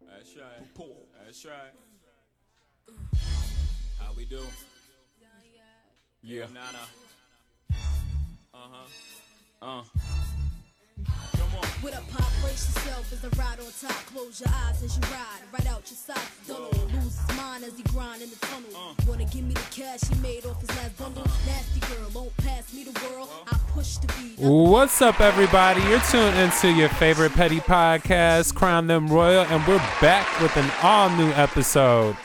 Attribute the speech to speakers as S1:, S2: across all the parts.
S1: That's right. That's right. How we do? Yeah. Nana. Uh huh. Uh. Come on.
S2: With a pop, brace yourself as the ride on top. Close your eyes as you ride, right out your socks. Dunnel lose his mind as he grind in the tunnel. Wanna give me the cash he made off his last bundle? Nasty girl, won't pass me the world. I push the beat.
S3: What's up, everybody? You're tuned into your favorite petty podcast, Crime Them Royal, and we're back with an all new episode.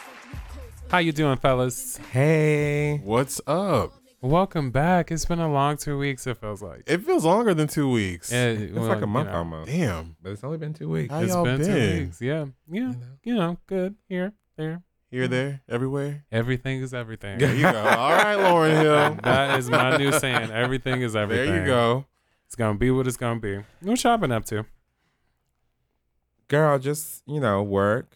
S3: How you doing, fellas?
S4: Hey.
S5: What's up?
S3: Welcome back. It's been a long two weeks. It feels like
S5: It feels longer than two weeks.
S3: Yeah,
S4: It's
S3: well,
S4: like a
S3: you
S4: month
S3: know,
S4: almost.
S5: Damn.
S4: But it's only been two weeks.
S5: How
S3: It's
S5: y'all
S3: been,
S5: been?
S3: two weeks. Yeah, yeah. You know, good here, there.
S5: Here, there, everywhere.
S3: Everything is everything.
S5: There you go. All right, Lauren Hill.
S3: that is my new saying. Everything is
S5: There
S3: everything.
S5: you go.
S3: It's gonna be what it's gonna be. What y'all been up to?
S4: Girl, just, you know, work.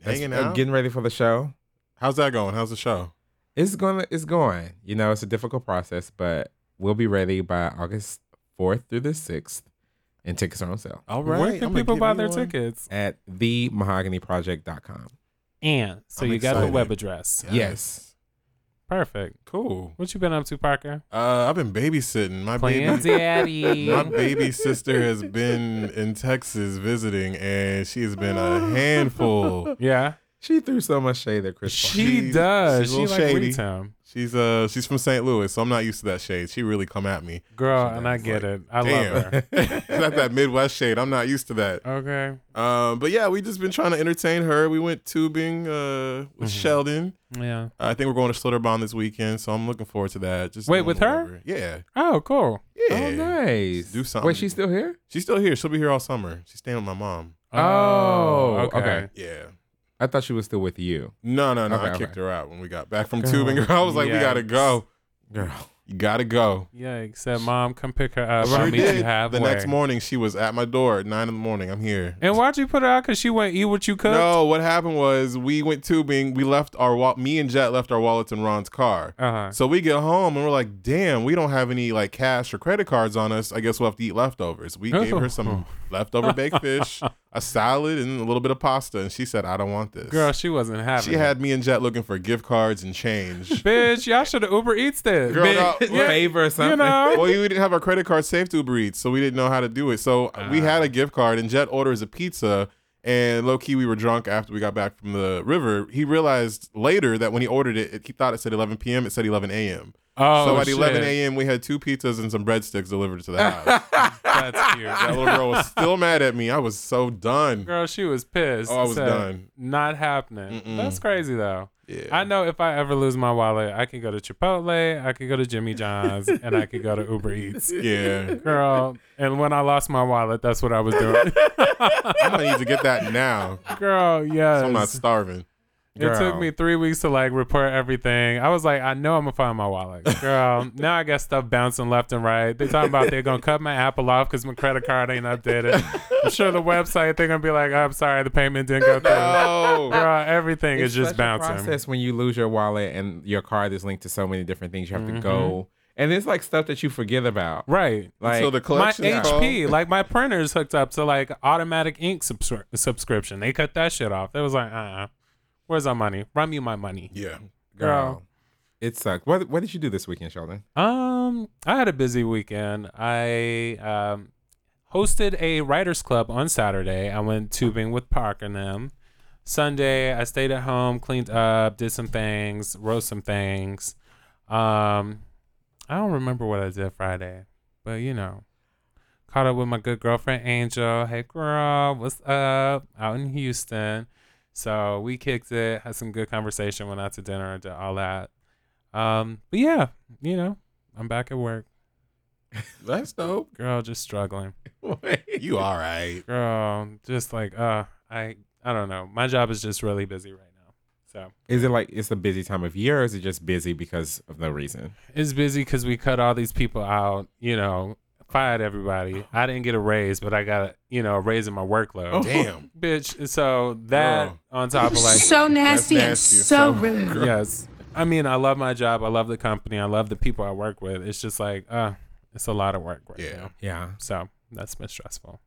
S4: That's-
S5: Hanging
S4: uh,
S5: out.
S4: Getting ready for the show.
S5: How's that going? How's the show?
S4: It's going to it's going. You know, it's a difficult process, but we'll be ready by August 4th through the 6th. And tickets are on sale
S5: All
S3: Where can
S5: I'ma
S3: people
S5: get
S3: buy
S5: me
S3: their
S5: one.
S3: tickets?
S4: at themahoganyproject.com.
S3: And so
S5: I'm
S3: you got the
S5: excited.
S3: web address.
S5: Yes.
S4: Yes.
S3: Perfect.
S5: Cool.
S3: What you been up to, Parker?
S5: Uh, I've been babysitting. My
S3: Playing
S5: baby,
S3: daddy.
S5: my baby sister has been in Texas visiting, and she has been a handful.
S3: Yeah,
S4: She threw so much shade at Chris Paul.
S3: she
S5: She's-
S3: does.
S5: she's a
S3: She
S5: little
S3: like
S5: shady.
S3: Weetown.
S5: She's uh, she's from St. Louis, so I'm not used to that shade. She really come at me.
S3: girl,
S5: She
S3: and I
S5: does,
S3: get
S5: like,
S3: it. I love
S5: damn.
S3: her.
S5: It's not that Midwest shade. I'm not used to that.
S3: Okay.
S5: Um, but yeah, we just been trying to entertain her. We went tubing uh,
S3: Mhm.
S5: with Sheldon.
S3: Yeah.
S5: I think we're going to Slitterbond this weekend, so I'm looking forward to that. Just
S3: Wait,
S5: doing
S3: with her?
S5: whatever. Yeah,
S3: Oh, cool.
S5: yeah.
S4: Oh, nice.
S5: Do something.
S4: Wait, she's still here?
S5: She's still here. She'll be here all summer. She's staying with my mom.
S4: Oh, okay.
S5: Yeah.
S4: I thought she was still with you.
S5: No, no, no.
S4: Okay,
S5: I
S4: okay.
S5: kicked her out when we got back from
S3: Girl,
S5: tubing. Girl, I was like, we gotta
S3: yikes.
S5: go.
S4: Girl.
S5: You gotta go.
S3: Yikes! Said mom, come pick her up.
S5: She
S3: I'll meet you
S5: did.
S3: halfway.
S5: The next morning, she was at my door at nine in the morning. I'm here.
S3: And why'd you put her out? Cause she went eat what you cooked.
S5: No, what happened was we went tubing. We left our wa- me and Jet left our wallets in Ron's car.
S3: Uh huh.
S5: So we get home and we're like, damn, we don't have any like cash or credit cards on us. I guess we'll have to eat leftovers. We gave her
S3: Oh.
S5: some leftover baked fish, a salad, and a little bit of pasta. And she said, I don't want this.
S3: Girl, she wasn't having.
S5: she
S3: it.
S5: had me and Jet looking for gift cards and change.
S3: Bitch, y'all should have Uber Eats this.
S5: Girl, no,
S3: Yeah.
S4: Favor or something.
S3: You know.
S5: well, we didn't have our credit card saved to Uber Eats, so we didn't know how to do it. So
S3: Ah.
S5: we had a gift card, and Jet orders a pizza. And low key, we were drunk after we got back from the river. He realized later that when he ordered it, it he thought it said 11 p.m. It said 11 a.m.
S3: Oh,
S5: so at
S3: shit.
S5: 11 a.m., we had two pizzas and some breadsticks delivered to the house.
S3: That's cute.
S5: that little girl was still mad at me. I was so done.
S3: Girl, she was pissed.
S5: Oh, I was
S3: Said,
S5: done.
S3: Not happening.
S5: Mm-mm.
S3: That's crazy though.
S5: Yeah.
S3: I know if I ever lose my wallet, I can go to Chipotle, I could go to Jimmy John's, and I could go to Uber Eats.
S5: Yeah.
S3: Girl, and when I lost my wallet, that's what I was doing.
S5: I'm gonna need to get that now.
S3: Girl, yes.
S5: So I'm not starving.
S3: It took
S4: Girl.
S3: me three weeks to like report everything. I was like, I know I'm gonna find my wallet, girl. now I got stuff bouncing left and right. They talking about they're gonna cut my Apple off because my credit card ain't updated. I'm sure the website they're gonna be like, "Oh, I'm sorry, the payment didn't go through.
S5: No.
S3: Girl, everything is
S4: such
S3: just
S4: a
S3: bouncing.
S4: process when you lose your wallet and your card is linked to so many different things. You have
S3: Mm-hmm.
S4: to go, and it's like stuff that you forget about.
S3: Right.
S4: Like
S5: Until the
S3: My
S5: collection. call.
S3: HP, like my printer's hooked up to like automatic ink subscri- subscription. They cut that shit off. They was like, uh, uh where's our money? Run me my money.
S5: Yeah.
S4: girl, it sucked. What What did you do this weekend, Sheldon?
S3: Um, I had a busy weekend. I um, hosted a writers club on Saturday. I went tubing with Park and them. Sunday, I stayed at home, cleaned up, did some things, wrote some things. Um, I don't remember what I did Friday, but you know, caught up with my good girlfriend Angel. Hey girl, what's up? Out in Houston. So we kicked it, had some good conversation, went out to dinner, did all that. Um, but yeah, you know, I'm back at work.
S5: That's dope.
S3: Girl, just struggling.
S5: You all right.
S3: Girl, just like uh I I don't know. My job is just really busy right now. So
S4: is it like it's a busy time of year, or is it just busy because of no reason?
S3: it's busy because we cut all these people out, you know, fired everybody. I didn't get a raise, but I got, you know, a raise in my workload.
S5: Damn.
S3: Bitch. So that
S5: Oh. Girl.
S3: on top of like
S6: so nasty, and
S5: nasty.
S6: so
S5: So-
S6: rude.
S3: Yes. I mean, I love my job. I love the company. I love the people I work with. It's just like, uh, it's a lot of work right
S5: Yeah.
S3: now.
S4: Yeah,
S3: So that's been stressful.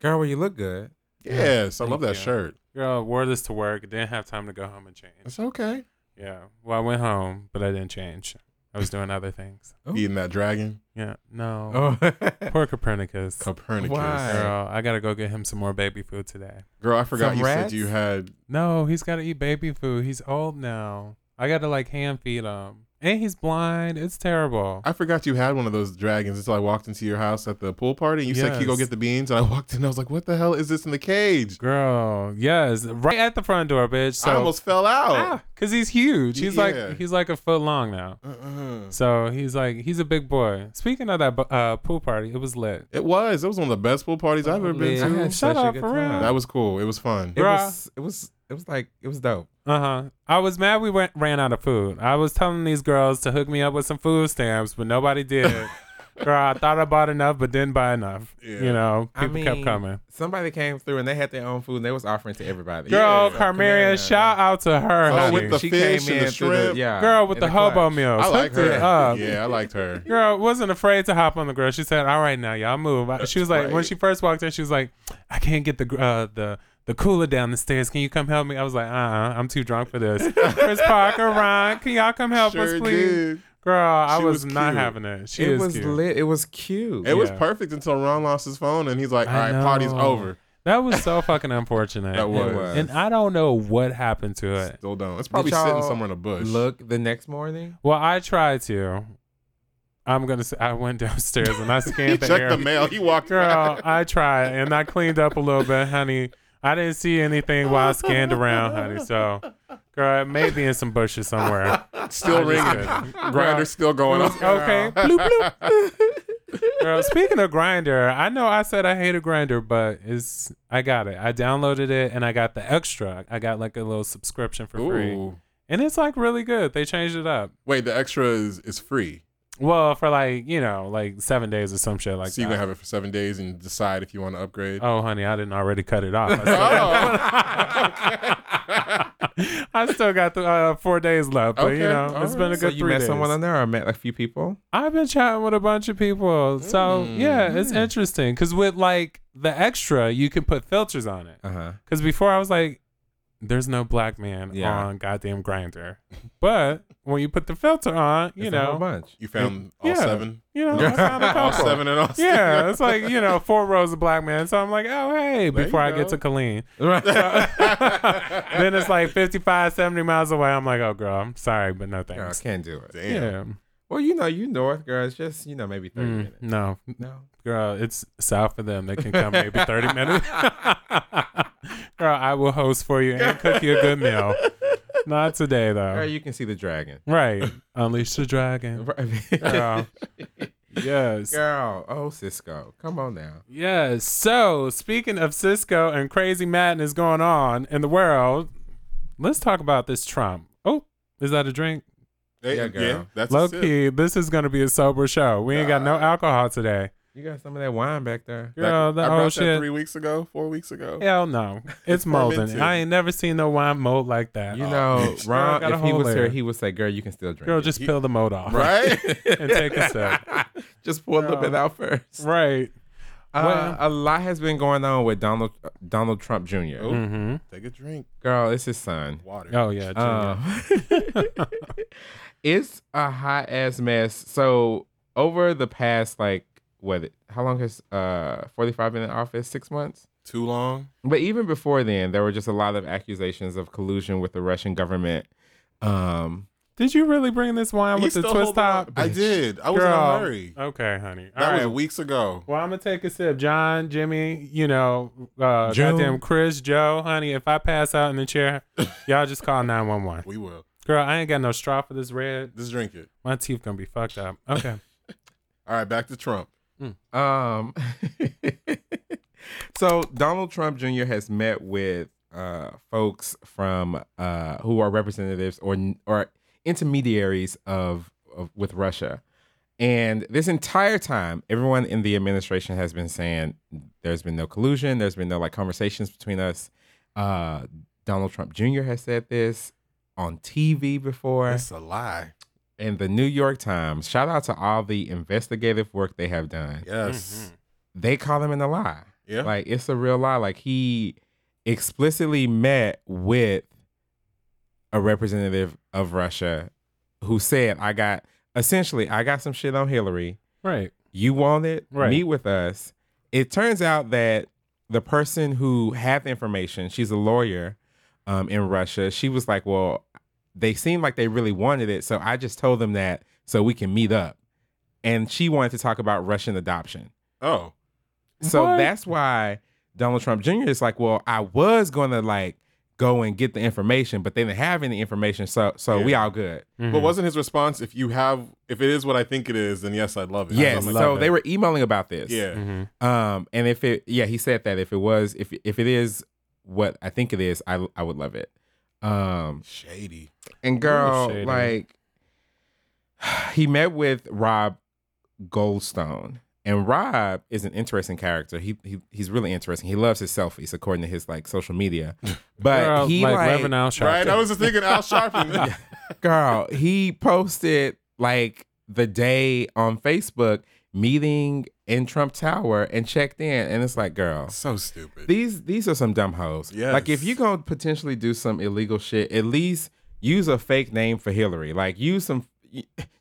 S4: girl, well you look good.
S5: Yes, I
S3: Thank
S5: love that
S3: you.
S5: shirt.
S3: Girl, I wore this to work. Didn't have time to go home and change.
S5: It's okay.
S3: Yeah. Well, I went home, but I didn't change. I was doing other things.
S4: Oh.
S5: Eating that dragon.
S3: Yeah. No.
S4: Oh.
S3: Poor Copernicus.
S5: Copernicus.
S4: Why?
S3: Girl, I gotta go get him some more baby food today.
S5: Girl, I forgot
S4: Some
S5: you
S4: rats?
S5: said you had.
S3: No, he's gotta eat baby food. He's old now. I gotta like hand feed him, and he's blind. It's terrible.
S5: I forgot you had one of those dragons until I walked into your house at the pool party. And you said, "Can you go
S3: Yes.
S5: get the beans?" And I walked in. I was like, "What the hell is this in the cage?"
S3: Girl, yes, right at the front door, bitch. So,
S5: I almost fell out.
S3: Ah, cause he's huge. He's
S5: Yeah.
S3: like he's like a foot long now.
S5: Uh-uh.
S3: So he's like he's a big boy. Speaking of that bu- uh, pool party, it was lit.
S5: It was. It was one of the best pool parties I've ever been
S4: I
S5: to.
S4: had
S3: Shut
S4: such a
S3: up,
S4: good
S3: for real.
S4: time.
S5: That was cool. It was fun.
S4: it
S3: Bruh.
S4: was it was it was like it was dope.
S3: Uh huh. I was mad we went ran out of food. I was telling these girls to hook me up with some food stamps, but nobody did. Girl, I thought I bought enough, but didn't buy enough.
S5: Yeah.
S3: You know,
S4: I
S3: people kept
S4: mean,
S3: coming.
S4: Somebody came through and they had their own food and they was offering to everybody.
S3: Girl,
S5: yeah.
S3: Carmeria,
S4: Yeah.
S3: shout out to her.
S5: Oh,
S3: honey.
S5: with the fish and the
S4: through
S5: shrimp.
S4: yeah,
S3: Girl with
S4: in
S3: the, hobo
S4: clutch.
S3: meals.
S5: I like
S3: hooked it
S5: her.
S3: up.
S5: Yeah, I liked her.
S3: Girl wasn't afraid to hop on the grill. She said, "All right, now y'all move." I- She was like, when
S5: right.
S3: she first walked in, she was like, "I can't get the gr- uh, the the cooler down the stairs. Can you come help me?" I was like, "Uh, uh-uh, I'm too drunk for this." Chris Parker, Ron, can y'all come help us,
S5: Sure
S3: please?
S5: did.
S3: Girl, I
S5: She
S3: was,
S5: was
S3: not
S5: cute.
S3: having it. She
S4: It
S3: is
S4: was
S3: cute.
S4: lit. It was cute.
S5: It was
S3: Yeah.
S5: perfect until Ron lost his phone and he's like, all
S3: I
S5: right, party's
S3: know.
S5: over.
S3: That was so fucking unfortunate.
S5: That was.
S4: was.
S3: and I don't know what happened to it.
S5: Still don't. It's probably
S4: Did y'all
S5: sitting somewhere in a bush.
S4: Look, the next morning,
S3: Well, I tried to. I'm gonna say I went downstairs and I
S5: he
S3: scanned the
S5: checked
S3: area.
S5: the mail. He walked
S3: Girl,
S5: around.
S3: I tried and I cleaned up a little bit, honey. I didn't see anything while I scanned around, honey. So, girl, it may be in some bushes somewhere.
S5: Still
S3: I
S5: ringing.
S3: just couldn't.
S5: Grinder's still going on.
S3: Okay. Bloop, bloop. Girl, speaking of Grinder, I know I said I hated Grinder, but it's I got it. I downloaded it and I got the extra. I got like a little subscription for free,
S5: Ooh.
S3: and it's like really good. They changed it up.
S5: Wait, the extra is, is free.
S3: Well, for like you know, like seven days or some shit like
S5: so you're
S3: that.
S5: going to have it for seven days and decide if you want to upgrade.
S3: oh, honey, I didn't already cut it off. I still,
S5: Oh.
S3: I still got the, uh, four days left, but
S5: Okay,
S3: you know,
S5: all
S3: it's been a
S5: right.
S3: good
S4: so you
S3: three
S4: met
S3: days.
S4: someone on there or met like a few people.
S3: I've been chatting with a bunch of people, so
S5: Mm.
S3: yeah, it's interesting because with like the extra, you can put filters on it.
S4: Uh huh.
S3: Because before I was like, there's no black man
S4: Yeah.
S3: on goddamn grinder, but when you put the filter on, you
S4: a whole
S3: know,
S4: bunch.
S5: you found all
S3: Yeah.
S5: seven?
S3: you know, I found a
S5: All
S3: couple.
S5: seven and all seven.
S3: Yeah, it's like you know four rows of black men. So I'm like, oh hey,
S5: There
S3: before
S5: you
S3: I get
S5: go.
S3: to Colleen,
S4: Right.
S3: then it's like 55, 70 miles away. I'm like, oh girl, I'm sorry, but no
S4: Girl,
S3: thanks.
S4: can't do it.
S5: Damn.
S3: yeah,
S4: Well, you know, you North girls, just you know, maybe thirty
S3: Mm,
S4: minutes.
S3: no,
S4: No.
S3: girl, it's south of them. They can come maybe thirty minutes. girl, I will host for you and cook you a good meal. Not today though.
S4: Girl, you can see the dragon.
S3: Right, unleash the dragon. Girl. Yes.
S4: Girl, oh Cisco, come on now.
S3: Yes. So, speaking of Cisco and crazy madness going on in the world, let's talk about this Trump. Oh, is that a drink?
S5: Hey,
S4: Yeah,
S5: yeah,
S4: girl.
S5: that's
S3: Low
S5: a sip.
S3: key, this is going to be a sober show. We ain't got no alcohol today.
S4: You got some of that wine back there.
S5: Back-
S3: Girl, the
S5: I brought
S3: oh
S5: that
S3: shit.
S5: three weeks ago, four weeks ago.
S3: Hell no. It's molding.
S5: Fermented.
S3: I ain't never seen no wine mold like that.
S4: You know,
S5: bitch.
S4: Ron,
S3: Girl, Uh, got a
S4: if he
S3: whole
S4: was
S3: layer.
S4: here, he would say, "Girl, you can still drink."
S3: Girl,
S4: it."
S3: just peel the mold off
S5: Right?
S3: and take a sip.
S4: just pour a little bit
S3: Girl.
S4: out first.
S3: Right.
S4: Uh,
S3: Well-
S4: a lot has been going on with Donald uh, Donald Trump Jr.
S5: Oh.
S3: Mm-hmm.
S5: Take a drink.
S4: Girl, it's his son.
S5: Water.
S3: Oh, yeah. Junior.
S4: Uh, it's a hot ass mess. So over the past like what? How long has uh forty five been in office? Six months.
S5: Too long?
S4: But even before then, there were just a lot of accusations of collusion with the Russian government. Um,
S3: Did you really bring this wine
S5: You
S3: with the
S5: still
S3: twist
S5: holding on?
S3: top?
S5: I did. I was in a hurry.
S3: Okay, honey. All
S5: That was
S3: right.
S5: weeks ago.
S3: Well, I'm gonna take a sip. John, Jimmy, you know, uh,
S4: Joe.
S3: goddamn Chris, Joe, honey. If I pass out in the chair, y'all just call 911.
S5: We will.
S3: Girl, I ain't got no straw for this red.
S5: Just drink it.
S3: My teeth gonna be fucked up. Okay.
S5: All right, back to Trump.
S4: um, so Donald Trump Jr. has met with uh, folks from uh, who are representatives or or intermediaries of, of with Russia, and this entire time, everyone in the administration has been saying there's been no collusion, there's been no like conversations between us. Uh, Donald Trump Jr. has said this on TV before.
S5: That's a lie.
S4: and the New York Times. Shout out to all the investigative work they have done.
S5: Yes.
S4: They call him in a lie.
S5: Yeah.
S4: Like it's a real lie. Like he explicitly met with a representative of Russia who said, I got essentially I got some shit on Hillary.
S3: Right.
S4: You want it?
S3: Right.
S4: Meet with us. It turns out that the person who had the information, she's a lawyer um, in Russia. She was like, Well, they seemed like they really wanted it. So I just told them that so we can meet up. And she wanted to talk about Russian adoption.
S5: Oh.
S4: So
S3: What?
S4: that's why Donald Trump Jr. is like, well, I was going to like go and get the information, but they didn't have any information, so so we
S5: Yeah.
S4: all good.
S5: But wasn't his response if you have if it is what I think it is, then yes, I'd love it.
S4: Yes,
S5: I'm
S3: love
S5: like,
S4: so
S3: it.
S4: they were emailing about this.
S5: yeah. Mm-hmm.
S4: Um, and if it, yeah, he said that if it was, if if it is what I think it is, I I would love it. Um,
S5: Shady.
S4: and girl,
S3: shady.
S4: like he met with Rob Goldstone. And Rob is an interesting character. He, he he's really interesting. He loves his selfies according to his like social media. But
S3: Girl,
S4: he
S3: like,
S4: like,
S3: Reverend Al Sharpton.
S5: Right? I was just thinking Al Sharpton.
S4: girl, he posted like the day on Facebook meeting in Trump Tower and checked in and it's like, girl,
S5: so stupid.
S4: these these are some dumb hoes.
S5: Yes.
S4: Like if you're gonna potentially do some illegal shit, at least use a fake name for Hillary. Like use some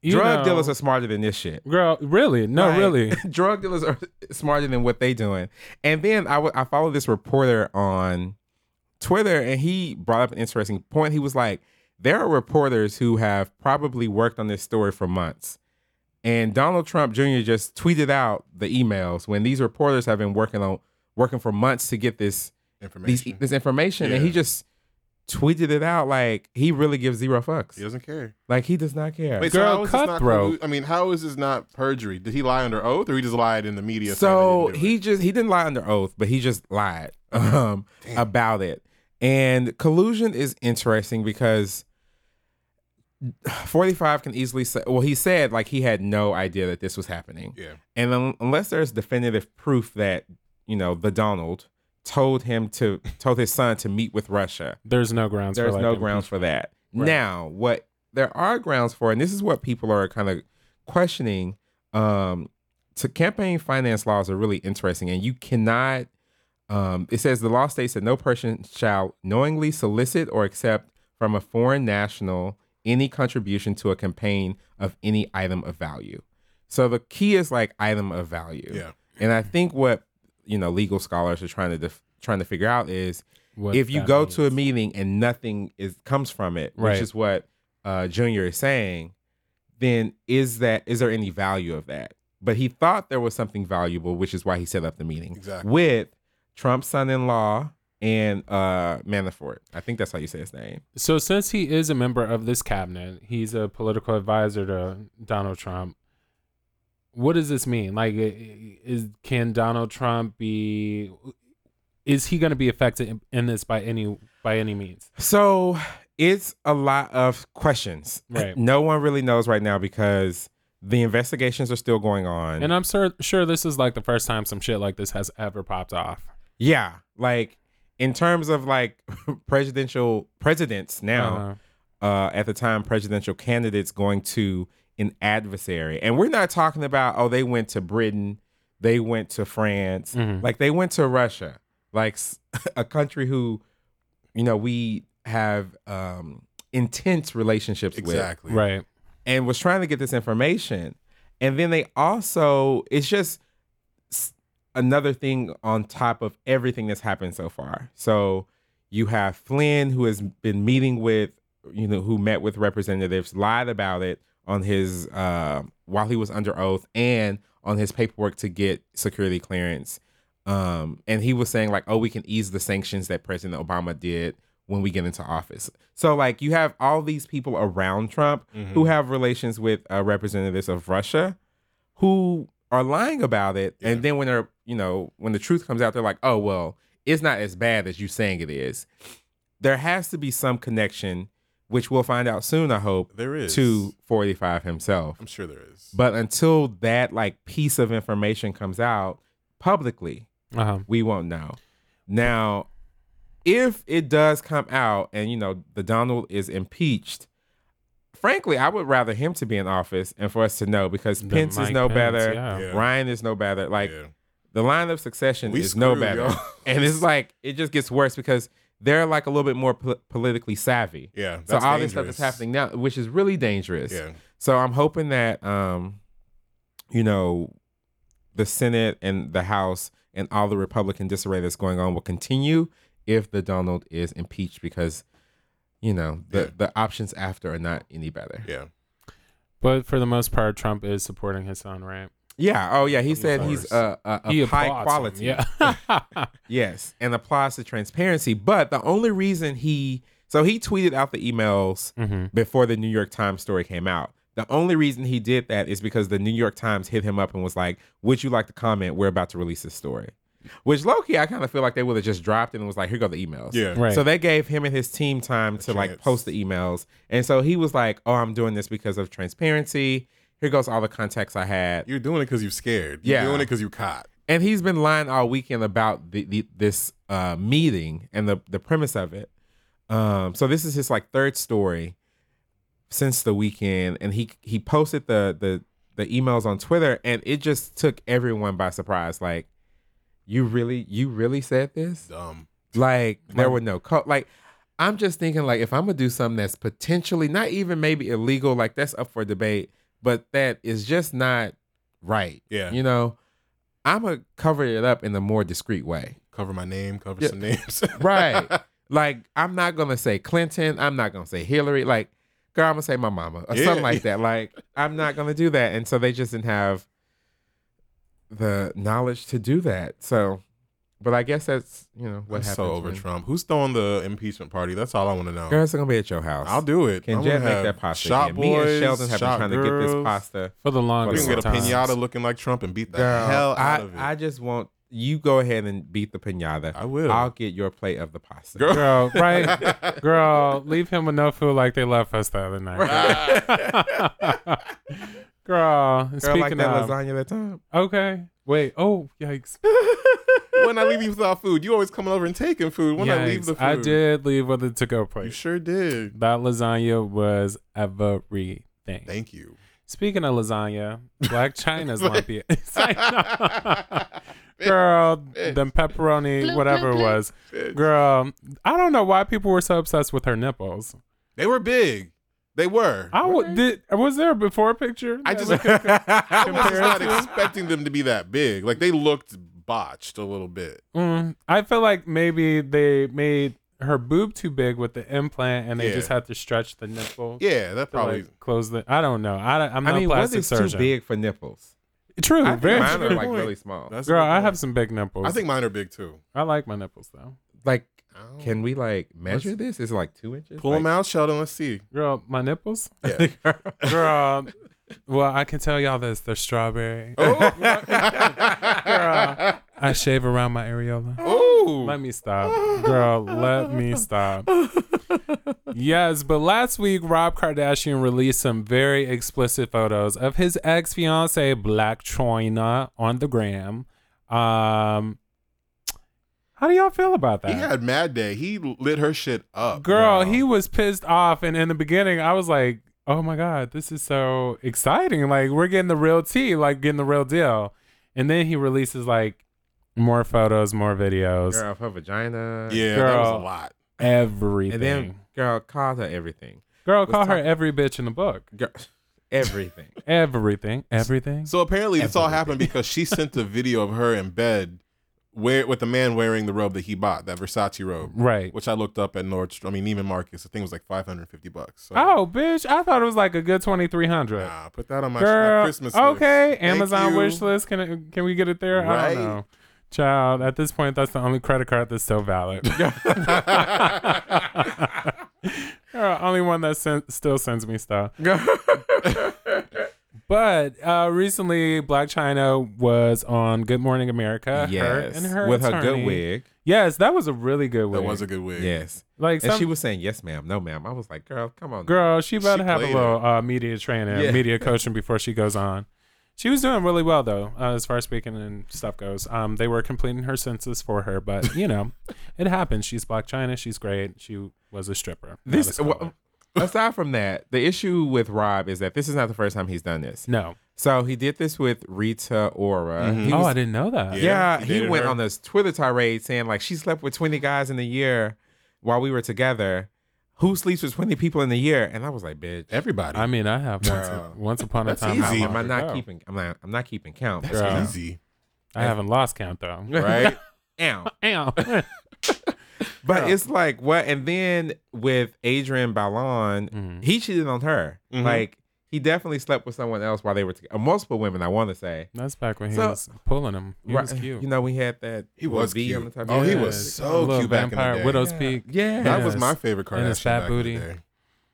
S4: drug
S3: know-
S4: dealers are smarter than this shit.
S3: Girl, really? No,
S4: Like,
S3: really.
S4: drug dealers are smarter than what they doing. And then I wa- I follow this reporter on Twitter, and he brought up an interesting point. He was like, there are reporters who have probably worked on this story for months. And Donald Trump Jr. just tweeted out the emails when these reporters have been working on working for months to get this these, e,
S5: Information.
S4: this information, and
S5: Yeah.
S4: he just tweeted it out like he really gives zero fucks.
S5: he doesn't care.
S4: Like he does not care.
S5: Wait,
S3: Girl,
S5: so how is this not
S3: cutthroat.
S5: collu- I mean, how is this not perjury? Did he lie under oath, or he just lied in the media? saying
S4: So
S5: that didn't do
S4: he
S5: it?
S4: just he didn't lie under oath, but he just lied um, about it. And collusion is interesting because 45 can easily say well he said like he had no idea that this was happening.
S5: yeah,
S4: And un- unless there's definitive proof that, you know, the Donald told him to told his son to meet with Russia.
S3: There's no grounds
S4: There's
S3: for like
S4: no
S3: impeachment.
S4: grounds for that.
S3: Right.
S4: Now, what there are grounds for, and this is what people are kind of questioning. Um, to campaign finance laws are really interesting, and you cannot. Um, it says the law states that no person shall knowingly solicit or accept from a foreign national any contribution to a campaign of any item of value. So the key is like item of value.
S5: Yeah.
S4: And I think what you know legal scholars are trying to def- trying to figure out is
S3: What
S4: if you
S3: that
S4: go
S3: means.
S4: to a meeting and nothing is comes from it,
S3: Right.
S4: which is what uh, Junior is saying, then is that is there any value of that? But he thought there was something valuable, which is why he set up the meeting
S5: Exactly.
S4: with Trump's son-in-law and uh, Manafort. I think that's how you say his name.
S3: So since he is a member of this cabinet, he's a political advisor to Donald Trump. What does this mean? Like, i- i- is can Donald Trump be? Is he going to be affected in, in this by any by any means?
S4: So it's a lot of questions.
S3: Right.
S4: No one really knows right now because the investigations are still going on.
S3: And I'm sure sure this is like the first time some shit like this has ever popped off.
S4: Yeah, like in terms of like presidential presidents now,
S3: Uh,
S4: uh, at the time presidential candidates going to an adversary, and we're not talking about oh they went to Britain, they went to France,
S3: Mhm.
S4: like they went to Russia, like s- a country who, you know, we have um, intense relationships with
S5: exactly.
S3: right.
S4: and was trying to get this information. And then they also, it's just s- another thing on top of everything that's happened so far. So you have Flynn, who has been meeting with, you know, who met with representatives, lied about it on his, uh, while he was under oath and on his paperwork to get security clearance. Um, and he was saying, like, oh, we can ease the sanctions that President Obama did when we get into office. So, like, you have all these people around Trump who
S5: Mm-hmm.
S4: have relations with uh, representatives of Russia who are lying about it. And then when they're, you know, when the truth comes out, they're like, oh, well, it's not as bad as you saying it is. There has to be some connection, which we'll find out soon, I hope,
S5: There is.
S4: to 45 himself.
S5: I'm sure there is.
S4: But until that, like, piece of information comes out publicly,
S3: Uh-huh.
S4: we won't know. Now, if it does come out and you know the Donald is impeached, frankly, I would rather him to be in office and for us to know because
S3: The
S4: Pence is
S3: Mike
S4: no
S3: Pence,
S4: better,
S3: yeah.
S5: Yeah.
S4: Ryan is no better. Like
S5: Yeah.
S4: The line of succession
S5: We
S4: is no
S5: screwed,
S4: better,
S5: y'all.
S4: and it's like it just gets worse because they're like a little bit more pol- politically savvy.
S5: Yeah,
S4: So all
S5: that's
S4: this stuff that's
S5: dangerous.
S4: happening now, which is really dangerous.
S5: Yeah.
S4: So I'm hoping that, um, you know, the Senate and the House and all the Republican disarray that's going on will continue if the Donald is impeached because, you know, the,
S5: Yeah.
S4: the options after are not any better.
S5: Yeah.
S3: But for the most part, Trump is supporting his son, right?
S4: Yeah. Oh, yeah. He said he's
S3: course.
S4: uh, uh, of
S3: He
S4: high
S3: applauds him,
S4: quality.
S3: Yeah.
S4: Yes, and applause to transparency. But the only reason he so he tweeted out the emails
S3: Mhm.
S4: before the New York Times story came out. The only reason he did that is because the New York Times hit him up and was like, "Would you like to comment? We're about to release this story." Which Loki, I kind of feel like they would have just dropped it and was like, "Here go the emails."
S5: Yeah.
S3: Right.
S4: So they gave him and his team time to like
S5: chance.
S4: post the emails, and so he was like, "Oh, I'm doing this because of transparency. Here goes all the contacts I had."
S5: You're doing it because you're scared. You're
S4: Yeah.
S5: doing it because you caught.
S4: and he's been lying all weekend about the, the this uh, meeting and the the premise of it. Um, so this is his like third story since the weekend, and he he posted the the the emails on Twitter, and it just took everyone by surprise. Like, you really you really said this?
S5: Dumb.
S4: Like there were no co- like. I'm just thinking like if I'm gonna do something that's potentially not even maybe illegal, like that's up for debate, but that is just not right.
S5: Yeah.
S4: You know, I'm gonna cover it up in a more discreet way.
S5: Cover my name. Cover
S4: Yeah.
S5: some names.
S4: Right. like I'm not gonna say Clinton. I'm not gonna say Hillary. Like, girl, I'm gonna say my mama or
S5: Yeah.
S4: something like that. Like, I'm not gonna do that. And so they just didn't have the knowledge to do that. So, but I guess that's you know what
S5: I'm
S4: happens.
S5: so over
S4: when-
S5: Trump. Who's throwing the impeachment party? That's all I want to know.
S4: Girl, it's gonna be at your house.
S5: I'll do it.
S4: Can
S5: I'm
S4: Jet
S5: gonna
S4: make
S5: have
S4: that pasta?
S5: Shot
S4: again?
S5: boys,
S4: Me and Sheldon have been
S5: shot
S4: trying to get this
S5: girls.
S4: pasta.
S3: for the
S5: We
S3: longest
S5: can get a
S3: time.
S5: pinata looking like Trump and beat the
S4: Girl,
S5: hell out
S4: I,
S5: of it.
S4: I just want you go ahead and beat the pinata.
S5: I will.
S4: I'll get your plate of the pasta.
S5: Girl.
S3: Girl, right? Girl, leave him with no food like they left us the other night. Girl,
S4: Girl,
S3: speaking
S4: like that
S3: of
S4: lasagna that time.
S3: okay, wait, oh yikes,
S5: when I leave you without food, you always coming over and taking food. When I leave
S3: Yikes.
S5: the food,
S3: I did leave with a to-go
S5: You
S3: plate.
S5: sure did.
S3: that lasagna was everything.
S5: Thank you.
S3: Speaking of lasagna, Black China's lumpy. It's like, no. Girl, them pepperoni, whatever it was. Girl, I don't know why people were so obsessed with her nipples.
S5: They were big. They were.
S3: I w- did. Was there a before picture?
S5: I
S3: that
S5: just
S3: we could-
S5: I was
S3: compare
S5: not
S3: it to?
S5: expecting them to be that big. Like they looked botched a little bit.
S3: Mm, I feel like maybe they made her boob too big with the implant, and they
S5: Yeah.
S3: just had to stretch the nipple.
S5: Yeah, that
S3: to, like,
S5: probably.
S3: close the. I don't know. I, am
S4: I
S3: not
S4: mean,
S3: a
S4: what
S3: plastic
S4: is
S3: surgeon.
S4: too big for nipples?
S3: True,
S4: I think
S3: very
S4: mine
S3: true.
S4: are like
S5: point.
S4: really small.
S5: That's a
S3: Girl,
S5: good
S3: I
S5: point.
S3: have some big nipples.
S5: I think mine are big too.
S3: I like my nipples though.
S4: Like,
S5: Ow.
S4: can we like measure this? Is it Oh. like two inches?
S5: pull them out, Sheldon? Let's see.
S3: Girl, my nipples.
S5: Yeah.
S3: Girl, well, I can tell y'all this. They're strawberry.
S5: Oh.
S3: Girl, I shave around my areola.
S5: Ooh.
S3: Let me stop. Girl, let me stop. Yes, but last week, Rob Kardashian released some very explicit photos of his ex fiance, Black China, on the gram. Um, how do y'all feel about that?
S5: He had mad day. He lit her shit up.
S3: Girl, he was pissed off. And in the beginning, I was like, oh my God, this is so exciting. Like, we're getting the real tea, like, getting the real deal. And then he releases, like, more photos, more videos,
S4: Girl, of her vagina.
S5: Yeah, that was
S3: Girl.
S5: a lot.
S3: everything.
S4: And then, girl, call her everything.
S3: Girl,
S4: Let's
S3: call her
S4: talk-
S3: every bitch in the book.
S4: Girl, everything.
S3: Everything. Everything.
S5: So apparently, this all happened because she sent the video of her in bed, where with the man wearing the robe that he bought, that Versace robe,
S3: right.
S5: which I looked up at Nordstrom. I mean Neiman Marcus. The thing was like five hundred fifty bucks. So,
S3: Oh, bitch. I thought it was like a good 2300
S5: nah, put that on my, my
S3: Girl,
S5: Christmas. list.
S3: okay.
S5: Thank
S3: Amazon
S5: you.
S3: wish list. Can it, can we get it there? I
S5: Right.
S3: don't know. Child, at this point, that's the only credit card that's still valid. Girl, only one that sen- still sends me stuff. but uh, recently, Black China was on Good Morning America. Her
S4: yes.
S3: and her
S4: With her
S3: attorney.
S4: good wig.
S3: Yes, that was a really good wig.
S5: That was a good wig.
S4: Yes.
S3: like
S4: And
S3: some,
S4: she was saying, yes, ma'am, no, ma'am. I was like, girl, come on.
S3: girl. She about
S5: She
S3: to have a
S5: played
S3: little uh, media training,
S4: Yeah.
S3: media coaching before she goes on. She was doing really well though, uh, as far as speaking and stuff goes. Um, they were completing her census for her, but you know, it happens. She's Black China. She's great. She was a stripper. not a
S4: This,
S3: scholar.
S4: well, aside from that, the issue with Rob is that this is not the first time he's done this.
S3: no.
S4: So he did this with Rita Ora.
S5: Mhm.
S4: He
S3: oh,
S4: was-
S3: I didn't know that.
S4: yeah,
S5: Yeah. he
S4: he,
S5: dated
S4: went
S5: her.
S4: on this Twitter tirade saying like she slept with 20 guys in a year while we were together. Who sleeps with 20 people in a year? And I was like, bitch.
S5: Everybody.
S3: I mean, I have once,
S4: Girl.
S3: once upon a
S5: That's
S3: time.
S5: easy.
S4: how
S5: Am
S4: Am
S3: long
S4: I not
S3: ago.
S4: keeping I'm not I'm not keeping count.
S5: That's
S3: Girl.
S5: easy,
S3: I haven't lost count though.
S5: right?
S4: Ow.
S3: Ow.
S4: But it's like what and then with Adrian Ballon,
S3: Mhm.
S4: he cheated on her.
S5: Mhm.
S4: Like he definitely slept with someone else while they were together. Multiple women, I want to say.
S3: That's back when he
S4: So-
S3: was pulling him. He was
S4: Right-
S3: cute.
S4: You know, we had that
S5: He was
S4: V
S5: cute.
S4: on the top of
S5: Oh,
S4: his
S5: he
S4: head.
S5: was so
S3: Little
S5: cute back in the
S3: vampire
S5: day.
S3: Widow's
S4: Yeah.
S3: Peak.
S4: Yeah.
S5: That
S3: Yes.
S5: was my favorite Kardashian.
S3: And his fat
S5: back in the
S3: booty.
S5: day.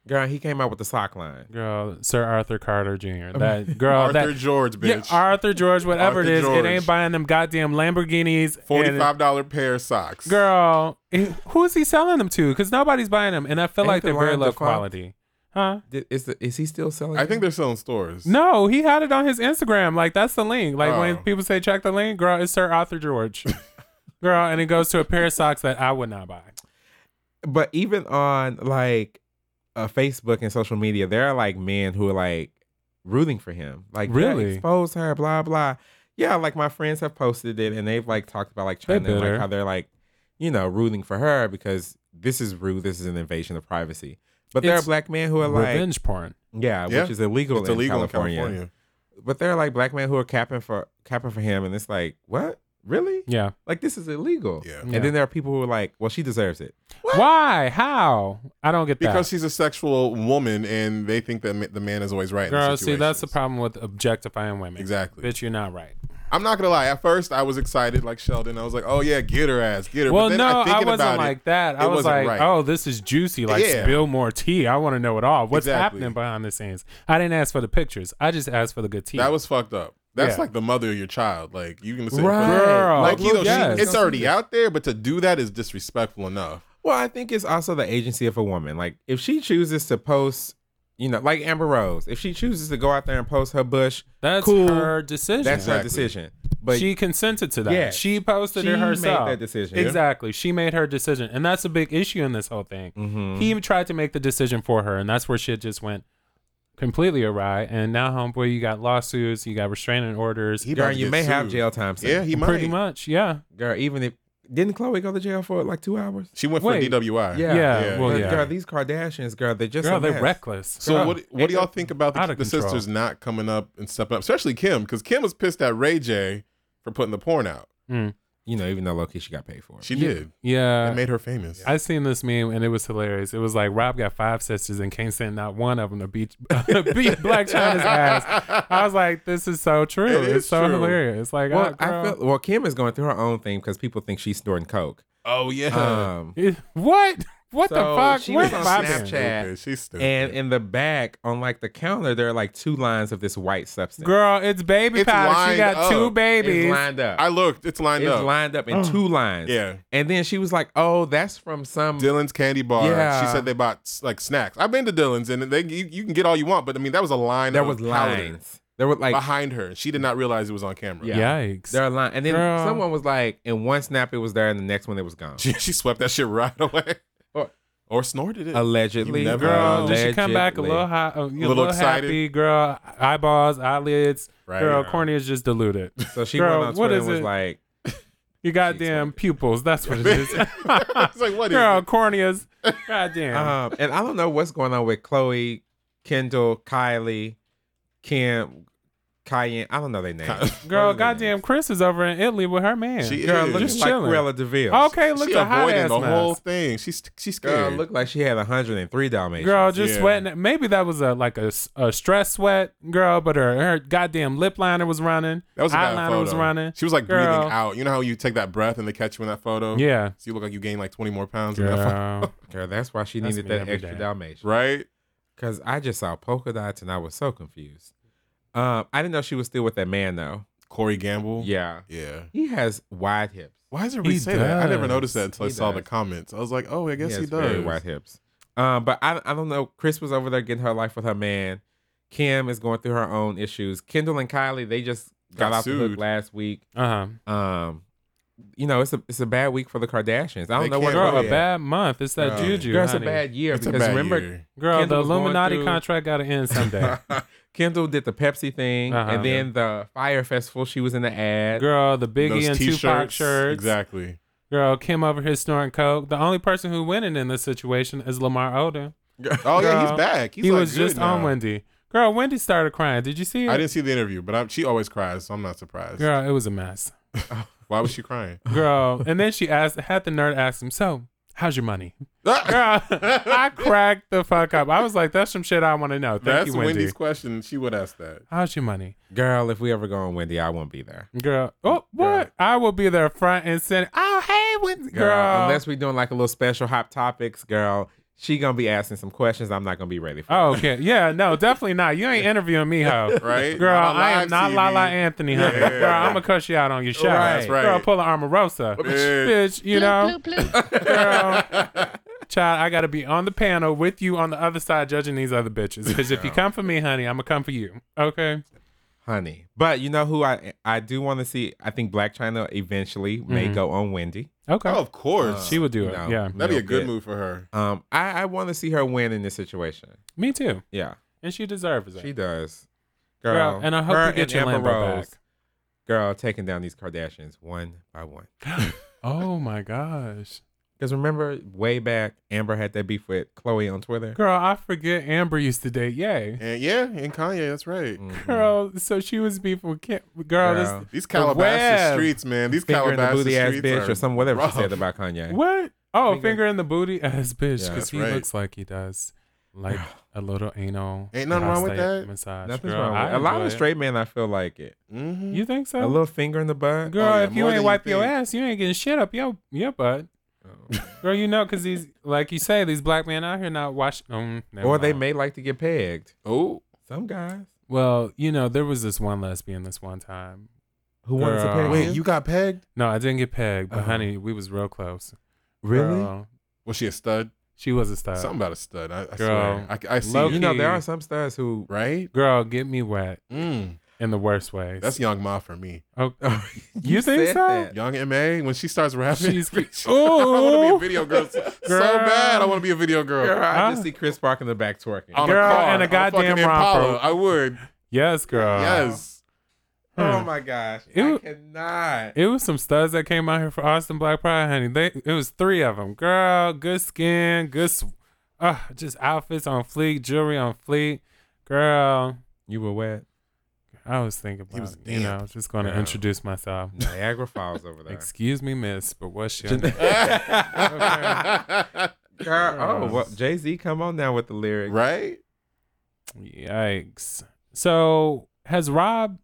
S4: Girl, he came out with the sock line.
S3: Girl, Sir Arthur Carter Jr. That girl,
S5: Um, Arthur
S3: Oh, that
S5: George,
S3: yeah,
S5: bitch.
S3: Arthur George, whatever
S5: Arthur
S3: it is,
S5: George.
S3: it ain't buying them goddamn Lamborghinis. and-
S5: Forty-five dollar pair of socks.
S3: Girl, eh, who is he selling them to? Because nobody's buying them, and I feel
S4: Ain't
S3: like
S4: the
S3: they're very
S4: line
S3: low
S4: defunct?
S3: quality, huh?
S4: Did- Is the, is he still selling?
S5: I think they're selling stores.
S3: No, he had it on his Instagram. Like that's the link. Like when
S5: Oh.
S3: people say check the link, girl, it's Sir Arthur George. girl, and it goes to a pair of socks that I would not buy.
S4: but even on like uh, Facebook and social media, there are like men who are like rooting for him, like yeah,
S3: Really?
S4: expose her, blah blah. Yeah, like my friends have posted it and they've like talked about like
S3: They
S4: China, and, like
S3: bitter.
S4: how they're like, you know, rooting for her because this is rude. This is an invasion of privacy. But there
S3: It's
S4: are black men who are like,
S3: Revenge porn.
S4: yeah,
S5: Yeah.
S4: which is illegal,
S5: it's
S4: in,
S5: illegal
S4: California.
S5: in California.
S4: But there are like black men who are capping for capping for him, and it's like, what? Really?
S3: Yeah.
S4: Like this is illegal.
S5: Yeah.
S4: And
S3: Yeah.
S4: then there are people who are like, well, she deserves it.
S3: Why? How? I don't get that.
S5: Because she's a sexual woman, and they think that ma- the man is always right. in
S3: Girl,
S5: these
S3: see, that's the
S5: situations.
S3: problem with objectifying women.
S5: Exactly.
S3: Bitch, you're not right.
S5: I'm not gonna lie. At first, I was excited, like Sheldon. I was like, "Oh yeah, get her ass, get her."
S3: Well,
S5: but then
S3: no,
S5: I,
S3: I,
S5: thinking about
S3: wasn't
S5: it,
S3: like that. I
S5: it
S3: was
S5: wasn't
S3: like,
S5: right.
S3: oh, this is juicy. Like,
S5: Yeah.
S3: spill more tea. I want to know it all. What's
S5: Exactly.
S3: happening behind the scenes? I didn't ask for the pictures. I just asked for the good tea.
S5: That was fucked up. That's
S3: Yeah.
S5: like the mother of your child. Like you can say,
S4: Right.
S3: Girl.
S5: like you know, she-
S3: yes.
S5: it's already out there, but to do that is disrespectful enough.
S4: Well, I think it's also the agency of a woman. Like if she chooses to post, you know, like Amber Rose, if she chooses to go out there and post her bush,
S3: That's
S4: cool.
S3: her decision.
S4: that's her
S5: Exactly.
S4: decision. But
S3: she consented to that.
S4: Yeah.
S3: She posted
S4: She
S3: it
S4: made
S3: herself.
S4: that decision.
S3: Exactly. She made her decision. And that's a big issue in this whole thing.
S5: Mm-hmm.
S3: He tried to make the decision for her, and that's where shit just went completely awry. And now, homeboy, you got lawsuits, you got restraining orders.
S5: He about
S4: girl,
S5: to
S4: you
S5: get
S4: may have
S5: sued.
S4: jail time. soon.
S5: Yeah, he might.
S3: Pretty much, yeah.
S4: girl. Even if didn't Chloe go to jail for like two hours?
S5: She went
S3: Wait.
S5: for DWI.
S4: Yeah.
S3: Yeah,
S5: Yeah.
S3: well,
S4: But,
S3: yeah.
S4: Girl, these Kardashians, girl, they're just
S3: Girl,
S4: a
S3: they're
S4: mess.
S3: reckless.
S5: So
S4: Girl,
S5: what what do y'all think about
S3: out
S5: the,
S3: of
S5: the
S3: control.
S5: sisters not coming up and stepping up, especially Kim, because Kim was pissed at Ray J for putting the porn out.
S3: Mm.
S4: You know, even though Loki, she got paid for it.
S5: She did.
S3: Yeah.
S5: It made her famous.
S3: I seen this meme and it was hilarious. It was like Rob got five sisters and can't send not one of them to beat beat Black China's ass. I was like, this is so true.
S5: It
S3: it's
S5: is
S3: so
S5: true.
S3: hilarious. Like,
S4: Well,
S3: ah,
S4: I
S3: girl.
S4: feel well. Kim is going through her own thing because people think she's snorting coke.
S5: oh yeah.
S4: Um,
S3: It- what? What the
S4: So,
S3: fuck?
S4: she
S3: Where
S4: was on
S3: have I been?
S4: Snapchat.
S5: Stupid. She's stupid.
S4: and in the back on like the counter, there are like two lines of this white substance.
S3: Girl, it's baby
S5: It's
S3: powder. She
S5: lined
S3: got two
S5: up.
S4: it's
S3: babies.
S4: lined up.
S5: I looked. It's lined
S4: it's
S5: up.
S4: lined up in two lines.
S5: Yeah.
S4: And then she was like, "Oh, that's from some."
S5: Dylan's candy bar.
S4: Yeah.
S5: She said they bought s- like snacks. I've been to Dylan's and they you, you can get all you want, but I mean that was a line.
S4: there
S5: of
S4: was
S5: powder
S4: lines. There were like
S5: behind her. She did not realize it was on camera.
S4: Yeah.
S3: Yikes.
S4: there are lines, and then
S3: Girl.
S4: someone was like, in one snap it was there, and the next one it was gone.
S5: She, she swept that shit right away.
S4: Or-
S5: Or, or snorted it.
S4: Allegedly,
S5: You never
S3: Girl,
S5: Uh,
S3: did she come back a
S4: Allegedly.
S3: little hot, a little,
S5: excited?
S3: happy? Girl, eyeballs, eyelids.
S5: Right.
S3: girl, cornea is just diluted.
S4: So she
S3: Girl,
S4: went on
S3: what
S4: Twitter
S3: is
S4: and was
S3: it?
S4: like,
S3: Your goddamn pupils. That's what it is.
S5: it's like what is
S3: Girl,
S5: it?
S3: corneas. Goddamn.
S4: um, and I don't know what's going on with Chloe, Kendall, Kylie, Kim, Cayenne. I don't know their names.
S3: Girl,
S4: What are their
S3: goddamn, Chris is over in Italy with her man.
S5: She
S4: Girl,
S5: is.
S4: looking
S3: Just
S4: like
S3: chilling.
S4: Cruella Deville.
S3: okay, look
S5: she
S3: a hot
S5: avoiding
S3: ass
S5: the whole
S3: mess.
S5: thing. She's she's
S4: Girl,
S5: scared.
S4: looked like she had 103 Dalmatians.
S3: Girl, just
S5: Yeah.
S3: sweating. Maybe that was a like a, s- a stress sweat, girl. But her, her goddamn lip liner was running.
S5: that was a bad
S3: eyeliner
S5: photo.
S3: was running.
S5: She was like
S3: Girl.
S5: breathing out. You know how you take that breath and they catch you in that photo.
S3: Yeah.
S5: So you look like you gained like 20 more pounds in that photo.
S3: Girl.
S4: Girl, that's why she
S3: That's
S4: needed
S3: me
S4: that
S3: every
S4: extra
S3: day.
S4: Dalmatian.
S5: Right.
S4: Because I just saw polka dots and I was so confused. Um, I didn't know she was still with that man though.
S5: Corey Gamble.
S4: Yeah,
S5: Yeah.
S4: he has wide hips.
S5: Why does everybody
S3: He
S5: say that? I never
S3: does.
S5: noticed that until
S4: He
S5: I saw the
S4: does.
S5: comments. I was like, oh, I guess he,
S4: has
S5: does.
S4: Very wide hips. Um, but I, I don't know. Chris was over there getting her life with her man. Kim is going through her own issues. Kendall and Kylie, they just got,
S5: Got
S4: off the hook
S3: Uh-huh.
S5: sued.
S4: last week.
S3: Uh huh.
S4: Um, you know, it's a it's a bad week for the Kardashians. I don't
S5: They
S4: know what
S5: can't
S3: Girl,
S5: Oh,
S3: a
S5: yeah.
S3: bad month. It's that
S5: Oh.
S3: juju.
S4: Girl, it's a
S3: honey.
S4: bad year
S5: It's a
S4: because
S5: bad
S4: remember
S5: year.
S3: Girl,
S4: Kendall was
S3: the
S4: going
S3: Illuminati
S4: through-
S3: contract got to end someday.
S4: Kendall did the Pepsi thing,
S3: Uh-huh.
S4: and then the fire festival. She was in the ad.
S3: Girl, the Biggie
S5: Those
S3: and
S5: t-shirts,
S3: Tupac shirts.
S5: Exactly.
S3: Girl, Kim over here snoring coke. The only person who winning in this situation is Lamar Odom.
S5: Oh yeah,
S3: Girl,
S5: he's back. He's
S3: he
S5: like,
S3: was
S5: good
S3: just
S5: now.
S3: on Wendy. Girl, Wendy started crying. Did you see it?
S5: I didn't see the interview, but I'm, she always cries, so I'm not surprised.
S3: Girl, it was a mess.
S5: Why was she crying?
S3: Girl, and then she asked, had the nerd ask him, "So, how's your money?" Girl, I cracked the fuck up. I was like, "That's some shit I want to know." Thank
S5: That's
S3: you, Wendy.
S5: Wendy's question. She would ask that.
S3: How's your money,
S4: Girl, if we ever go on Wendy, I won't be there.
S3: girl? Oh, what? I will be there front and center. Oh, hey, Wendy, girl.
S4: unless we're doing like a little special hot topics, girl, she gonna be asking some questions. I'm not gonna be ready for.
S3: Oh, okay. Yeah, no, definitely not. You ain't interviewing me, ho.
S5: Right?
S3: Girl,
S5: Not on
S3: I am
S5: live
S3: not La La
S5: TV.
S3: Anthony, honey.
S5: Yeah.
S3: Girl, I'm gonna cuss you out on your show.
S4: That's
S5: right.
S3: Girl, pull an Armorosa. Bitch, you know. Girl. Child, I gotta be on the panel with you on the other side judging these other bitches. Because if you come for me, honey, I'm gonna come for you. Okay.
S4: honey. But you know who I I do want to see. I think Black China eventually may go on Wendy.
S3: Okay.
S5: Oh, of course.
S3: Mm-hmm. she would do it.
S4: No,
S3: yeah.
S5: That'd be a
S4: no
S5: good
S4: bit.
S5: move for her.
S4: Um, I I want to see her win in this situation.
S3: Me too.
S4: Yeah,
S3: And she deserves it.
S4: she does. Girl,
S3: Girl, and I hope
S4: her
S3: you get
S4: and
S3: your
S4: Amber
S3: Lambo back.
S4: Girl, taking down these Kardashians one by one.
S3: Oh my gosh.
S4: Because remember, way back, Amber had that beef with Chloe on Twitter.
S3: Girl, I forget Amber used to date. Yay.
S5: And yeah, and Kanye, that's right.
S4: Mhm.
S3: Girl, so she was beefing with Kim. Girl, this,
S4: Girl.
S5: These
S3: Mm. The web.
S5: Calabasas streets, man. These
S4: Finger in the
S5: Calabasas
S4: booty ass
S5: streets
S4: bitch
S5: are
S4: or some whatever
S5: rough.
S4: she said about Kanye.
S3: What? Oh,
S4: Finger-
S3: finger, in the booty ass bitch because
S4: Yeah,
S5: that's
S3: he
S5: right.
S3: looks like he does, like a little anal.
S5: Ain't nothing wrong with
S3: prostate
S5: that.
S3: Massage.
S4: Nothing's
S3: Girl,
S4: wrong
S3: I
S4: with it. A lot
S3: enjoy
S4: of
S3: it.
S4: straight men, I feel like it.
S5: Mhm.
S3: You think so?
S4: A little finger in the butt.
S3: Girl,
S5: Oh, yeah,
S3: if you
S5: more than
S3: ain't
S5: you
S3: wipe your
S5: think.
S3: ass, you ain't getting shit up your your butt. Girl, you know, cause these, like you say, these black men out here not washing. Um, never
S4: Or they
S3: mind.
S4: may like to get pegged.
S5: Oh,
S4: Some guys
S3: Well, you know, there was this one lesbian this one time.
S4: who wants to
S3: Girl.
S4: peg.
S3: Wait,
S4: you.
S5: got pegged?
S3: No, I didn't get pegged, but
S4: Uh-huh.
S3: honey, we was real close.
S4: Really?
S3: Girl,
S5: Was she a stud?
S3: she was a stud.
S5: Something about a stud. I, I
S3: Uh, Girl.
S5: swear. I, I see.
S3: Low
S5: it.
S4: You know, there
S3: key.
S4: are some stars who.
S5: right?
S3: Girl, get me wet
S5: Mm.
S3: in the worst ways.
S5: That's Young Ma for me.
S3: Oh,
S4: You
S3: You think
S4: said
S3: so?
S4: that.
S5: Young Ma, when she starts rapping,
S3: She's cute.
S5: I want to be
S3: Ooh.
S5: a video girl, so so
S3: Girl.
S5: bad. I want to be a video girl.
S4: Girl, I just
S3: Huh?
S4: see Chris Rock in the back twerking.
S5: On
S3: Girl
S5: a car,
S3: and a
S5: on fucking
S3: goddamn
S5: Impala.
S3: romper. Uh,
S5: I would.
S3: yes, girl.
S5: yes.
S4: Oh my gosh. I
S3: Ew.
S4: cannot.
S3: It was some studs that came out here for Austin Black Pride, honey. They it was three of them. Girl, good skin, good, s- uh, just outfits on fleek, jewelry on fleek. Girl,
S4: You were wet.
S3: I was thinking about
S5: was
S3: you know
S5: damp.
S3: I was just going to
S4: Girl.
S3: introduce myself.
S4: Niagara Falls over there.
S3: Excuse me, miss, but what's your name?
S4: Girl, oh, well, Jay Z, come on now with the lyrics.
S5: Right?
S3: Yikes! So has Rob,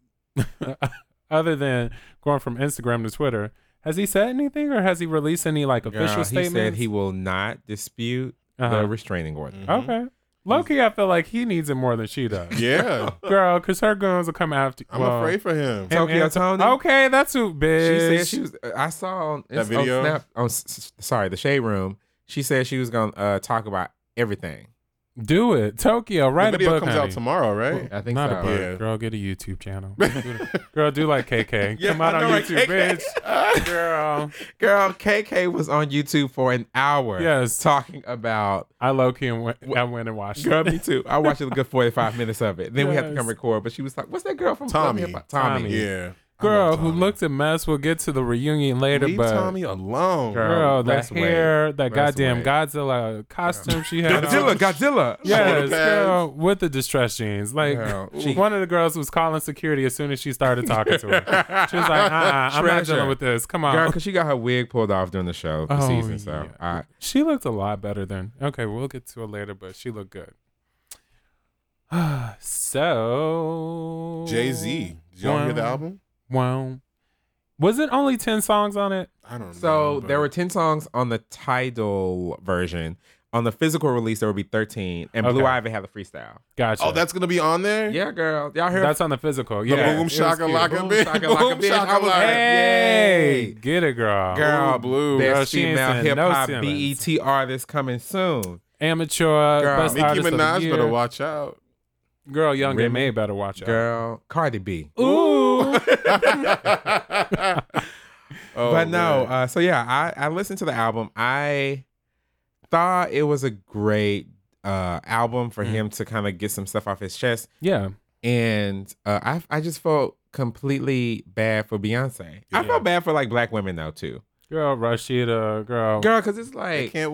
S3: other than going from Instagram to Twitter, has he said anything or has he released any like
S4: Girl,
S3: official
S4: he
S3: statements?
S4: said he will not dispute
S3: Uh-huh.
S4: the restraining
S5: Mm.
S4: order.
S5: Mm-hmm.
S3: Okay. Loki, I feel like he needs it more than she does.
S5: Yeah.
S3: Girl, because her guns will come after
S5: I'm
S3: well,
S5: afraid for him.
S3: him
S4: Tokyo
S3: and-
S4: Tony?
S3: Okay, that's who,
S4: She
S3: bitch.
S4: said she was. uh, I saw on,
S5: That
S4: Inst-
S5: video?
S4: on Snap. On, s- s- sorry, the shade room. She said she was gonna uh, talk about everything.
S3: Do it. Tokyo, write
S5: the
S3: a
S5: video
S3: book,
S5: comes
S3: honey.
S5: out tomorrow, right?
S4: I think
S3: Not
S4: so.
S3: a book.
S5: Yeah.
S3: Girl, get a YouTube channel. Do the- Girl, do like KK.
S4: Yeah,
S3: come out
S4: I
S3: on
S4: know, like
S3: YouTube,
S4: KK.
S3: bitch. Girl,
S4: Girl, KK was on YouTube for an hour.
S3: Yes.
S4: talking about.
S3: I low key and went, I went and watched
S4: Girl,
S3: it.
S4: me too. I watched a good forty-five minutes of it. Then we had to
S3: Yes.
S4: come record. But she was like, "What's that girl from
S5: Tommy.
S4: Love Me Hip Hop?" Tommy.
S3: Tommy.
S5: Yeah.
S3: Girl, who looked a mess. We'll get to the reunion later,
S5: Leave
S3: but
S5: Tommy alone.
S4: Girl.
S3: girl, that
S4: Rest away.
S3: hair, that
S4: Rest
S3: goddamn
S4: away.
S3: Godzilla costume she had. on.
S4: Godzilla, Godzilla.
S3: Yes,
S5: Shoulder pads.
S3: girl, with the distress jeans. Like
S4: Girl, she-
S3: one of the girls was calling security as soon as she started talking to her. She was like, "Uh, I'm not
S4: Treasure.
S3: dealing with this. Come on."
S4: Girl, because she got her wig pulled off during the show the
S3: Oh,
S4: season.
S3: yeah.
S4: So I,
S3: she looked a lot better than. Okay, we'll get to it later, but she looked good. so
S5: Jay Z. Did y'all hear the
S3: Wow.
S5: album?
S3: Wow. Was it only ten songs on it?
S5: I don't know.
S4: So
S5: but-
S4: there were 10 songs on the title version. On the physical release, there would be 13. And Blue
S3: Okay.
S4: Ivy had the freestyle.
S3: Gotcha.
S5: Oh, that's gonna be on there.
S4: Yeah, girl. Y'all heard
S3: that's on the physical.
S5: The
S3: Yeah.
S4: it
S5: boom
S4: was
S5: shaka
S4: cute.
S5: laka
S4: Boom
S5: bitch.
S4: shaka laka bitch. I was like,
S3: Hey,
S4: Yay.
S3: get it, girl.
S4: Girl,
S5: Ooh, blue.
S4: Best
S3: Girl, she ain't
S4: female
S3: saying
S4: hip
S3: no
S4: hop
S3: ceilings.
S4: BET artist coming soon.
S3: Amateur.
S4: Girl,
S3: best
S5: Nicki
S3: artist of the
S5: Minaj better
S3: year.
S5: watch out.
S3: Girl, Young
S4: Remy.
S3: and May better watch out.
S4: Girl, Cardi B.
S3: Ooh.
S5: Oh,
S4: but no,
S5: man.
S4: uh, so yeah, I, I listened to the album. I thought it was a great uh, album for him to kind of get some stuff off his chest,
S3: Yeah.
S4: and uh, I I just felt completely bad for Beyonce. I felt bad for like black women though too,
S3: Girl, Rashida, girl.
S4: girl, because it's
S5: they
S4: like can't,
S5: can't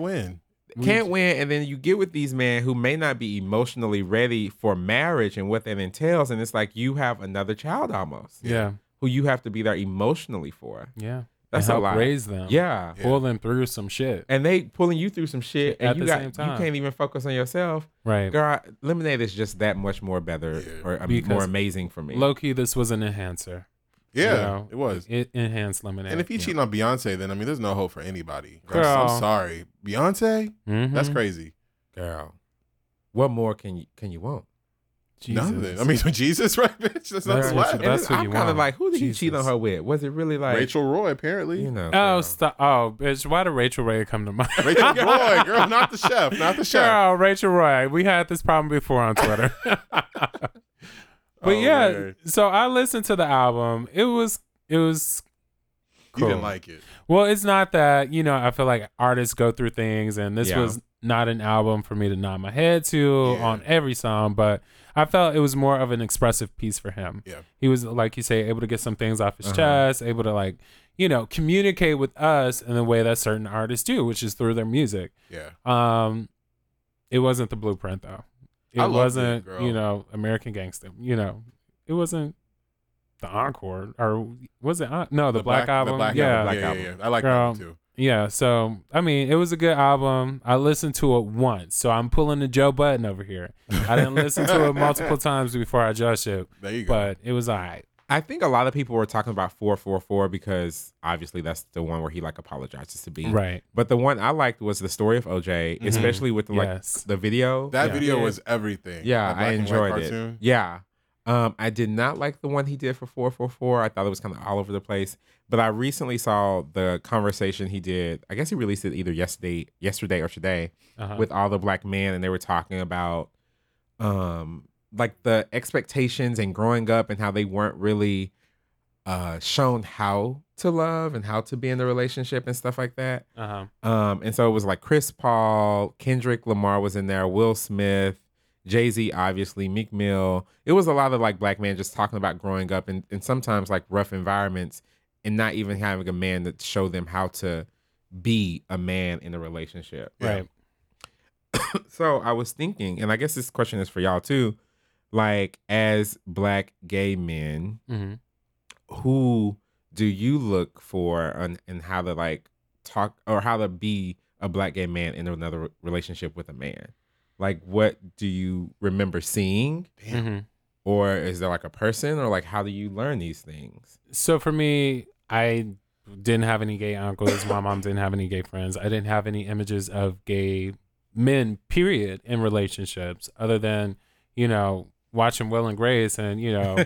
S5: win.
S4: win, and then you get with these men who may not be emotionally ready for marriage and what that entails, and it's like you have another child almost
S3: Yeah.
S4: who you have to be there emotionally for.
S3: Yeah.
S4: That's
S3: And
S4: a
S3: help
S4: lot.
S3: Raise them.
S4: Yeah.
S3: Pull them through some shit.
S4: and they pulling you through some shit, and
S3: At
S4: you
S3: the
S4: got
S3: same time.
S4: you can't even focus on yourself.
S3: Right.
S4: Girl, lemonade is just that much more better or um,
S3: Because
S4: more amazing for me.
S3: Low key, this was an enhancer.
S5: Yeah,
S3: You know,
S5: it was.
S3: It enhanced lemonade.
S5: And if he's cheating on Beyonce, then I mean, there's no hope for anybody. Girl,
S3: Girl.
S5: I'm sorry, Beyonce.
S3: Mhm.
S5: That's crazy.
S4: girl, what more can you can you want?
S3: Jesus.
S5: Nothing. I mean, Jesus, right, bitch? That's
S3: That's
S5: nothing
S3: what
S5: left.
S3: you- that's who
S4: I'm
S3: you
S4: kind
S3: want.
S4: of like, who did he cheat on
S3: Jesus.
S4: her with? Was it really like
S5: Rachel Roy, apparently.
S4: You know?
S3: Oh,
S4: girl.
S3: stop. Oh, bitch. Why did Rachel Ray come to mind?
S5: Rachel Roy, girl, not the chef, not the chef.
S3: Girl, Rachel Roy. We had this problem before on Twitter. but
S5: Oh,
S3: yeah,
S5: man.
S3: so I listened to the album. It was it was
S5: You
S3: cool.
S5: didn't like it.
S3: well, it's not that, you know, I feel like artists go through things and this
S4: Yeah.
S3: was not an album for me to nod my head to
S5: Yeah.
S3: on every song, but I felt it was more of an expressive piece for him.
S5: Yeah.
S3: He was like you say, able to get some things off his
S4: Uh-huh.
S3: chest, able to like, you know, communicate with us in the way that certain artists do, which is through their music.
S5: Yeah.
S3: Um, it wasn't the blueprint though. It
S5: I loved it,
S3: wasn't,
S5: girl.
S3: you know, American Gangster. You know, it wasn't the encore or was it? Uh, no, the, Black, Album.
S5: The Black
S3: yeah,
S5: Album.
S4: Black
S5: yeah, yeah,
S4: Album.
S5: yeah. I like
S3: Girl.
S5: that one too.
S3: yeah. So I mean, it was a good album. I listened to it once, so I'm pulling the Joe Button over here. I didn't listen to it multiple times before I judged it,
S5: There you go.
S3: but it was alright.
S4: I think a lot of people were talking about four four four because obviously that's the one where he like apologizes to be.
S3: Right.
S4: But the one I liked was the story of OJ, especially with the, like
S3: Yes.
S4: the video.
S5: that
S3: Yeah.
S5: video was everything.
S4: Yeah,
S5: That
S4: I
S5: black and white
S4: enjoyed it.
S5: cartoon.
S4: Yeah. Um, I did not like the one he did for 444. I thought it was kind of all over the place. But I recently saw the conversation he did. I guess he released it either yesterday, yesterday or today
S3: Uh-huh.
S4: with all the black men and they were talking about um like the expectations and growing up and how they weren't really uh shown how to love and how to be in the relationship and stuff like that.
S3: uh-huh.
S4: Um, and so it was like Chris Paul, Kendrick Lamar was in there, Will Smith, Jay Z, obviously, Meek Mill. It was a lot of like black men just talking about growing up in, in sometimes like rough environments and not even having a man that show them how to be a man in a relationship.
S3: Right.
S4: So I was thinking, and I guess this question is for y'all too, like as black gay men,
S3: hmm
S4: who do you look for and, and how to like talk or how to be a black gay man in another re- relationship with a man like what do you remember seeing
S3: hmm
S4: or is there like a person or like how do you learn these things
S3: so for me, I didn't have any gay uncles. My mom didn't have any gay friends. I didn't have any images of gay men, period, in relationships, other than, you know, watching Will and Grace and, you know,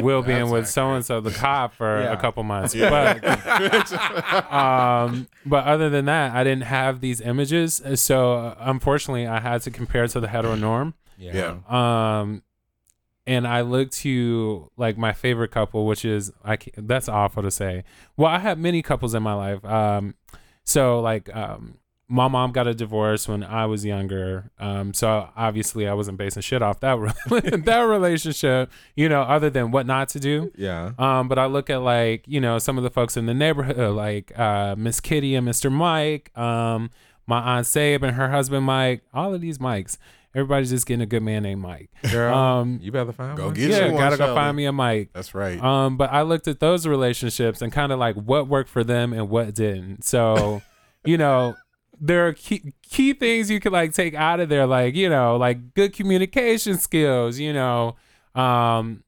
S3: Will being
S5: That's
S3: with so and so the cop for
S4: Yeah.
S3: a couple months. But
S5: Yeah.
S3: um but other than that, I didn't have these images. So uh, unfortunately I had to compare to the heteronorm.
S5: Yeah.
S3: Um, and I look to like my favorite couple, which is I. ca- That's awful to say. Well, I had many couples in my life. Um, so like um, my mom got a divorce when I was younger. Um, so obviously I wasn't basing shit off that re- that relationship. You know, other than what not to do.
S4: yeah
S3: Um, but I look at like you know some of the folks in the neighborhood, like uh, Miss Kitty and Mister Mike, um, my aunt Sabe and her husband Mike. All of these Mikes, everybody's just getting a good man named Mike.
S4: girl
S3: Um,
S4: you better find
S5: Go
S4: one.
S5: get-
S3: yeah,
S5: you one,
S3: gotta go
S5: Shelly.
S3: find me a Mike.
S5: That's right.
S3: Um, but I looked at those relationships and kind of like what worked for them and what didn't. So, you know, there are key, key things you could like take out of there, like, you know, like good communication skills, you know, um,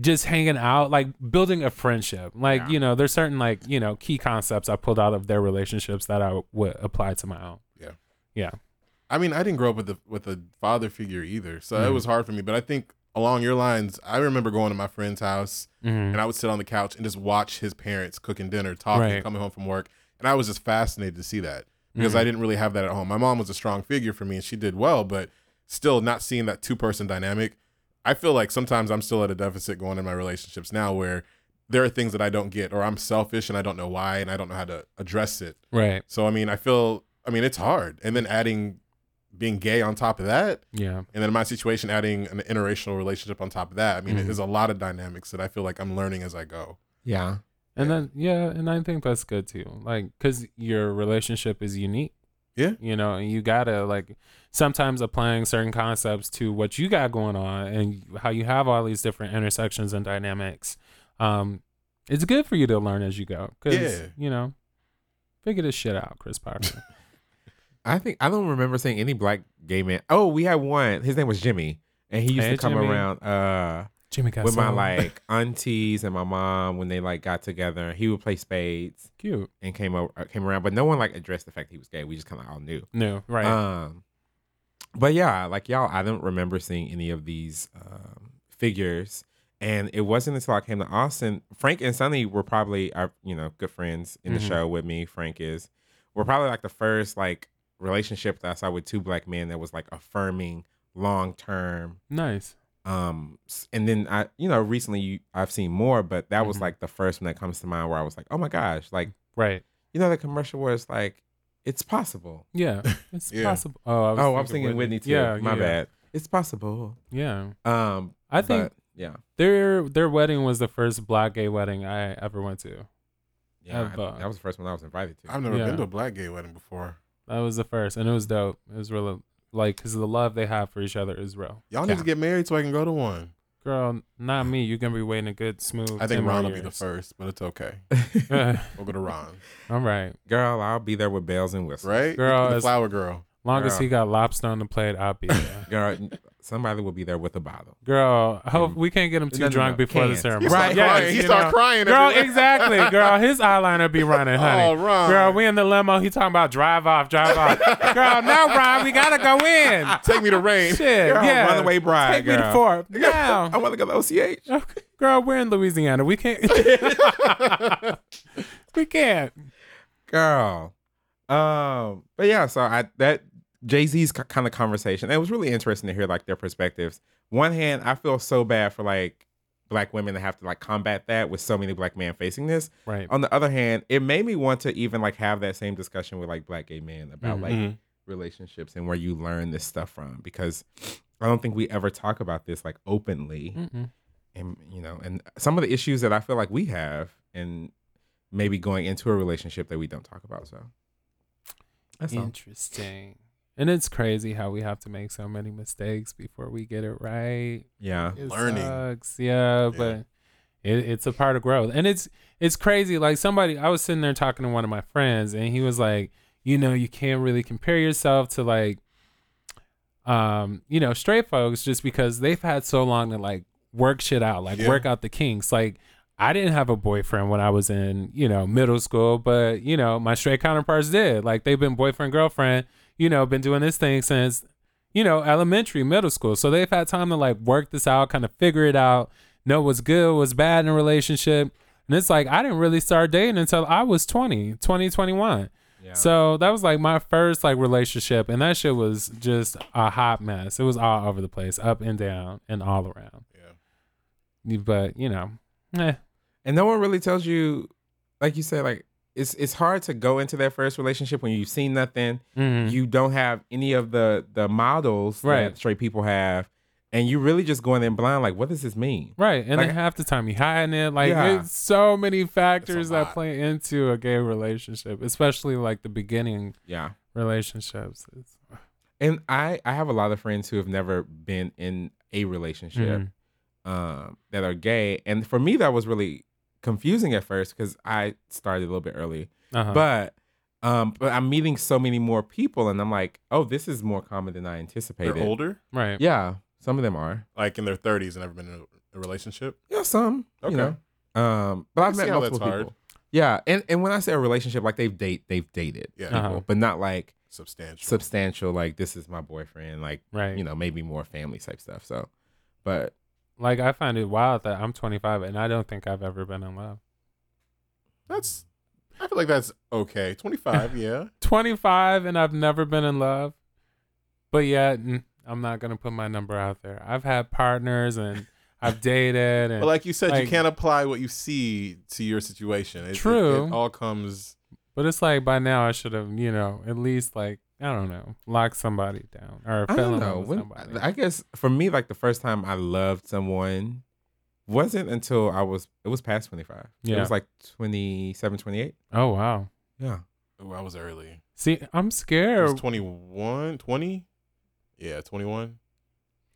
S3: just hanging out, like building a friendship. Like, you know, there's certain like, you know, key concepts I pulled out of their relationships that I would apply to my own.
S5: Yeah.
S3: Yeah.
S5: I mean, I didn't grow up with a with a father figure either, so it
S3: Mhm.
S5: was hard for me. But I think along your lines, I remember going to my friend's house
S3: Mhm.
S5: and I would sit on the couch and just watch his parents cooking dinner, talking,
S3: Right.
S5: coming home from work, and I was just fascinated to see that because I didn't really have that at home. My mom was a strong figure for me, and she did well, but still not seeing that two person dynamic. I feel like sometimes I'm still at a deficit going in my relationships now, where there are things that I don't get, or I'm selfish and I don't know why, and I don't know how to address it.
S3: Right.
S5: So I mean, I feel, I mean, it's hard. And then adding being gay on top of that,
S3: Yeah.
S5: and then in my situation, adding an interracial relationship on top of that. I mean,
S4: Mhm.
S3: Mm-hmm.
S5: there's a lot of dynamics that I feel like I'm learning as I go.
S4: Yeah.
S3: And then yeah, and I think that's good too. Like cuz your relationship is unique.
S5: Yeah.
S3: You know, and you got to like sometimes applying certain concepts to what you got going on and how you have all these different intersections and dynamics. Um it's good for you to learn as you go cuz
S5: Yeah.
S3: you know, figure this shit out, Chris Parker.
S4: I think I don't remember seeing any black gay men. Oh, we had one. His name was Jimmy, and he used
S3: Hey,
S4: to come
S3: Jimmy.
S4: around uh,
S3: Jimmy got
S4: with my
S3: some
S4: like aunties and my mom when they like got together. He would play spades
S3: cute.
S4: and came over, uh, came around, but no one like addressed the fact that he was gay. We just kind of all knew.
S3: No, right.
S4: Um, but yeah, like y'all, I don't remember seeing any of these um, figures. And it wasn't until I came to Austin. Frank and Sunny were probably our, you know, good friends in the
S3: Mhm.
S4: show with me. Frank is. We're probably like the first like relationship that I saw with two black men that was like affirming long term.
S3: nice.
S4: Um, s- and then I, you know, recently you, I've seen more, but that was
S3: Mhm.
S4: like the first one that comes to mind where I was like, oh my gosh, like
S3: Right.
S4: you know, the commercial where it's like, it's possible.
S3: Yeah. It's
S5: Yeah.
S3: possible. Oh, I was
S4: Oh, I'm thinking Whitney, too.
S3: Yeah,
S4: my
S3: yeah,
S4: bad. It's possible.
S3: Yeah.
S4: Um,
S3: I think
S4: but, yeah,
S3: their their wedding was the first black gay wedding I ever went to.
S4: yeah. I-
S3: but-
S4: that was the first one I was invited to.
S5: I've never
S3: Yeah.
S5: been to a black gay wedding before.
S3: That was the first, and it was dope. It was really like because the love they have for each other is real.
S5: Y'all need
S4: Yeah.
S5: to get married so I can go to one.
S3: Girl, not me. You're gonna be waiting a good smooth.
S5: I
S3: 10
S5: think
S3: more
S5: Ron will be the
S3: years.
S5: first, but it's okay. We'll go to Ron,
S3: All right,
S4: Girl, I'll be there with bells and whistles.
S5: right?
S3: Girl,
S5: the
S3: it's-
S5: flower girl.
S3: long as
S4: Yeah.
S3: he got lobster on the plate, I'll be there.
S4: Girl, n- somebody will be there with a bottle.
S3: Girl, I hope we can't get him too
S4: No, no,
S3: drunk
S4: no,
S3: before the
S4: can't.
S3: ceremony.
S5: Right, crying. He
S3: you
S5: start
S3: know.
S5: crying.
S3: Girl,
S5: everywhere.
S3: exactly. Girl, his eyeliner be running, honey.
S5: Oh, Ron.
S3: Girl, we in the limo. He talking about drive off, drive off. Girl, no, Ron, we gotta go in.
S5: Take me to rain.
S3: Shit,
S4: Girl,
S3: yeah.
S4: runaway bride.
S3: Take me to
S4: girl.
S3: fourth
S4: I
S3: now.
S4: want to go to OCH.
S3: Okay. Girl, we're in Louisiana. We can't. we can't.
S4: Girl. Um, but yeah, so I that Jay Z's kind of conversation. It was really interesting to hear like their perspectives. One hand, I feel so bad for like black women that have to like combat that with so many black men facing this.
S3: Right.
S4: on the other hand, it made me want to even like have that same discussion with like black gay men about like relationships and where you learn this stuff from because I don't think we ever talk about this like openly
S3: Mm-mm.
S4: and you know and some of the issues that I feel like we have and maybe going into a relationship that we don't talk about so that's all.
S3: Interesting. And it's crazy how we have to make so many mistakes before we get it right.
S4: yeah
S3: It
S5: Learning.
S3: sucks. Yeah, but it, it's a part of growth, and it's it's crazy. Like somebody, I was sitting there talking to one of my friends, and he was like, you know, you can't really compare yourself to like, um, you know, straight folks just because they've had so long to like work shit out, like
S5: Yeah.
S3: work out the kinks, like. I didn't have a boyfriend when I was in, you know, middle school, but you know, my straight counterparts did. Like they've been boyfriend girlfriend, you know, been doing this thing since, you know, elementary, middle school. So they've had time to like work this out, kind of figure it out, know what's good, what's bad in a relationship. And it's like I didn't really start dating until I was 20, 20, 21.
S4: yeah
S3: So that was like my first like relationship and that shit was just a hot mess. It was all over the place, up and down and all around. Yeah. But, you know, eh,
S4: and no one really tells you like you said like it's it's hard to go into that first relationship when you've seen nothing
S5: Mm.
S3: mhm.
S4: you don't have any of the the models
S3: Right.
S4: that straight people have, and you really just going in blind. Like, what does this mean?
S3: Right, and
S4: Like-
S3: then half the time you hiding it. Like
S4: Yeah.
S3: it's so many factors that
S5: lot.
S3: play into a gay relationship, especially like the beginning
S4: Yeah.
S3: relationships. It's,
S4: And I I have a lot of friends who have never been in a relationship
S3: Mhm.
S5: Mm.
S4: um, that are gay, and for me that was really confusing at first because I started a little bit early,
S3: uh-huh.
S4: but. Um, but I'm meeting so many more people, and I'm like, oh, this is more common than I anticipated.
S5: They're older,
S3: right,
S4: Yeah, some of them are.
S5: like in their 30s and never been in a, a relationship.
S4: Yeah, some.
S5: Okay.
S4: You know. Um, but I've
S5: can
S4: met
S5: see how that's
S4: multiple people.
S5: hard.
S4: Yeah, and, and when I say a relationship, like they've date they've dated
S5: Yeah.
S4: people,
S3: Uh-huh.
S4: but not like
S5: Substantial.
S4: substantial. Like this is my boyfriend. Like
S3: right.
S4: you know maybe more family type stuff. So, but
S3: like I find it wild that I'm 25 and I don't think I've ever been in love.
S5: that's. I feel like that's okay. 25, yeah.
S3: 25 and I've never been in love, but yet mm, I'm not gonna put my number out there. I've had partners and I've dated. And,
S5: But like you said, you
S3: Like-
S5: can't apply what you see to your situation. It- it-
S3: True.
S5: It, all comes.
S3: but it's like by now I should have, you know, at least like I don't know, locked somebody down or
S4: I
S3: fell
S4: don't
S3: in
S4: know.
S3: love with
S4: When,
S3: somebody.
S4: I guess for me, like the first time I loved someone wasn't until I was, it was past 25. It
S3: Yeah.
S4: was like 27, 28.
S3: oh wow.
S4: Yeah.
S5: Ooh, I was early.
S3: See, I'm
S5: I
S3: scared.
S5: was
S3: Was,
S5: 21, 20? Yeah, 21.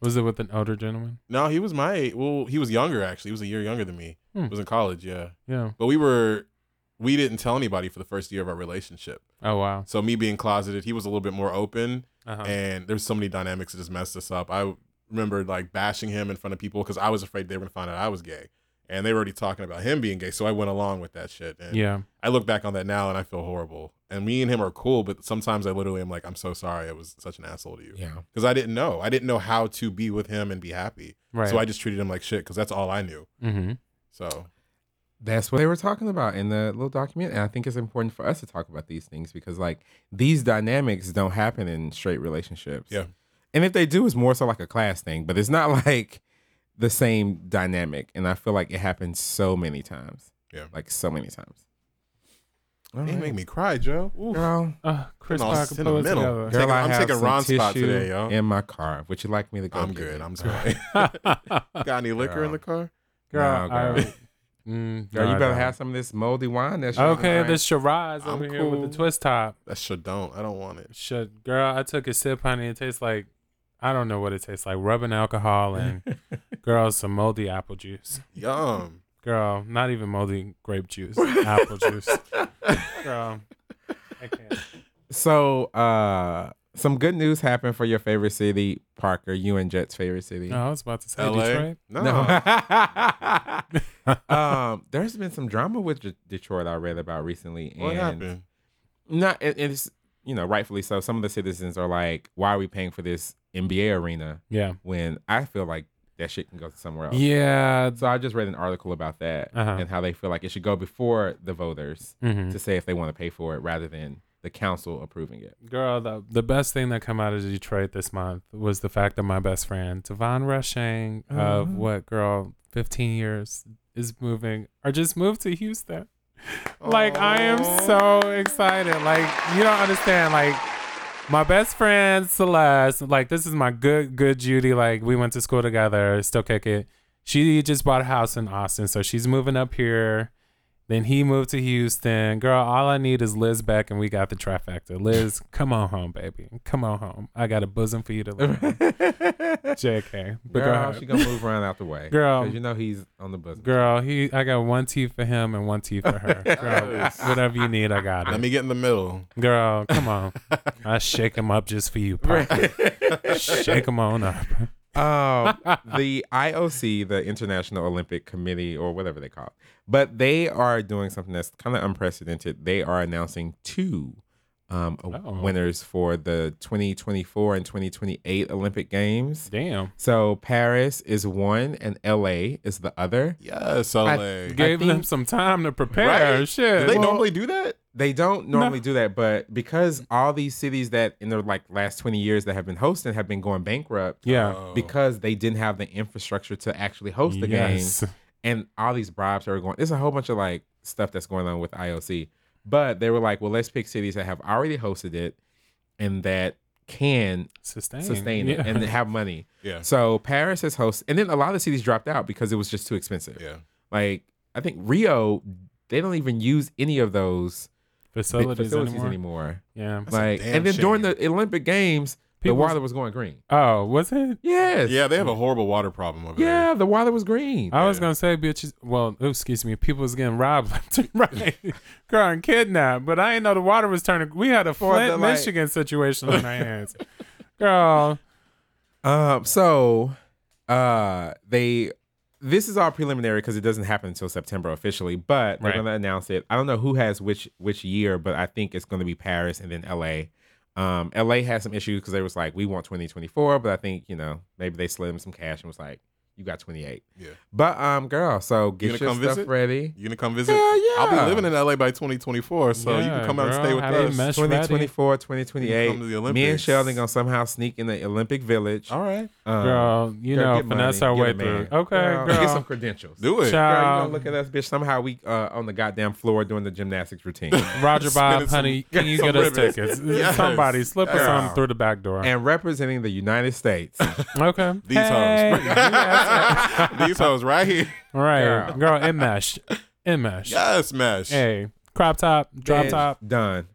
S3: it with an older gentleman?
S5: No, he was my age. Well, he was younger, actually. He was a year younger than me.
S3: Hmm.
S5: He was in college, yeah.
S3: Yeah.
S5: But we were, we didn't tell anybody for the first year of our relationship.
S3: Oh wow.
S5: So me being closeted, he was a little bit more open.
S3: Uh-huh.
S5: And there's so many dynamics that just messed us up. I remember like bashing him in front of people because I was afraid they were going to find out I was gay. And they were already talking about him being gay. So I went along with that shit. And
S3: yeah.
S5: I look back on that now and I feel horrible. And me and him are cool, but sometimes I literally am like, I'm so sorry I was such an asshole to you.
S4: Yeah.
S5: Because I didn't know. I didn't know how to be with him and be happy.
S3: Right.
S5: So I just treated him like shit because that's all I knew.
S3: mm-hmm.
S5: So
S4: That's what they were talking about in the little document. And I think it's important for us to talk about these things because, like, these dynamics don't happen in straight relationships.
S5: Yeah.
S4: And if they do, it's more so like a class thing, but it's not like the same dynamic. And I feel like it happens so many times.
S5: Yeah.
S4: Like, so many times. All
S5: they
S4: right.
S5: make me cry, Joe. Ooh.
S4: Girl,
S3: Uh, Chris
S5: all
S3: Parker put it
S5: sentimental.
S3: together.
S5: Taking-
S4: girl I
S5: I'm
S4: have
S5: taking
S4: some
S5: Ron's spot
S4: tissue
S5: today, y'all.
S4: In my car. Would you like me to go?
S5: I'm
S4: get
S5: good.
S4: it?
S5: I'm sorry. Got any liquor in the car?
S3: Girl,
S4: No, girl.
S3: I- Mm,
S4: Girl,
S3: no,
S4: you
S3: I
S4: better
S3: don't.
S4: have some of this moldy wine. That's
S3: Okay, this Shiraz
S5: I'm
S3: over here with
S5: cool.
S3: the twist top.
S5: That shit don't. I don't want it.
S3: Shit, girl, I took a sip, honey. It tastes like I don't know what it tastes like. Rubbing alcohol and girl, some moldy apple juice.
S5: Yum.
S3: Girl, not even moldy grape juice, apple juice. Girl, I can't.
S4: So, uh, some good news happened for your favorite city, Parker. You and Jet's favorite city.
S3: No, I was about to say
S5: LA?
S3: Detroit.
S5: No.
S4: No. um, there's been some drama with D- Detroit I read about recently.
S5: What
S4: and
S5: happened?
S4: Not it, it's you know rightfully so. Some of the citizens are like, "Why are we paying for this NBA arena
S3: Yeah,
S4: when I feel like that shit can go somewhere else?"
S3: yeah.
S4: So I just read an article about that
S3: Uh-huh.
S4: and how they feel like it should go before the voters
S3: hmm
S4: to say if they want to pay for it rather than the council approving it.
S3: Girl, the the best thing that come out of Detroit this month was the fact that my best friend Devon Rushing of
S4: Mhm.
S3: what girl, fifteen years, is moving or just moved to Houston. Like I am so excited. Like you don't understand. Like my best friend Celeste, like this is my good good Judy. Like we went to school together, still kick it. She just bought a house in Austin, so she's moving up here. Then he moved to Houston. Girl, all I need is Liz back and we got the trifecta. Liz, come on home, baby. Come on home. I got a bosom for you to live. in. JK. But go
S4: girl,
S3: ahead.
S4: she gonna move around out the way.
S3: Girl.
S4: 'Cause you know he's on the bus.
S3: Girl, he I got one T for him and one T for her. Girl,
S5: Nice.
S3: whatever you need, I got it.
S5: Let me get in the middle.
S3: Girl, come on. I shake him up just for you. Parker. shake him on up.
S4: Um, the IOC, the International Olympic Committee, or whatever they call it, but they are doing something that's kind of unprecedented. They are announcing two um, a-
S3: Oh.
S4: winners for the 2024 and 2028 Olympic Games.
S3: Damn.
S4: So Paris is one and LA is the other.
S5: Yes, LA.
S4: I-
S3: Gave them
S4: think-
S3: some time to prepare.
S5: Right. Do
S3: Shit.
S5: they
S4: Well-
S5: normally do that?
S4: They don't normally do that, but because all these cities that in the like last 20 years that have been hosting have been going bankrupt
S3: yeah.
S5: Oh.
S4: because they didn't have the infrastructure to actually host the games.
S3: Yes.
S4: and all these bribes are going. There's a whole bunch of like stuff that's going on with IOC, but they were like, well, let's pick cities that have already hosted it and that can
S3: Sustain.
S4: sustain it
S3: Yeah.
S4: and have money.
S5: Yeah.
S4: So Paris has host, and then a lot of the cities dropped out because it was just too expensive.
S5: Yeah.
S4: Like I think Rio, they don't even use any of those big
S3: facilities,
S4: facilities,
S3: anymore.
S4: anymore.
S3: Yeah.
S5: a
S4: Like,
S5: damn
S4: and then during
S5: shame.
S4: the Olympic Games,
S3: People's-
S4: the water was going green.
S3: Oh, was it?
S4: Yes.
S5: Yeah, they have a horrible water problem over there.
S4: Yeah, the water was green.
S3: I was gonna say bitches. Well, oops, excuse me. People was getting robbed left and right, girl, and kidnapped. But I didn't know the water was turning. We had a
S4: For the,
S3: Flint,
S4: like-
S3: Michigan situation on our hands, girl.
S4: Um, so uh they this is all preliminary because it doesn't happen until September officially, but they're
S3: Right.
S4: gonna announce it. I don't know who has which which year, but I think it's gonna be Paris and then LA. Um LA had some issues because they was like, we want 2024, but I think, you know, maybe they slid them some cash and was like, you got 28.
S5: Yeah.
S4: But um, girl, so get
S5: gonna
S4: your
S5: come
S4: stuff
S5: visit?
S4: ready.
S5: You gonna come visit?
S4: Hell yeah.
S5: I'll be living in LA by 2024, so you
S3: Yeah,
S5: can come out
S3: girl,
S5: and stay with
S3: have you
S5: us.
S3: met- That's ready.
S4: 2024,
S5: Come to the
S4: 2028. Me and
S5: Olympics.
S4: Sheldon gonna somehow sneak in the Olympic Village.
S5: All right,
S4: Um,
S3: Girl, you
S4: girl,
S3: know,
S4: get
S3: finesse
S4: money,
S3: our
S4: get
S3: way
S4: a man.
S3: through. Okay, girl.
S4: Get some credentials.
S5: do it.
S4: Girl, you
S3: Child,
S4: gonna look at us, bitch. Somehow we uh, on the goddamn floor doing the gymnastics routine.
S3: Roger Bob,
S5: Spinning some-
S3: honey, can you
S5: some
S3: get us
S5: ribbons.
S3: tickets?
S5: Yes.
S3: Somebody slip us
S4: Girl.
S3: something through the back door.
S4: and representing the United States.
S3: okay.
S5: These
S3: hey.
S5: hoes. These hoes right here.
S3: right. Girl, it meshed. It meshed.
S5: Yes, Mesh.
S3: Hey, crop top, drop
S4: Bitch,
S3: top.
S4: Done.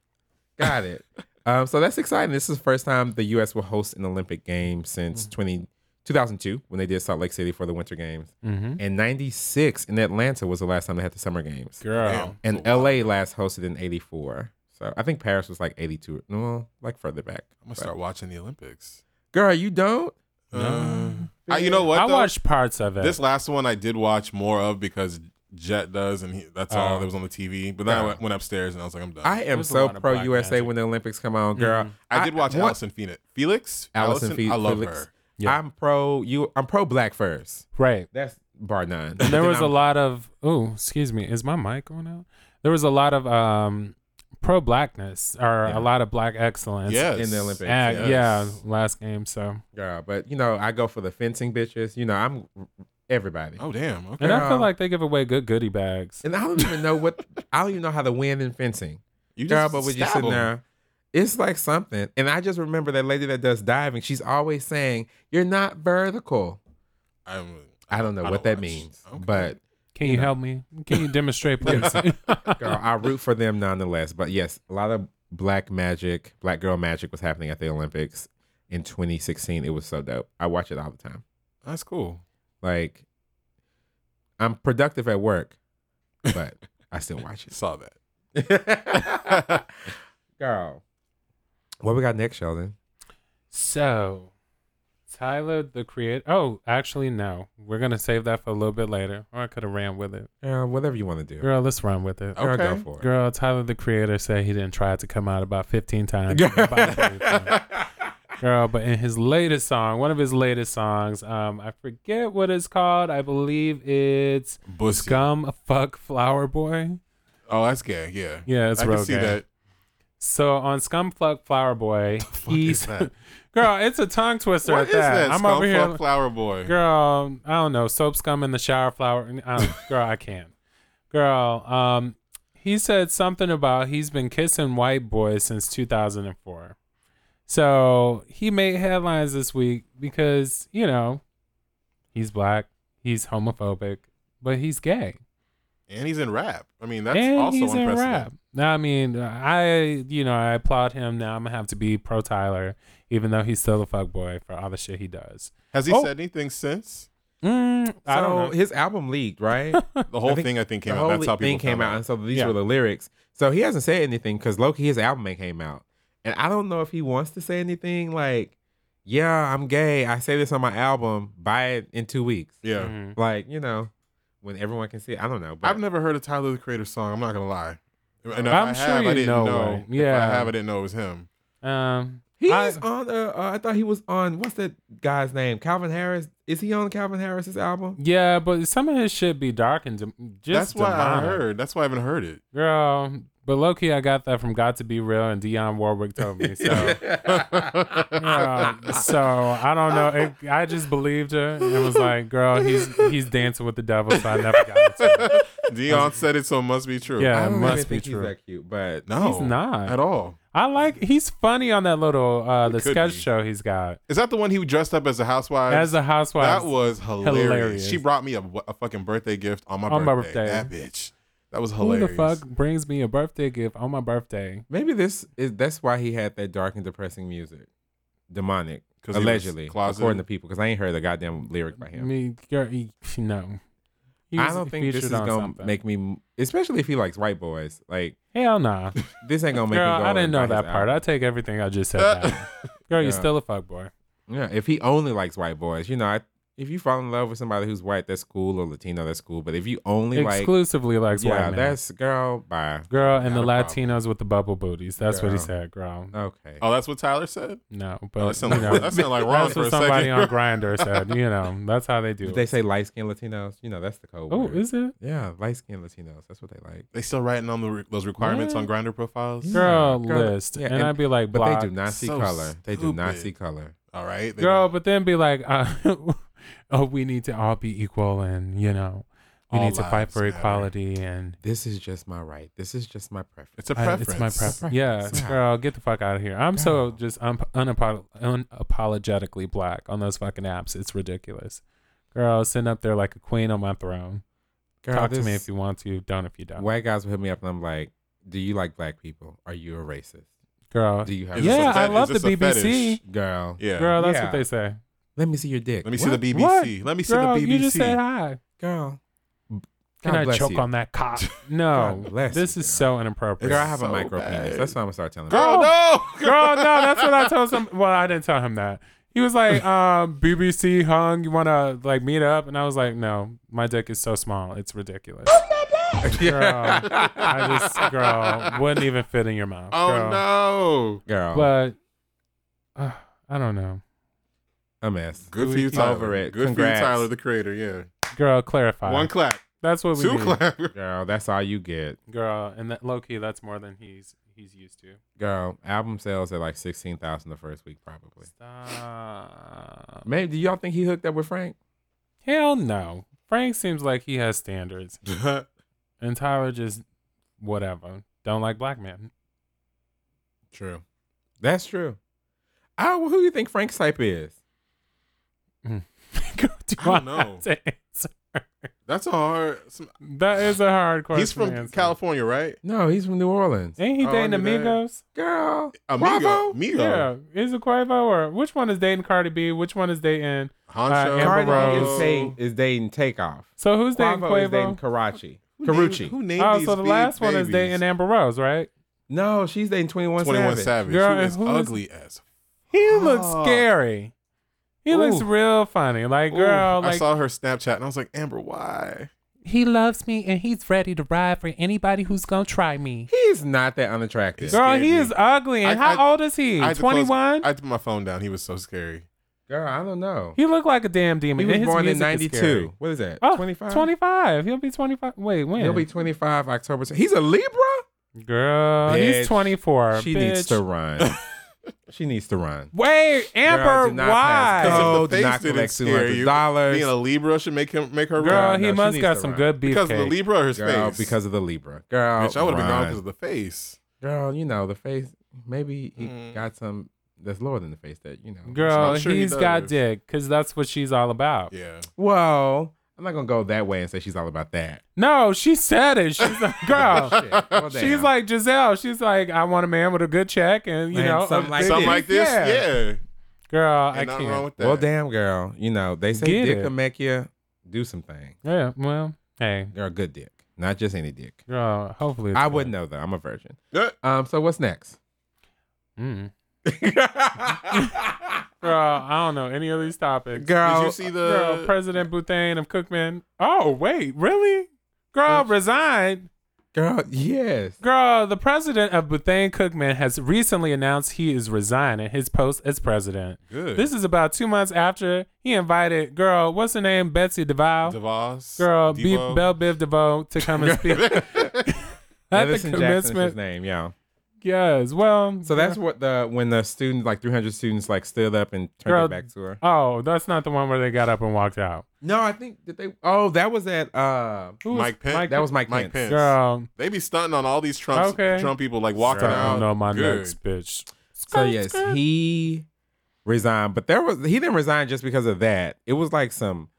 S4: Got it. um, so that's exciting. This is the first time the U.S. will host an Olympic game since
S3: Mm-hmm.
S4: 20, 2002 when they did Salt Lake City for the Winter Games.
S3: Mm-hmm.
S4: And 96 in Atlanta was the last time they had the Summer Games.
S3: Girl.
S5: Damn.
S4: And L.A. last hosted in 84. So I think Paris was like 82. No, like further back.
S5: I'm gonna start watching the Olympics.
S4: Girl, you don't?
S5: Uh, I- you know what?
S3: I
S5: though?
S3: watched parts of it.
S5: this last one. I did watch more of because Jet does, and he, that's all
S3: Oh.
S5: that was on the TV. But then I
S4: Yeah.
S5: went, went upstairs and I was like, I'm done.
S4: I am
S3: There's a
S4: so
S3: lot of
S4: pro
S3: black
S4: USA
S3: magic. Mm-hmm.
S4: when the Olympics come on, girl.
S5: I did watch
S4: one-
S5: Allison Felix. Felix.
S4: Allison Fe-
S5: I love
S4: Felix.
S5: her.
S3: Yeah.
S4: I'm pro you. I'm pro black first.
S3: right.
S4: That's bar none.
S3: And there
S4: Then
S3: was a
S4: I'm-
S3: lot of oh, excuse me, is my mic going out? There was a lot of um pro blackness or a
S4: Yeah.
S3: lot of black excellence.
S5: Yes.
S4: in the Olympics.
S3: at-
S5: Yes.
S3: yeah, last game. So
S4: girl. But you know, I go for the fencing bitches. You know, I'm everybody.
S5: Oh damn. Okay.
S3: and I feel
S4: Girl.
S3: like they give away good goodie bags.
S4: And I don't even know what I don't even know how to win in fencing.
S5: You
S4: Girl, but when you're
S5: stab
S4: sitting
S5: him.
S4: there, it's like something. And I just remember that lady that does diving. She's always saying, "You're not vertical."
S5: I'm,
S4: I don't know
S5: I
S4: what
S5: don't
S4: that
S5: watch.
S4: means,
S5: Okay.
S4: but
S3: Can you, help me? Can you demonstrate, please?
S4: girl, I root for them nonetheless. But yes, a lot of black magic, black girl magic was happening at the Olympics in 2016. It was so dope. I watch it all the time.
S5: that's cool.
S4: Like, I'm productive at work, but I still watch
S5: Saw that.
S4: it. girl, what we got next, Sheldon?
S3: so, Tyler the Creator. Oh, actually, no. We're gonna save that for a little bit later. Or I could have ran with it.
S4: Uh, whatever you want to do.
S3: Girl, let's run with it.
S4: Girl, go
S5: Okay.
S4: for it.
S3: Girl, Tyler the Creator said he didn't try to come out about 15 times. About 30 times. Girl, but in his latest song, one of his latest songs, um, I forget what it's called. I believe it's
S5: Busky.
S3: Scum Fuck Flower Boy.
S5: Oh, that's gay. Yeah.
S3: Yeah, it's
S5: I
S3: real
S5: can see
S3: gay.
S5: that.
S3: So on Scum Fuck Flower Boy,
S5: fuck
S3: he's
S5: is that?
S3: girl. It's a tongue twister
S5: What
S3: at
S5: is that?
S3: I'm
S5: Scum
S3: over here,
S5: fuck flower boy.
S3: girl. I don't know. Soap scum in the shower flower. I don't, girl, I can't. Girl, um, he said something about he's been kissing white boys since 2004. So he made headlines this week because you know he's black, he's homophobic, but he's gay.
S5: And he's in rap. I mean, that's
S3: and
S5: also
S3: he's in
S5: impressive.
S3: rap. Now, I mean, I you know I applaud him. Now I'm gonna have to be pro Tyler, even though he's still a fuck boy for all the shit he does.
S5: Has he
S4: Oh.
S5: said anything since?
S3: Mm, I don't know.
S4: So his album leaked, right?
S5: The whole
S4: think
S5: thing I think came
S4: the
S5: out.
S4: whole
S5: That's how people
S4: thing came
S5: found
S4: out, and so these
S3: Yeah.
S4: were the lyrics. So he hasn't said anything because Loki, his album ain't came out, and I don't know if he wants to say anything like, "Yeah, I'm gay. I say this on my album. Buy it in two weeks."
S5: Yeah.
S3: Mhm.
S4: Like you know, when everyone can see it. I don't know, but
S5: I've never heard of Tyler the Creator song. I'm not gonna lie. And if
S3: I'm
S5: I
S3: sure
S5: have,
S3: you
S5: I didn't
S3: know
S5: know.
S3: it.
S5: If
S3: Yeah.
S5: I have, I didn't know it was him.
S3: Um,
S4: he's
S3: I-
S4: on. Uh, uh, I thought he was on. What's that guy's name? Calvin Harris. Is he on Calvin Harris's album?
S3: yeah, but some of his shit be dark and dem- just
S5: That's why I
S3: demonic.
S5: heard. That's why I haven't heard it.
S3: girl. But low key, I got that from "Got to Be Real" and Dionne Warwick told me so. um, so I don't know. It, I just believed her and was like, "Girl, he's he's dancing with the devil." So I never got into it.
S5: Dion said it, so it must be true.
S3: Yeah,
S4: I
S3: it
S4: don't
S3: must
S4: even
S3: be
S4: think
S3: true.
S4: he's that cute, but
S5: No,
S3: He's not.
S5: at all.
S3: I like he's funny on that little uh the
S5: could
S3: sketch
S5: be.
S3: show he's got
S5: Is that the one he dressed up as a housewife?
S3: as a housewife.
S5: that was hilarious.
S3: hilarious.
S5: She brought me a, a fucking birthday gift on my
S3: On my
S5: birthday. That
S3: birthday.
S5: bitch. That was
S3: Who
S5: hilarious.
S3: the fuck brings me a birthday gift on my birthday?
S4: Maybe this is that's why he had that dark and depressing music, demonic,
S5: 'Cause he was
S4: allegedly,
S5: closeted?
S4: according to people. Because I ain't heard a goddamn lyric by him.
S3: Me, you're, you, no. He
S4: I
S3: was
S4: don't think
S3: featured
S4: this is
S3: on
S4: gonna
S3: something.
S4: make me, especially if he likes white boys. Like
S3: hell nah.
S4: this ain't gonna make
S3: Girl,
S4: me. Go
S3: I didn't
S4: and
S3: know
S4: buy his
S3: that part. I
S4: album.
S3: take everything I just said. back. Girl,
S4: Yeah.
S3: you're still a fuckboy.
S4: yeah, if he only likes white boys, you know, I if you fall in love with somebody who's white, that's cool, or Latino, that's cool. But if you only like,
S3: Exclusively likes
S4: yeah,
S3: white men.
S4: that's girl, bye.
S3: girl and the
S4: not a problem.
S3: Latinos with the bubble booties. That's what he
S4: Girl.
S3: said, girl.
S4: Okay.
S5: Oh, that's what Tyler said.
S3: No,
S5: Oh, that
S3: but you
S5: sound like,
S3: know,
S5: that sound like wrong
S3: that's
S5: for
S3: what
S5: a
S3: somebody
S5: second.
S3: on Grinder said. You know, that's how they do.
S4: If
S3: it.
S4: they say light skinned Latinos, you know that's the code
S3: oh,
S4: word.
S3: is it?
S4: yeah, light skinned Latinos. That's what they like.
S5: They still writing on the re- those requirements
S3: Yeah.
S5: on grinder profiles.
S4: Yeah.
S3: Girl,
S4: Girl,
S3: list,
S4: yeah,
S3: and,
S4: and-
S3: I'd be like,
S4: But
S3: block.
S4: they do not see
S5: So
S4: color. They do not
S5: stupid.
S4: see color.
S5: All right, they-
S3: girl, but then be like, uh, oh, we need to all be equal, and you know, we
S5: All
S3: need to fight
S5: lives
S3: for
S5: matter.
S3: equality, and
S4: This is just my right. This is just my preference.
S5: It's a
S3: I-
S5: preference.
S3: it's my preference.
S4: Preference.
S3: Yeah,
S4: Yeah.
S3: girl, get the fuck out of here. I'm so
S4: Girl.
S3: just un- unapo- unapologetically black on those fucking apps. It's ridiculous. Girl, sitting up there like a queen on my throne.
S4: Girl,
S3: Talk to
S4: this-
S3: me if you want to. Don't if you don't.
S4: White guys will hit me up and I'm like, "Do you like black people? Are you a racist?
S3: Girl,
S4: Do you have
S5: Is
S4: a
S5: this
S3: Yeah,
S5: a
S3: I
S5: fet-
S3: love
S5: is
S3: the
S5: this a fetish?
S3: BBC.
S4: girl?
S5: Yeah.
S3: girl, that's
S4: Yeah.
S3: what they say.
S4: Let me see your dick.
S5: Let me see
S4: What?
S5: the BBC.
S3: What?
S5: Let me see
S3: Girl,
S5: the BBC.
S3: you just said hi.
S4: girl.
S3: Can
S4: God
S3: I
S4: bless
S3: choke
S4: you.
S3: on that cock? No,
S4: God bless
S3: this
S4: you,
S3: is
S4: girl.
S3: so inappropriate.
S4: Girl, I have a
S5: so
S4: micro penis.
S5: bad.
S4: That's what I'm gonna start telling.
S5: Girl,
S4: people.
S5: no.
S3: Girl, no, that's what I told some. Well, I didn't tell him that. He was like, um, BBC hung, you wanna like meet up? And I was like, no, my dick is so small, it's ridiculous. Girl, I just girl wouldn't even fit in your mouth.
S5: Oh
S3: girl.
S5: no.
S4: girl,
S3: But uh, I don't know,
S4: a mess.
S5: Good for you, Tyler.
S4: Over it.
S5: Good
S4: Congrats.
S5: for you, Tyler, the creator. Yeah.
S3: girl. Clarify.
S5: One clap,
S3: that's what we
S5: two
S3: need,
S5: clap.
S4: Girl, that's all you get.
S3: girl. And that low key, that's more than he's he's used to.
S4: Girl, album sales at like sixteen thousand the first week, probably.
S3: Stop.
S4: Maybe do y'all think he hooked up with Frank?
S3: Hell no. Frank seems like he has standards, and Tyler just whatever. Don't like black men.
S5: True.
S4: That's true. Oh, who you think Frank's type is?
S3: Go do
S5: I don't
S3: I have
S5: know.
S3: to answer?
S5: That's a hard. some-
S3: That is a hard question.
S5: he's from
S3: to answer.
S5: California, right?
S4: No, he's from New Orleans.
S3: Ain't he
S5: Oh, I
S3: dating
S5: knew that.
S3: Amigos?
S4: Girl,
S5: Amigo.
S4: Quavo?
S5: Amigo.
S3: Yeah. Is it Quavo or which one is dating Cardi B? Which one is dating?
S5: Honcho.
S3: Uh, Amber
S4: Cardi
S3: Rose.
S4: is dating, is dating Takeoff.
S3: So who's dating
S4: Quavo is dating
S3: Quavo?
S4: Karachi.
S5: Who named-
S4: Karuchi.
S5: Who named
S3: Oh,
S5: these
S3: so the
S5: big
S3: last one is
S5: babies?
S3: dating Amber Rose, right?
S4: No, she's dating 21,
S5: 21
S4: Savage.
S5: Savage.
S3: Girl,
S5: who
S3: and
S5: is
S3: who is-
S5: ugly as.
S3: He looks
S5: Oh.
S3: scary. He looks
S4: Ooh.
S3: real funny. Like,
S5: Ooh,
S3: girl,
S5: I
S3: like
S5: saw her Snapchat and I was like, Amber, why?
S3: he loves me and he's ready to ride for anybody who's gonna try me.
S4: He's not that unattractive.
S5: Girl,
S3: Girl,
S5: scared
S3: he
S5: me.
S3: is ugly. And
S5: I-
S3: how
S5: I-
S3: old is he?
S5: I had to close-
S3: Twenty one.
S5: I threw my phone down. He was so scary.
S4: Girl, I don't know.
S3: He looked like a damn
S4: He
S3: demon.
S4: was
S3: and his
S4: born in
S3: music is scary.
S4: 92. What is that?
S3: Oh,
S4: 25?
S3: 25. He'll be 25. Wait, when?
S4: He'll be 25 October. se- He's a Libra?
S3: Girl,
S4: Bitch.
S3: he's 24.
S4: She
S3: bitch.
S4: needs to run. she needs to run.
S3: Wait, Amber,
S4: do not
S3: why?
S4: pass go.
S3: Girl,
S4: Oh,
S5: Because if
S4: did
S5: the face
S4: not
S5: didn't
S4: collect
S5: scare you,
S4: $200.
S5: Being a Libra should make him make her
S4: Girl,
S5: run.
S3: he
S4: no, she
S3: must
S4: needs
S3: got
S4: to
S3: some
S4: run.
S3: good beef.
S5: Because of the Libra or his
S4: Girl,
S5: face?
S4: because of the Libra. Girl,
S5: Bitch, I would have been gone
S4: run.
S5: because of the face.
S4: Girl, you know, the face, maybe he
S5: Mm.
S4: got some that's lower than the face that, you know.
S3: Girl,
S5: I'm sure he
S3: he's got
S5: does.
S3: dick because that's what she's all about.
S5: Yeah.
S4: Well, I'm not going to go that way and say she's all about that.
S3: No, she said it. She's like, girl.
S4: Shit. Well,
S3: She's
S4: damn.
S3: like Giselle. She's like, I want a man with a good check, and you
S4: And
S3: know,
S4: something
S3: a
S4: like
S3: good-
S5: Something
S4: this.
S5: like this, yeah.
S3: Girl,
S5: Ain't
S3: I
S5: nothing wrong
S3: can't.
S5: with that.
S4: Well, damn, girl. You know, they say
S3: Get
S4: dick
S3: it.
S4: will make you do some things.
S3: Yeah, well, hey,
S4: Girl, good dick. Not just any dick.
S3: girl. Hopefully, it's
S4: I
S3: good.
S4: wouldn't know, though. I'm a virgin.
S5: Uh,
S4: Um, so what's next?
S3: Mm.
S4: girl,
S3: Girl, I don't know any of these topics.
S5: Did you see
S3: Girl,
S4: Uh,
S5: the
S3: President Butane of Cookman. Oh, wait, really? Girl, resigned.
S4: girl, yes.
S3: Girl, the president of Butane Cookman has recently announced he is resigning his post as president.
S5: good
S3: This is about two months after he invited, girl, what's her name? Betsy DeVal.
S5: DeVos?
S3: girl, B-
S5: Devo?
S3: Belle Biv DeVoe to come and speak at the
S4: Edison Jackson's his
S3: commencement.
S4: name, yeah.
S3: Yes, well.
S4: So that's what the when the student like 300 students like stood up and turned
S3: Girl.
S4: it back to her.
S3: Oh, that's not the one where they got up and walked out.
S4: No, I think that they. Oh, that was at uh,
S3: Who was-
S5: Mike Pence.
S4: that was Mike,
S5: Mike
S4: Pence.
S5: Pence.
S3: Girl,
S5: They be stunting on all these Trumps,
S3: Okay.
S5: Trump people like walking
S4: Girl,
S5: out.
S3: I don't know my
S5: Good.
S3: next bitch.
S4: So yes, he resigned, but there was he didn't resign just because of that. It was like some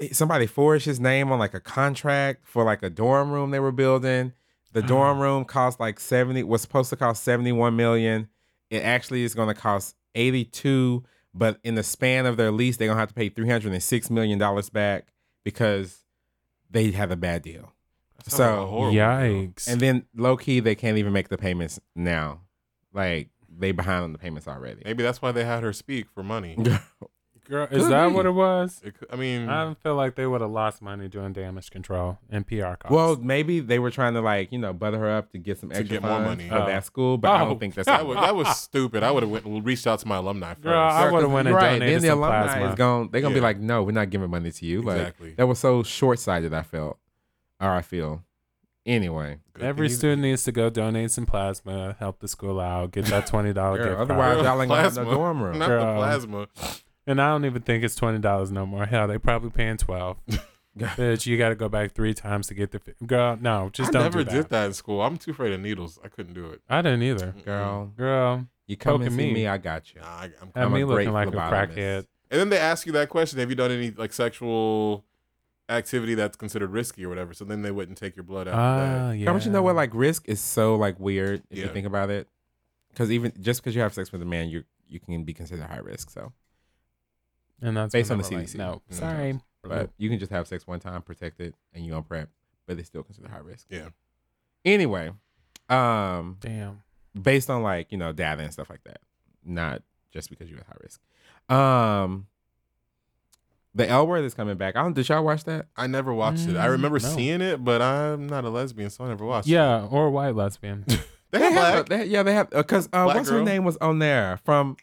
S4: eh, somebody forged his name on like a contract for like a dorm room they were building. The dorm room cost like 70 was supposed to cost 71 million. It actually is going to cost 82, but in the span of their lease they're going to have to pay 306 million dollars back because they had a bad deal.
S5: That sounds
S4: So-
S5: like a horrible deal.
S3: Yikes.
S4: And then low key they can't even make the payments now. Like they behind on the payments already.
S5: Maybe that's why they had her speak for money.
S3: Girl, is
S4: Could
S3: that
S4: be.
S3: what it was?
S5: It, could- I
S4: Mm.
S5: mean,
S3: I feel like they would have lost money doing damage control and PR costs.
S4: Well, maybe they were trying to like you know butter her up to get some extra
S5: get more
S4: funds
S5: money.
S4: for
S3: Oh.
S4: that school, but I
S3: Oh.
S4: don't think that's
S5: that was, that was stupid. I would have reached out to my alumni first.
S3: Girl, I would have went and
S4: right.
S3: donated
S4: Then the
S3: some
S4: alumni
S3: plasma.
S4: is going. They're gonna be
S5: Yeah.
S4: like, no, we're not giving money to you. Like
S5: Exactly.
S4: that was so short sighted. I felt, or I feel. Anyway,
S5: Good
S3: Every
S5: thing you-
S3: student needs to go donate some plasma, help the school out, get that twenty dollar
S4: girl,
S3: gift
S4: otherwise
S3: card.
S4: y'all ain't gonna have no
S5: Plasma.
S4: dorm room.
S5: Not
S3: Girl.
S5: the plasma.
S3: And I don't even think it's twenty dollars no more. Hell, they probably paying twelve. Bitch, you got to go back three times to get the fi- girl. No, just
S5: I
S3: don't
S5: never
S3: do that.
S5: did that in school. I'm too afraid of needles. I couldn't do it.
S3: I didn't either.
S4: Girl,
S3: Girl,
S4: you come and
S3: Poking
S4: see me.
S3: me.
S4: I got you.
S5: Nah, I, I'm.
S3: had
S4: I'm
S3: me
S4: a
S3: looking
S4: great
S3: like a
S4: phlebotomist.
S3: crackhead.
S5: And then they ask you that question: Have you done any like sexual activity that's considered risky or whatever? So then they wouldn't take your blood after
S3: Ah, yeah.
S4: Don't you know what? Like risk is so like weird if you
S5: Yeah.
S4: think about it, because even just because you have sex with a man, you you can be considered high risk. So,
S3: And that's
S4: Based on
S3: whenever,
S4: the
S3: like,
S4: CDC.
S3: no,
S5: Mm.
S3: sorry.
S4: but you can just have sex one time, protected, and you on prep, but they still consider high risk.
S5: Yeah.
S4: Anyway, um,
S3: Damn.
S4: based on like you know data and stuff like that, not just because you're at high risk. Um, the L word is coming back. I don't. Did y'all watch that?
S5: that. I never watched it. I
S3: Mm,
S5: remember
S3: no.
S5: seeing it, but I'm not a lesbian, so I never watched. it.
S3: Yeah, or white lesbian.
S5: they have
S4: have.
S5: black.
S4: they- yeah, they have. Because uh,
S5: Black
S4: what's her
S5: girl?
S4: name was on there from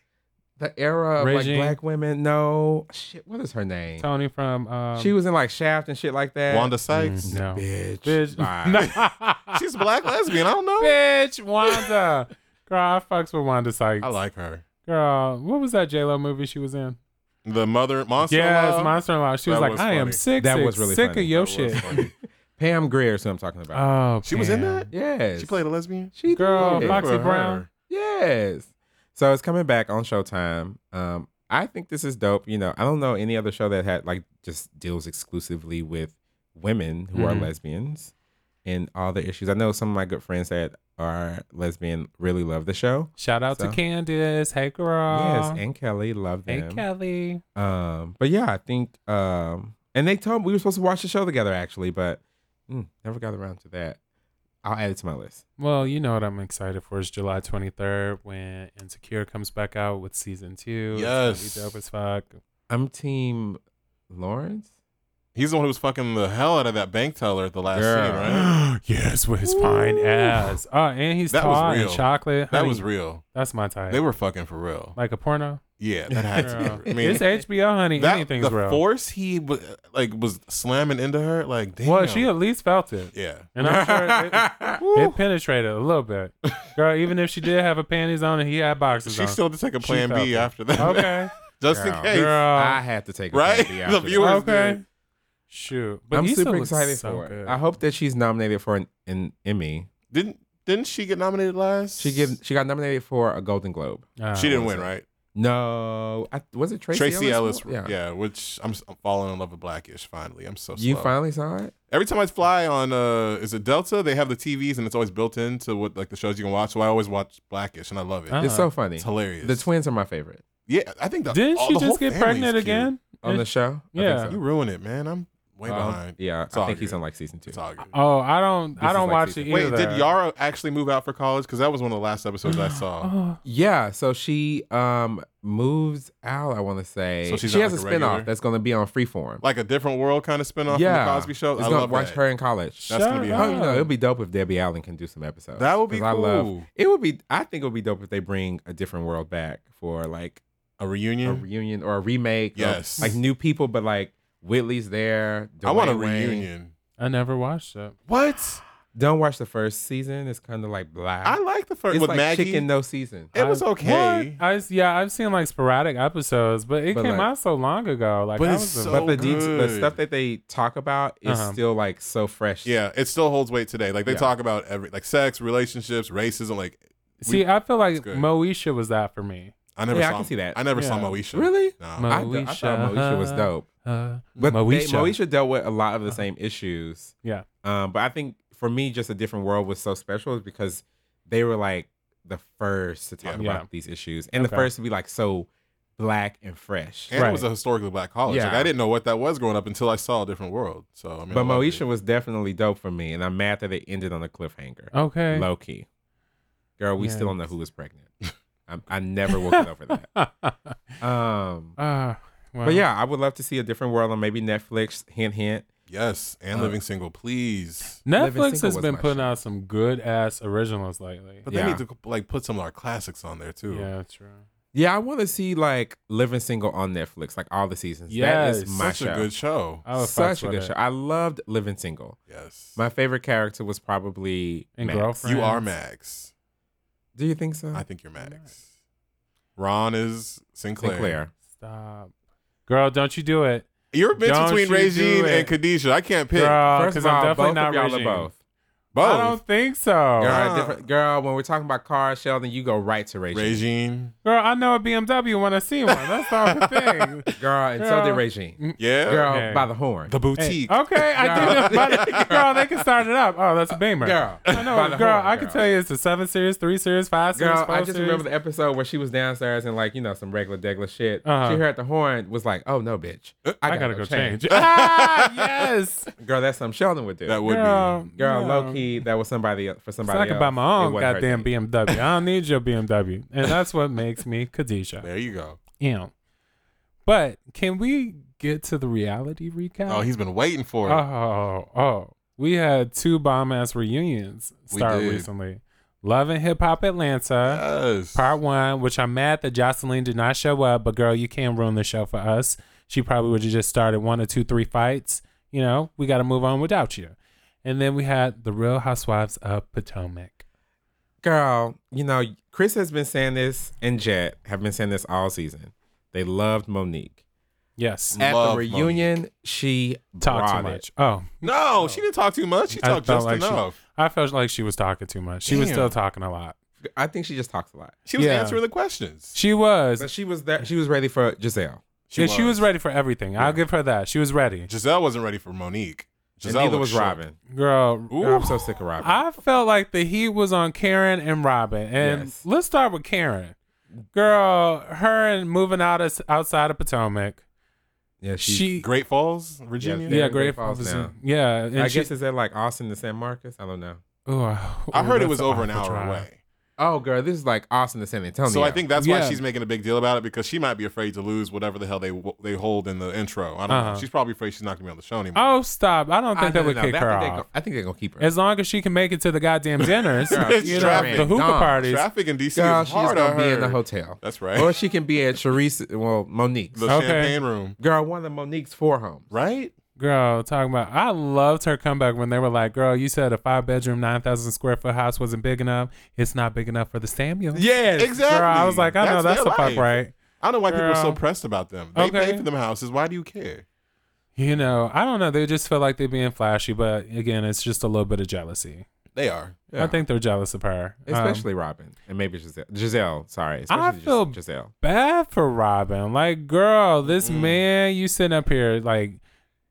S4: the era of
S3: Regine?
S4: like black women. No shit. What is her name?
S3: Tony from um,
S4: she was in like Shaft and shit like that.
S5: Wanda Sykes.
S3: Mm, no.
S4: Bitch.
S3: Bitch.
S4: Bye.
S3: No.
S5: She's a black lesbian. I don't know.
S3: bitch, Wanda. Girl, I fucks with Wanda Sykes.
S5: I like her.
S3: Girl, what was that J Lo movie she was in?
S5: The mother monster.
S3: Yes,
S5: Law?
S3: Monster in Law. She was
S5: That
S3: like,
S5: was
S3: I am
S5: funny.
S3: sick,
S4: That
S3: sick,
S4: was really
S3: sick
S4: funny.
S3: of your
S5: That was
S3: shit.
S5: funny.
S4: Pam Greer is who I'm talking about.
S3: Oh,
S5: She was in
S3: Pam.
S5: that.
S4: yes.
S5: Uh, She played a lesbian.
S4: She did.
S3: Girl,
S5: Good
S3: Oh, Foxy
S5: for her.
S3: Brown.
S4: Yes. So it's coming back on Showtime. Um, I think this is dope. You know, I don't know any other show that had like just deals exclusively with women who are
S3: Mhm.
S4: lesbians and all the issues. I know some of my good friends that are lesbian really love the show.
S3: Shout out
S4: So-
S3: to Candace. Hey, girl.
S4: yes, and Kelly love
S3: hey,
S4: them.
S3: Kelly.
S4: um, but yeah, I think um, and they told me we were supposed to watch the show together actually, but mm, never got around to that. I'll add it to my list.
S3: Well, you know what I'm excited for is July 23rd when Insecure comes back out with season two. It's gonna be
S5: Yes.
S3: dope as fuck.
S4: I'm team Lawrence.
S5: He's the one who was fucking the hell out of that bank teller at the last
S4: Girl.
S5: scene, right?
S3: yes, with his fine ass. Oh, and he's
S5: That was
S3: tall and
S5: real.
S3: chocolate.
S5: That
S3: Honey,
S5: was real.
S3: That's my type.
S5: They were fucking for real.
S3: like a porno.
S5: yeah, that had to
S3: Girl.
S5: be. real. I mean,
S3: it's HBO, honey.
S5: that-
S3: Anything's
S5: the
S3: real.
S5: force he wa- like was slamming into her, like damn.
S3: well, she at least felt it,
S5: yeah.
S3: and I'm sure it, it penetrated a little bit. Girl, even if she did have her panties on and he had boxes
S5: She
S3: on.
S5: still had to take a
S3: She
S5: plan
S3: felt
S5: B
S3: it.
S5: after that,
S3: okay,
S5: just
S4: Girl.
S5: in case.
S3: girl.
S4: I had to take a
S5: Right?
S4: Bambi out
S5: The
S4: of that.
S5: viewers- Yours
S3: okay.
S5: did.
S3: Shoot, but
S4: I'm
S3: he still
S4: super
S3: looks
S4: excited
S3: so
S4: for it.
S3: good.
S4: I hope that she's nominated for an, an Emmy.
S5: Didn't didn't she get nominated last?
S4: She get she got nominated for a Golden Globe.
S3: Uh,
S5: She didn't win, right?
S4: No, I, was it Tracy,
S5: Tracy Ellis,
S4: Ellis?
S5: yeah. Which I'm, s am falling in love with Blackish. Finally, I'm so. Slow.
S4: You finally saw it?
S5: Every time I fly on, uh, is it Delta? They have the TVs and it's always built into what like the shows you can watch. So I always watch Blackish and I love it.
S3: Uh,
S4: It's so funny.
S5: It's hilarious.
S4: The twins are my favorite
S5: Yeah, I think the,
S3: Didn't
S5: all-
S3: she
S5: the whole
S3: just get
S5: family's
S3: pregnant
S5: cute.
S3: again?
S4: on the show. I think
S3: Yeah.
S4: so.
S5: You ruin it, man. I'm way
S4: Um,
S5: behind.
S4: Yeah,
S5: It's
S4: I
S5: all
S4: think he's
S5: good.
S4: on like season two.
S5: It's all good.
S3: Oh, I don't.
S4: This
S3: I
S4: is
S3: don't
S4: like
S3: watch
S4: season-
S3: it either.
S5: Wait, did Yara actually move out for college? Because that was one of the last episodes I saw.
S3: Oh,
S4: Yeah, so she um moves out. I want to say
S5: So she's
S4: she
S5: not
S4: has
S5: like
S4: a
S5: a
S4: spinoff
S5: regular?
S4: that's going to be on Freeform.
S5: Like a different world kind of spinoff
S4: yeah,
S5: from the Cosby Show.
S4: It's
S5: I
S4: gonna
S5: love
S4: watch
S5: that.
S4: her in college.
S5: That's gonna be
S3: Shut
S5: hard.
S4: Oh, you know, it'll be dope if Debbie Allen can do some episodes.
S5: That would be
S4: 'Cause I love.
S5: cool.
S4: It would be. I think it would be dope if they bring a different world back for like
S5: A
S4: a
S5: reunion.
S4: reunion or a remake. of,
S5: Mm. Yes.
S4: like new people, but like Whitley's there.
S5: I want a
S4: Dwayne Wayne.
S5: reunion.
S3: I never watched it.
S5: What?
S4: Don't watch the first season. It's kind of like black.
S5: I like the first
S4: it's
S5: with
S4: like
S5: Maggie.
S4: chicken no season.
S5: it was
S3: I-
S5: okay,
S3: What? I s- yeah, I've seen like sporadic episodes, but it
S4: But,
S3: came
S4: like-
S3: out so long ago. Like,
S5: but
S3: I
S5: it's
S3: was a-
S5: so
S4: but the,
S5: good.
S4: det- the stuff that they talk about is
S3: Uh-huh.
S4: still like so fresh.
S5: yeah, it still holds weight today. Like they
S4: Yeah.
S5: talk about every like sex, relationships, racism. Like
S3: see, I feel like
S5: it's good.
S3: Moesha was that for me.
S5: I never
S4: Yeah, I
S5: saw.
S4: can see that.
S5: I never saw
S3: Yeah.
S5: Moesha.
S4: Really?
S5: No.
S3: Mo-
S4: I, d- I thought
S3: Moesha.
S4: Moesha was dope.
S3: Uh,
S4: But Moesha.
S3: Moesha. Uh-huh.
S4: They, Moesha dealt with a lot of the same issues.
S3: Yeah.
S4: Um, but I think for me, just a different world was so special because they were like the first to talk
S5: Yeah.
S4: about
S3: Yeah.
S4: these issues and the
S3: Okay.
S4: first to be like so black and fresh.
S5: and it was
S3: Right.
S5: a historically black college. Like
S4: Yeah.
S5: I didn't know what that was growing up until I saw a different world. So I mean, I
S4: But
S5: loved
S4: Moesha
S5: it.
S4: was definitely dope for me, and I'm mad that it ended on a cliffhanger.
S3: okay.
S4: Low key, girl, we still don't know
S3: Yikes.
S4: who was pregnant. I, I never will get over that. Um,
S3: Ah, Wow.
S4: But yeah, I would love to see a different world on maybe Netflix. Hint, hint.
S5: Yes, and living single, please.
S4: Living
S3: Netflix
S4: Single
S3: has
S4: was
S3: been
S4: my
S3: putting out some good ass originals lately.
S5: But
S4: Yeah.
S5: they need to like put some of our classics on there too.
S3: Yeah, true.
S4: Yeah, I want to see like Living Single on Netflix, like all the seasons. That
S3: Yes.
S4: is my
S5: Such
S4: show.
S5: a good show.
S3: I would
S4: Such
S3: fucks
S4: a
S3: with
S4: good
S3: it.
S4: show. I loved Living Single.
S5: Yes.
S4: My favorite character was probably
S3: And
S4: Max.
S3: Girlfriend.
S5: you are Max.
S4: Do you think so?
S5: I think you're Max. Ron is Sinclair.
S4: Sinclair.
S3: Stop, girl. Don't you do it,
S5: You're a bitch
S3: Don't
S5: between
S3: you do
S5: Regine and
S3: it.
S5: Khadijah. I can't pick
S3: girl?
S4: First
S3: Because
S4: of all,
S3: Uh, I'm definitely
S4: both
S3: not Oh.
S4: of y'all
S3: Regine.
S4: are both. Oh.
S3: I
S5: both.
S3: don't think so,
S4: Girl,
S3: girl.
S5: Ah.
S4: different, girl, when we're talking about cars, Sheldon, you go right to Regine.
S5: Regine.
S3: I know a BMW when I see one. That's all the thing.
S4: Girl, and so
S3: Girl.
S4: did Regine.
S5: Yeah.
S4: Girl,
S3: Okay.
S4: by the horn.
S5: The
S3: Hey,
S5: boutique.
S3: okay, I do. But, girl, they can start it up. Oh, that's a Beamer.
S4: Girl,
S3: I know,
S4: by
S3: girl.
S4: the horn,
S3: I can
S4: girl.
S3: tell you it's a seven series, three series, five series,
S4: Girl,
S3: four
S4: I just
S3: series.
S4: remember the episode where she was downstairs and like you know some regular degular shit.
S3: Uh-huh.
S4: She heard the horn, was like, "Oh no, bitch,
S5: Uh,
S4: I gotta,
S3: I gotta go change. ah, yes,
S4: Girl, that's something Sheldon would do.
S5: That would
S3: girl.
S4: Girl,
S3: no.
S4: low key, that was somebody el- for
S3: So
S4: somebody.
S3: I can
S4: else.
S3: buy my
S4: It
S3: own
S4: wasn't her
S3: goddamn
S4: thing.
S3: BMW. I don't need your BMW, and that's what makes me Khadijah.
S5: be. There you go.
S3: Ew. But can we get to the reality recap?
S5: Oh, he's been waiting for it.
S3: oh, oh. We had two bomb ass reunions
S5: We
S3: start
S5: did.
S3: recently. Love and Hip Hop Atlanta,
S5: yes.
S3: part one, which I'm mad that Jocelyn did not show up, but girl, you can't ruin the show for us. She probably would have just started one or two, three fights. You know, we got to move on without you. And then we had The Real Housewives of Potomac.
S4: Girl, you know Chris has been saying this, and Jet have been saying this all season. They loved Monique.
S3: Yes.
S4: At
S5: Love
S4: the reunion, she
S3: Talk too
S4: brought it.
S3: much. Oh,
S5: no, she didn't talk too much. She
S3: I
S5: talked
S3: felt
S5: just
S3: like she-
S5: enough.
S3: I felt like she was talking too much. She was
S5: Damn.
S3: still talking a lot.
S4: I think she just talks a lot.
S5: She, was
S3: Yeah.
S5: answering the questions.
S3: She was.
S4: But she was that. She was ready for Giselle.
S3: yeah, she was ready for everything. I'll give her that. She was ready.
S5: Giselle wasn't ready for Monique. Giselle
S4: and neither was
S5: looked shook.
S4: Robin.
S3: Girl,
S5: Ooh.
S4: Girl, I'm so sick of Robin.
S3: I felt like the heat was on Karen and Robin. And
S4: Yes.
S3: let's start with Karen. Girl, her and moving out of, outside of Potomac.
S4: yeah, she's-
S3: She,
S5: Great Falls, Virginia.
S4: they're
S3: yeah,
S4: in
S3: great
S4: Great Falls
S3: Falls.
S4: now.
S3: Yeah, and
S4: I
S3: she,
S4: guess is that like Austin to San Marcos? I don't know.
S3: ooh,
S5: I
S3: ooh,
S5: heard it
S3: that's
S5: was over an hour
S3: awful drive.
S5: away.
S4: Oh, girl, this is like Austin to San Antonio.
S5: So I think that's
S3: Yeah.
S5: why she's making a big deal about it because she might be afraid to lose whatever the hell they they hold in the intro. I don't
S3: Uh-huh.
S5: know. She's probably afraid she's not gonna be on the show anymore.
S3: Oh, stop! I don't
S4: I
S3: think that
S4: no,
S3: would
S4: no,
S3: kick
S4: that-
S3: her
S4: I think
S3: off.
S4: they go- I think they're gonna keep her.
S3: As long as she can make it to the goddamn dinners,
S4: Girl,
S5: It's
S3: you know,
S5: traffic.
S3: the hookah
S4: Dumb.
S3: parties.
S5: Traffic in DC
S4: girl,
S5: is
S4: she's
S5: hard.
S4: gonna
S5: I
S4: be in the
S5: heard.
S4: hotel, Oh,
S5: That's right.
S4: or she can be at Charisse. Well, Monique's.
S5: the
S3: Okay.
S5: champagne room,
S4: Girl, one of Monique's four homes.
S5: right?
S3: Girl, talking about, I loved her comeback when they were like, "Girl, you said a five bedroom, nine thousand square foot house wasn't big enough. It's not big enough for the Samuel."
S4: Yes,
S5: Exactly.
S3: Girl, I was like, I know that's
S5: their
S3: the fuck
S5: life.
S3: right.
S5: I don't know why people are so
S3: Girl.
S5: pressed about them. They
S3: Okay.
S5: pay for them houses. Why do you care?
S3: You know, I don't know. They just feel like they're being flashy, but again, it's just a little bit of jealousy.
S5: They are.
S4: Yeah.
S3: I think they're jealous of her, Um,
S4: especially Robin and maybe Giselle. Giselle,
S3: I
S4: sorry, especially
S3: feel-
S4: Gis- Giselle.
S3: bad for Robin. Like, girl, this
S5: Mm.
S3: man you sitting up here, like,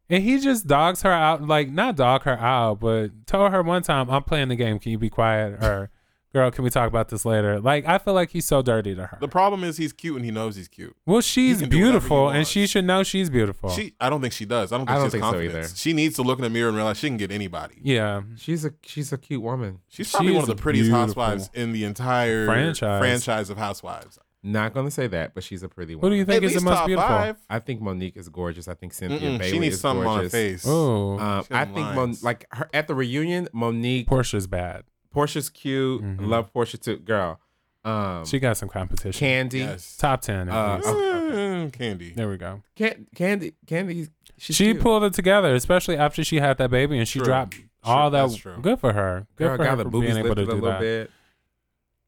S3: and he just dogs her out. Like, not dog her out, but told her one time, "I'm playing the game. Can you be quiet?" Or, "Girl, can we talk about this later?" Like, I feel like he's so dirty to her.
S5: The problem is he's cute and he knows he's cute.
S3: Well, she's
S5: can do whatever you
S3: beautiful, and
S5: want.
S3: she should know she's beautiful.
S5: She, I don't think she does. I don't think
S4: I
S5: she
S4: don't
S5: has
S4: think so
S5: confidence.
S4: either.
S5: She needs to look in the mirror and realize she can get anybody.
S3: yeah,
S4: She's a she's a cute woman.
S5: She's probably one
S3: She's
S5: of the prettiest
S3: beautiful.
S5: housewives in the entire
S3: Franchise.
S5: franchise of housewives.
S4: Not gonna say that, but she's a pretty
S3: who
S4: woman.
S3: do you think
S5: At
S3: is the
S5: least
S3: most
S5: top
S3: beautiful?
S5: five.
S4: I think Monique is gorgeous. I think Cynthia
S5: Mm-mm,
S4: Bailey
S5: she needs
S4: is
S5: something on her
S4: gorgeous.
S5: face.
S3: Oh,
S4: Um,
S5: She
S4: I
S5: has
S4: think Mon-
S5: lines.
S4: like her at the reunion, Monique
S3: Portia's bad.
S4: Portia's cute.
S5: Mm-hmm.
S3: Mhm.
S4: Love Portia too, girl. Um,
S3: She got some competition.
S4: Candy,
S5: Yes.
S3: Top ten. at
S4: Uh,
S3: least.
S4: okay,
S5: Mm, Candy.
S3: There we go.
S4: Can- Candy, Candy. She's
S3: she
S4: cute.
S3: pulled it together, especially after she had that baby and she
S5: True.
S3: dropped
S5: True.
S3: all that.
S5: That's true.
S3: Good for her. Good
S4: Girl,
S3: for
S4: got
S3: her
S4: the
S3: for
S4: boobies
S3: being able
S4: lifted
S3: to
S4: a
S3: do
S4: little
S3: that.
S4: bit.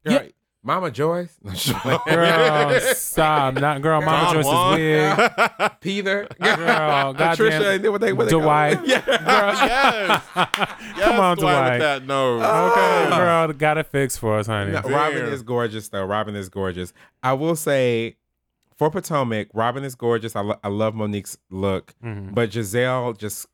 S4: Girl,
S3: Yeah.
S4: Mama Joyce, No, she's like,
S3: Girl, stop! Not girl. Mama
S5: Don
S3: Joyce
S5: Juan.
S3: is weird.
S4: Peter,
S3: Girl,
S4: Patricia,
S3: goddamn.
S4: and then what they what they call
S3: Dwight.
S4: her?
S3: Yeah. Girl,
S5: yes.
S3: Come on,
S5: Yes, Dwight. Ah.
S3: Dwight.
S5: With that no.
S3: Okay, girl, got it fixed for us, honey.
S4: No,
S5: Fair.
S4: Robin is gorgeous though. Robin is gorgeous. I will say, for Potomac, Robin is gorgeous. I, lo- I love Monique's look,
S3: Mhm.
S4: but Giselle just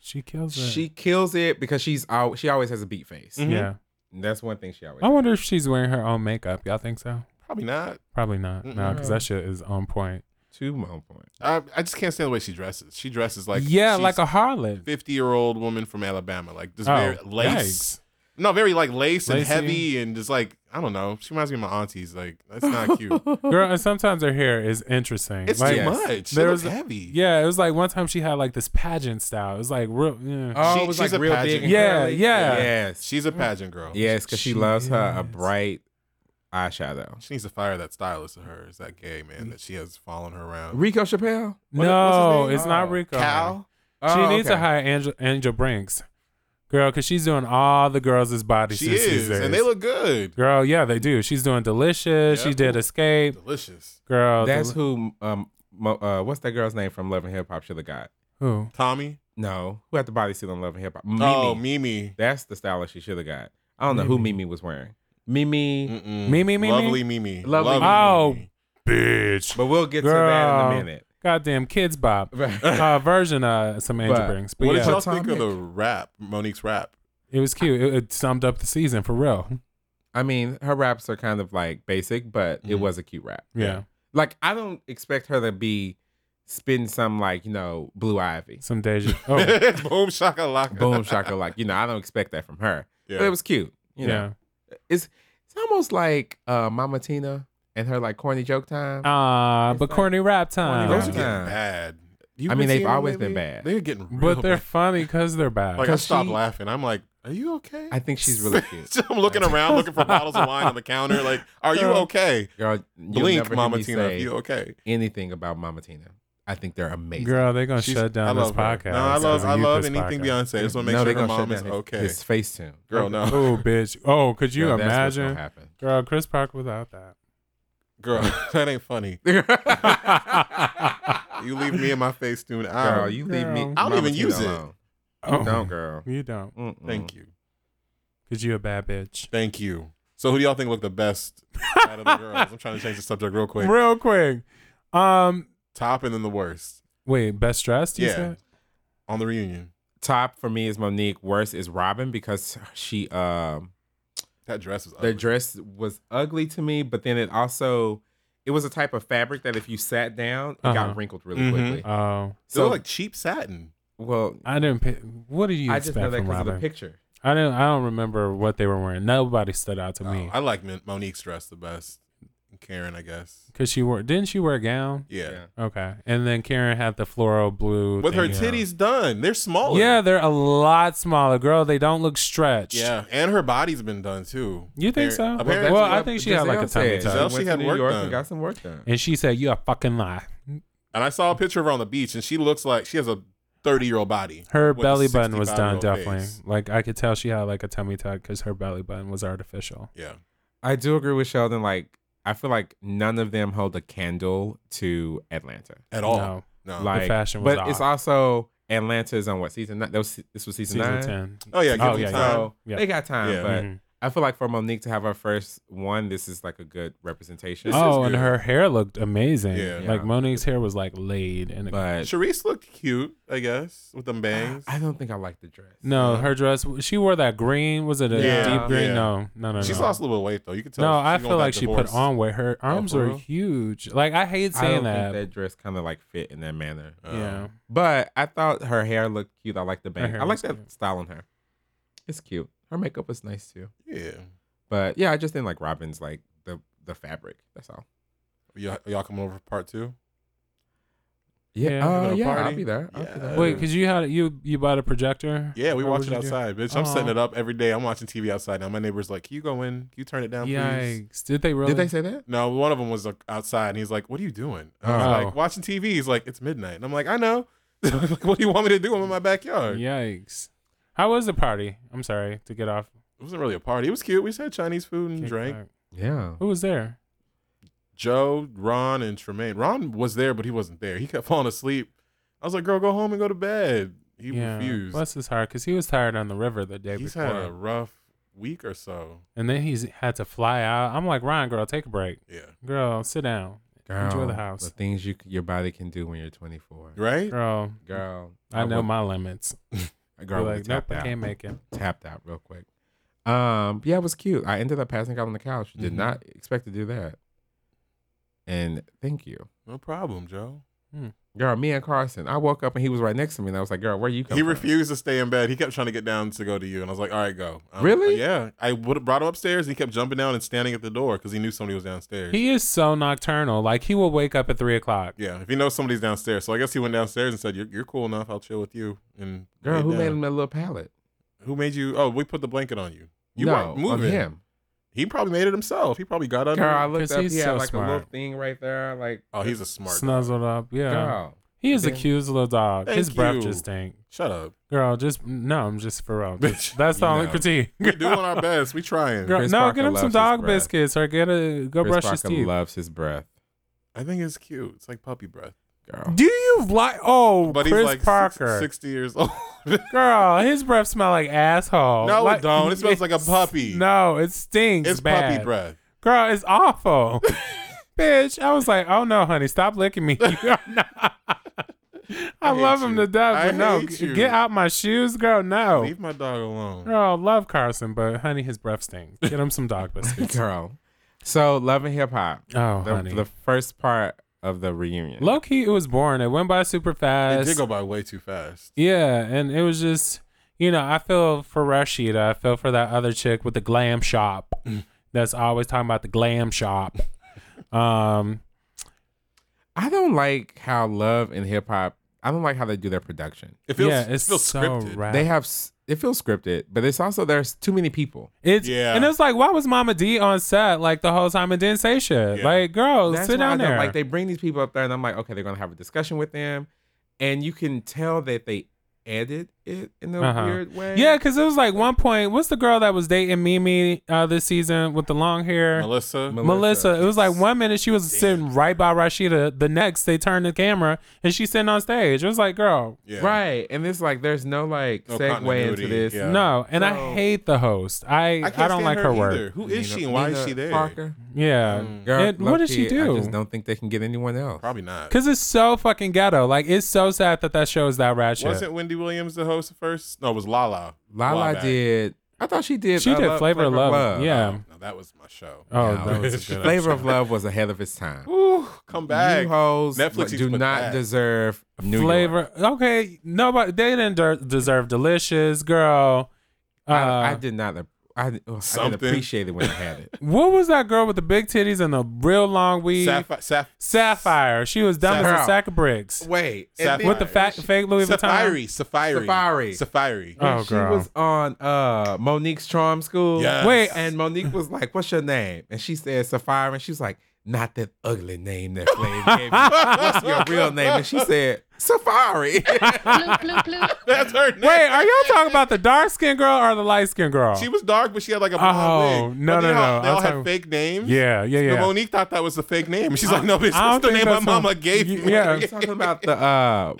S3: She kills it.
S4: she kills it because she's al- she always has a beat face.
S3: yeah.
S4: That's one thing she always.
S3: I wonder if she's wearing her own makeup. Y'all think so?
S5: Probably not.
S3: Probably not. No, because
S4: Mm-mm.
S3: that shit is on point.
S4: Two more point.
S5: I, I just can't stand the way she dresses. She dresses like
S3: yeah,
S5: she's
S3: like a harlot.
S5: 50 year old woman from Alabama. Like this
S3: Oh,
S5: very lace. No, very like lace and
S3: Lacy.
S5: heavy and just like I don't know. She reminds me of my aunties. Like that's not cute.
S3: Girl, and sometimes her hair is interesting.
S5: It's
S3: like,
S5: too
S4: Yes.
S5: much.
S3: There
S5: There was
S3: was-
S5: heavy.
S3: Yeah, it was like one time she had like this pageant style. It was like real. Yeah.
S4: Oh,
S5: She-
S4: it was
S5: she's
S4: like
S5: a
S4: real big.
S5: pageant
S4: and
S3: girl. Yeah,
S4: curly?
S3: yeah.
S4: Yes.
S5: She's a pageant girl.
S4: Yes, because she,
S3: She
S4: loves her a
S3: is.
S4: bright eyeshadow.
S5: She needs to fire that stylist of hers, that gay
S3: Mm.
S5: man that she has following her around.
S4: Rico Chappelle. What-
S3: no,
S4: what's his name?
S3: it's
S4: Oh.
S3: not Rico.
S5: Cal?
S4: Oh,
S3: she needs to
S4: okay.
S3: hire Angel, Angel Brinks, girl, because she's doing all the girls' bodies.
S5: She is, and they look good.
S3: Girl, yeah, they do. She's doing delicious. She
S5: Yep.
S3: did escape.
S5: Delicious.
S3: Girl,
S4: That's
S3: Del-
S4: who. Um, Mo, uh, what's that girl's name from Love and Hip Hop? Should have got.
S3: who?
S5: Tommy?
S4: No, who had the bodysuit on Love and Hip Hop? Mimi.
S5: Oh, Mimi.
S4: That's the stylist she should have got. I don't know who Mimi was wearing. Mimi.
S5: Mm-mm.
S3: Mimi, Mimi?
S5: Lovely Mimi.
S4: Lovely
S5: Lovely
S3: Oh.
S5: Mimi.
S3: Bitch.
S4: But we'll get to that in a
S3: Girl.
S4: minute.
S3: Goddamn kids bop.
S4: Right.
S3: uh, version of some Angel
S4: But
S3: Brinks. But
S5: What
S3: yeah,
S5: did y'all think of
S4: Potomac.
S5: the rap, Monique's rap?
S3: it was cute. It, it summed up the season for real.
S4: I mean, her raps are kind of like basic, but it
S5: Mhm.
S4: was a cute rap.
S3: Yeah.
S4: Like I don't expect her to be spitting some like you know blue ivy,
S3: Some deja. Oh,
S5: Boom shakalaka.
S4: boom shaka like you know I don't expect that from her.
S5: Yeah.
S4: But it was cute. You know,
S3: yeah.
S4: it's it's almost like uh, Mama Tina and her like corny joke time.
S3: Ah,
S4: It's
S3: but
S4: like-
S3: corny rap time.
S5: Those
S4: rap
S5: are getting
S4: time.
S5: bad. You
S4: I mean,
S5: been
S4: they've
S5: seeing them
S4: always been
S5: lately?
S4: bad.
S5: They're getting real
S3: But they're
S5: bad.
S3: funny because they're bad.
S5: like I
S4: 'Cause
S5: stopped
S4: she-
S5: laughing. I'm like, are you okay?
S4: I think she's really cute.
S5: I'm looking around, looking for bottles of wine on the counter. Like, are you
S3: Girl.
S5: okay?
S4: Girl, you'll never
S5: Blink,
S4: hear
S5: Mama
S4: me
S5: Tina.
S4: say
S5: If you okay?
S4: anything about Mama Tina. I think they're amazing.
S3: Girl, they're gonna
S5: She's-
S3: shut
S5: I
S3: down this
S5: love her.
S3: podcast.
S5: No, I love,
S3: 'cause of
S5: I
S3: you,
S5: love
S3: Chris
S5: anything
S3: Parker.
S5: Beyonce. I just want to make
S4: no,
S5: sure
S4: they're
S5: her
S4: gonna shut
S5: mom is
S4: down his-
S5: okay.
S4: His face tune.
S5: Girl, no.
S3: Oh, bitch. Oh, could you
S4: Girl, that's what's
S3: imagine? Girl, Chris Parker without that.
S5: Girl, that ain't funny.
S4: gonna happen.
S5: You leave me and my face doing out.
S4: girl, you leave me.
S3: Girl.
S5: I don't
S4: Mama
S5: even
S4: Tina
S5: use it.
S4: alone.
S3: Oh,
S4: Don't, girl.
S3: You don't.
S4: Mm-mm.
S5: Thank
S3: mm.
S5: you.
S3: Cause you a bad bitch.
S5: Thank you. So who do y'all think looked the best out of the girls? I'm trying to change the subject real quick.
S3: Real quick. Um,
S5: Top and then the worst
S3: wait, best dressed? You
S5: Yeah.
S3: said?
S5: on the reunion.
S4: Top for me is Monique. Worst is Robin because she um
S5: That dress was
S4: the
S5: ugly.
S4: dress was ugly to me, but then it also it was a type of fabric that if you sat down, it
S3: Uh-huh.
S4: got wrinkled really
S5: Mhm.
S4: quickly.
S3: Oh,
S5: It
S4: So
S5: looked like cheap satin.
S4: well,
S3: I didn't. Pick, what do you
S4: I just
S3: expect
S4: know that
S3: from
S4: because of the
S3: Robin?
S4: picture.
S3: I didn't. I don't remember what they were wearing. Nobody stood out to me.
S5: Oh, I like Mon- Monique's dress the best. Karen, I guess.
S3: Cause she wore. Didn't she wear a gown?
S5: Yeah.
S3: Okay. And then Karen had the floral blue.
S5: With her
S3: thingy.
S5: titties done, they're smaller.
S3: Yeah, they're a lot smaller, girl. They don't look stretched.
S5: Yeah, and her body's been done too.
S3: You think so?
S5: Appar-
S3: Well,
S5: Apparently,
S3: well, I
S4: what
S3: think she had like a
S4: Giselle
S3: tummy
S4: said.
S3: tuck.
S5: tuck. Giselle- she
S4: went to
S5: had
S4: New
S5: work
S4: York
S5: done.
S4: and got some work done.
S3: And she said, "You a fucking lie."
S5: and I saw a picture of her on the beach, and she looks like she has a thirty-year-old body.
S3: Her
S5: with a
S3: belly button was done
S5: 65-year-old
S3: definitely.
S5: face.
S3: Like I could tell she had like a tummy tuck because her belly button was artificial.
S5: Yeah,
S4: I do agree with Sheldon. Like, I feel like none of them hold a candle to Atlanta.
S5: at all. No,
S3: No.
S4: Like,
S3: fashion was
S4: but it's
S3: off.
S4: also Atlanta is on what season? Nine? That was this was season,
S3: Season
S4: nine.
S3: ten.
S5: oh yeah, give
S3: Oh,
S5: them
S3: yeah,
S5: time.
S4: So
S3: Yeah.
S4: they got time,
S5: Yeah.
S4: but
S3: Mhm.
S4: I feel like for Monique to have her first one, this is like a good representation.
S5: This is
S3: Oh, and
S5: good.
S3: her hair looked amazing.
S5: Yeah.
S3: Like
S4: Yeah.
S3: Monique's hair was like laid and
S4: but
S5: Sharice looked cute, I guess, with them bangs.
S4: I don't think I like the dress.
S3: No,
S5: Yeah.
S3: her dress. She wore that green. Was it a
S5: uh, Yeah.
S3: deep green?
S5: Yeah.
S3: No, no, no.
S5: She's
S3: no.
S5: lost a little weight though. You can tell.
S3: No,
S5: she's
S3: I
S5: going
S3: feel
S5: back
S3: like she
S5: divorced.
S3: put on weight. Her arms
S5: for
S3: are
S5: real?
S3: huge. Like I hate
S4: I
S3: saying
S4: don't
S3: that.
S4: think that dress kind of like fit in that manner.
S5: Oh.
S3: yeah.
S4: But I thought her hair looked cute. I like the bang.
S3: hair
S4: I like
S3: was
S4: that
S3: cute.
S4: style on her. It's cute. Her makeup was nice too.
S5: Yeah.
S4: But yeah, I just didn't like Robin's like the the fabric. That's all.
S5: Y'all, y'all coming over for part two?
S4: Yeah,
S3: Yeah,
S4: uh,
S5: go to a
S4: yeah, I'll
S5: party.
S4: be there. I'll be
S5: Yeah.
S4: there.
S3: Wait, cause you had you you bought a projector.
S5: Yeah, we
S3: Or
S5: watch
S3: what'd
S5: it
S3: you do?
S5: outside, bitch. I'm
S3: Aw.
S5: setting it up every day. I'm watching TV outside now. My neighbor's like, "Can you go in? Can you turn it down, please?"
S3: Yikes! Did they really?
S4: Did they say that?
S5: No, one of them was like, outside, and he's like, "What are you doing?" I was
S3: Oh.
S5: like, "Watching TV." He's like, "It's midnight," and I'm like, "I know." like, what do you want me to do? I'm in my backyard.
S3: Yikes! How was the party? I'm sorry to get off.
S5: It wasn't really a party. It was cute. We just had Chinese food and
S3: kick
S5: drank.
S3: back.
S4: Yeah.
S3: Who was there?
S5: Joe, Ron, and Tremaine. Ron was there, but he wasn't there. He kept falling asleep. I was like, "Girl, go home and go to bed." He refused.
S3: Bless his heart, cause he was tired on the river the day
S5: He's
S3: before,
S5: had a rough week or so.
S3: and then he's had to fly out. I'm like, Ryan, girl, take a break.
S5: Yeah.
S3: Girl, sit down. Enjoy the house.
S4: The things you c- your body can do when you're 24.
S5: Right?
S3: Girl,
S4: Girl,
S3: I know
S4: would-
S3: my limits.
S4: a
S3: Be
S4: girl would
S3: like, nope,
S4: tapped
S3: I
S4: out.
S3: can't make it.
S4: Tapped out real quick. Um, yeah, it was cute. I ended up passing out on the couch. Did
S5: Mhm.
S4: not expect to do that. And thank you.
S5: No problem, Joe.
S4: Girl, me and Carson. I woke up and he was right next to me, and I was like, "Girl, where you come
S5: He
S4: from?"
S5: refused to stay in bed. He kept trying to get down to go to you, and I was like, "All right, go." Um,
S4: Really?
S5: Yeah. I would have brought him upstairs. And he kept jumping down and standing at the door because he knew somebody was downstairs.
S3: He is so nocturnal. Like he will wake up at three o'clock.
S5: yeah, if he knows somebody's downstairs, so I guess he went downstairs and said, "You're, you're cool enough. I'll chill with you." And
S4: Girl,
S5: laid
S4: who
S5: down.
S4: made him that little pallet?
S5: Who made you? Oh, we put the blanket on you. You
S4: no,
S5: weren't moving.
S4: of him.
S5: He probably made it himself. He probably got under.
S4: Girl, I
S5: it.
S4: looked
S3: 'Cause
S4: up.
S3: he's
S4: He had
S3: so
S4: like a little
S3: smart.
S4: thing right there. Like,
S5: oh, he's a smart. dog.
S3: Snuzzled up. Yeah.
S4: girl,
S3: He is a
S4: Then-
S3: cute little dog.
S5: Thank
S3: His breath
S5: you.
S3: just stink.
S5: Shut up.
S3: Girl, just no, I'm just for real. Just-
S5: Bitch,
S3: that's the
S5: you
S3: only
S5: know.
S3: critique.
S5: We doing our best. We trying.
S3: Girl,
S4: Chris
S3: no,
S4: Parker
S3: get him
S4: loves
S3: some
S4: his
S3: dog
S4: breath.
S3: biscuits or get a go
S4: Chris
S3: brush his
S4: Parker
S3: teeth.
S4: loves his breath.
S5: I think it's cute. It's like puppy breath.
S4: Girl,
S3: Do you like? Oh,
S5: But
S3: Chris
S5: he's like
S3: Parker.
S5: Parker. 60 years old.
S3: Girl, his breath smell like asshole.
S5: No, it
S3: like,
S5: don't. It smells like a
S3: it's-
S5: puppy.
S3: No, it stinks.
S5: it's
S3: bad.
S5: puppy breath.
S3: Girl, it's awful. Bitch, I was like, oh no, honey, stop licking me. You are not- I,
S5: I hate
S3: love him
S5: you.
S3: to death,
S5: I
S3: but no,
S5: hate
S3: g-
S5: you.
S3: get out my shoes, girl.
S4: Oh.
S3: No,
S5: Leave my dog alone.
S3: girl, love Carson, but honey, his breath stinks. Get him some dog biscuits.
S4: girl. So, love and hip hop.
S3: oh,
S4: the,
S3: honey.
S4: the first part of the reunion.
S3: Low key, it was boring. It went by super
S5: It
S3: fast.
S5: did go by way too fast.
S3: Yeah, and it was just, you know, I feel for Rashida. I feel for that other chick with the glam shop
S5: Mm.
S3: that's always talking about the glam shop. Um,
S4: I don't like how love and hip hop. I don't like how they do their production.
S5: It feels,
S3: yeah,
S5: it
S3: it's
S5: feels
S3: so
S5: scripted.
S3: rap.
S4: They have s- it feels scripted, but it's also there's too many people.
S3: It's
S5: Yeah.
S3: and it's like, why was Mama D on set like the whole time and didn't say shit?
S5: Yeah.
S3: Like, girl,
S4: That's
S3: sit
S4: why I
S3: down
S4: don't-
S3: there.
S4: Like they bring these people up there, and I'm like, okay, they're gonna have a discussion with them, and you can tell that they edit it in a
S3: Uh-huh.
S4: weird way.
S3: yeah, because it was like one point. What's the girl that was dating Mimi uh, this season with the long hair? Melissa.
S5: Melissa,
S4: Mel-
S3: It was like one minute she was sitting right by Rashida. The next, they turned the camera and she's sitting on stage. It was like, girl,
S5: yeah.
S4: right. And it's like there's no like
S5: No
S4: segue into
S5: continuity,
S4: this.
S5: yeah.
S3: no. And I
S4: No.
S3: hate the host. I I,
S5: I, can't
S3: don't
S5: stand
S3: like her,
S5: her
S3: work.
S5: either. Who is
S4: Nina-
S5: she and why is
S4: Nina
S5: she there? Mm-hmm.
S4: Parker,
S3: Yeah.
S4: Mm. girl,
S3: And what did she
S4: low-key, I
S3: do?
S4: just don't think they can get anyone else.
S5: Probably not.
S3: Cause it's so fucking ghetto. Like it's so sad that that show is that ratchet.
S5: Wasn't Wendy Williams the host first? No, it was Lala. While
S4: Lala
S5: back.
S4: did. I thought she did.
S3: She
S4: uh,
S3: did
S4: Lo-
S3: Flavor of Love. Yeah.
S5: Oh, no, that was my show.
S3: Oh,
S4: No,
S3: that was a good
S4: Flavor of Love was ahead of its time.
S5: Ooh, come back.
S4: You hoes
S5: Netflix
S4: like,
S5: needs
S4: do
S5: to put
S4: not
S5: that.
S4: deserve New York.
S3: flavor. Okay, nobody they didn't der- deserve delicious girl. Uh,
S4: I, I did not. ap- I, did- oh, I didn't
S5: Something.
S4: appreciate it when I had it.
S3: what was that girl with the big titties and the real long weave?
S5: Sapphire, Sapphire,
S3: Sapphire. She was dumb as a
S4: Sapphire.
S3: sack of bricks
S4: Wait,
S5: Sapphire.
S3: with the fat, fake Louis Vuitton.
S5: Safari, Safari,
S4: Safari.
S5: Safari.
S3: Oh,
S4: she
S3: girl.
S4: was on uh, Monique's Charm School.
S5: Yes.
S3: Wait.
S4: and Monique was like, "What's your name?" And she said Sapphire, and she was like, "Not that ugly name that Flav gave you. What's your real name?" And she said Safari.
S5: That's her name.
S3: Wait, are y'all talking about the dark skinned girl or the light skinned girl?
S5: She was dark, but she had like a blonde
S3: Oh,
S5: wig.
S3: no,
S5: But they
S3: no,
S5: all,
S3: no.
S5: They
S3: I
S5: all
S3: was
S5: had
S3: talking-
S5: fake names.
S3: yeah, yeah,
S5: No,
S3: yeah.
S5: Monique thought that was the fake name. and She's like, no, bitch,
S3: I don't
S5: that's the
S3: think
S5: name my
S3: that's what-
S5: mama gave me.
S3: Yeah.
S4: I'm talking about the uh,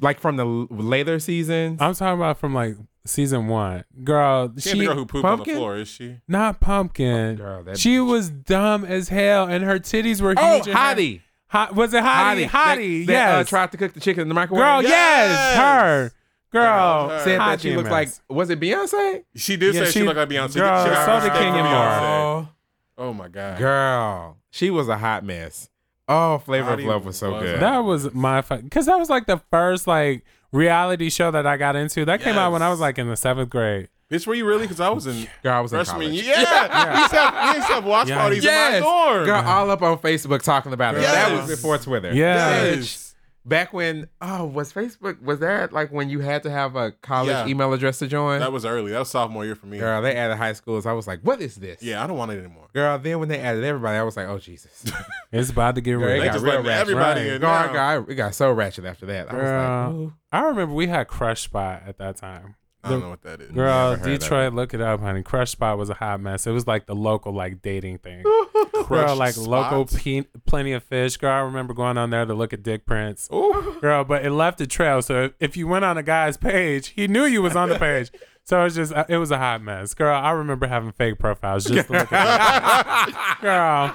S4: like from the l- later seasons.
S3: I'm talking about from like season one, girl.
S5: She
S3: she
S5: ain't the girl who pooped on the
S4: Pumpkin?
S5: floor, is she?
S3: not pumpkin.
S4: Girl, that
S3: she was dumb as hell, and her titties were huge.
S4: oh,
S3: and her-
S4: Hottie.
S3: Hot, was it Hottie?
S4: That-
S3: Hottie,
S4: that, uh,
S3: yes.
S4: tried to cook the chicken in the microwave.
S3: Girl, yes,
S5: Yes!
S3: her. Girl,
S5: Girl, her.
S4: said
S3: hot
S4: that she looked like
S3: demons.
S4: was it Beyonce? Uh,
S5: She did
S3: Yeah,
S5: say she,
S3: she-
S5: looked like Beyonce.
S3: girl,
S5: she got
S3: so
S5: her
S3: did
S5: name from
S3: Kenya Moore.
S5: Beyonce.
S4: Girl,
S5: Oh my god.
S4: girl, she was a hot mess. Oh, Flavor of
S5: Hottie
S4: Love was so
S5: was
S4: good.
S5: a-
S3: that was my because that was like the first like reality show that I got into. That came out when I was
S5: Yes.
S3: like in the seventh grade.
S5: Bitch, were you really? Because I was in
S4: girl, I was in
S5: freshman
S4: college.
S5: year. Yeah. We used to have, we used to have watch
S3: Yes.
S5: parties
S4: Yes,
S5: in my dorm.
S4: girl, all up on Facebook talking about it. That
S5: Yes.
S4: was before Twitter.
S3: Yeah.
S5: yes.
S4: back when oh, was Facebook? Was that like when you had to have a college
S5: Yeah.
S4: email address to join?
S5: That was early. That was sophomore year for me.
S4: girl, they added high schools. I was like, what is this?
S5: Yeah, I don't want it anymore.
S4: Girl, then when they added everybody, I was like, oh Jesus.
S3: It's about to get
S4: Girl, it
S5: They
S3: real.
S5: just
S4: real
S5: let
S4: ratchet.
S5: everybody
S3: Right.
S5: in
S4: Girl, I
S5: now.
S4: got, it got so ratchet after that. I was
S3: Girl.
S4: like, ooh.
S3: I remember we had Crush Spot at that time.
S5: I don't know what that is.
S3: Girl,
S4: Never heard of
S3: Detroit, look it up, honey. Crush Spot was a hot mess. It was like the local like dating thing. Girl,
S5: Crush
S3: like local
S5: Spot?
S3: pe- plenty of fish. Girl, I remember going on there to look at dick prints.
S5: Ooh.
S3: girl, but it left a trail. So if you went on a guy's page, he knew you was on the page. So it's just uh, it was a hot mess, girl. I remember having fake profiles just to look at girl,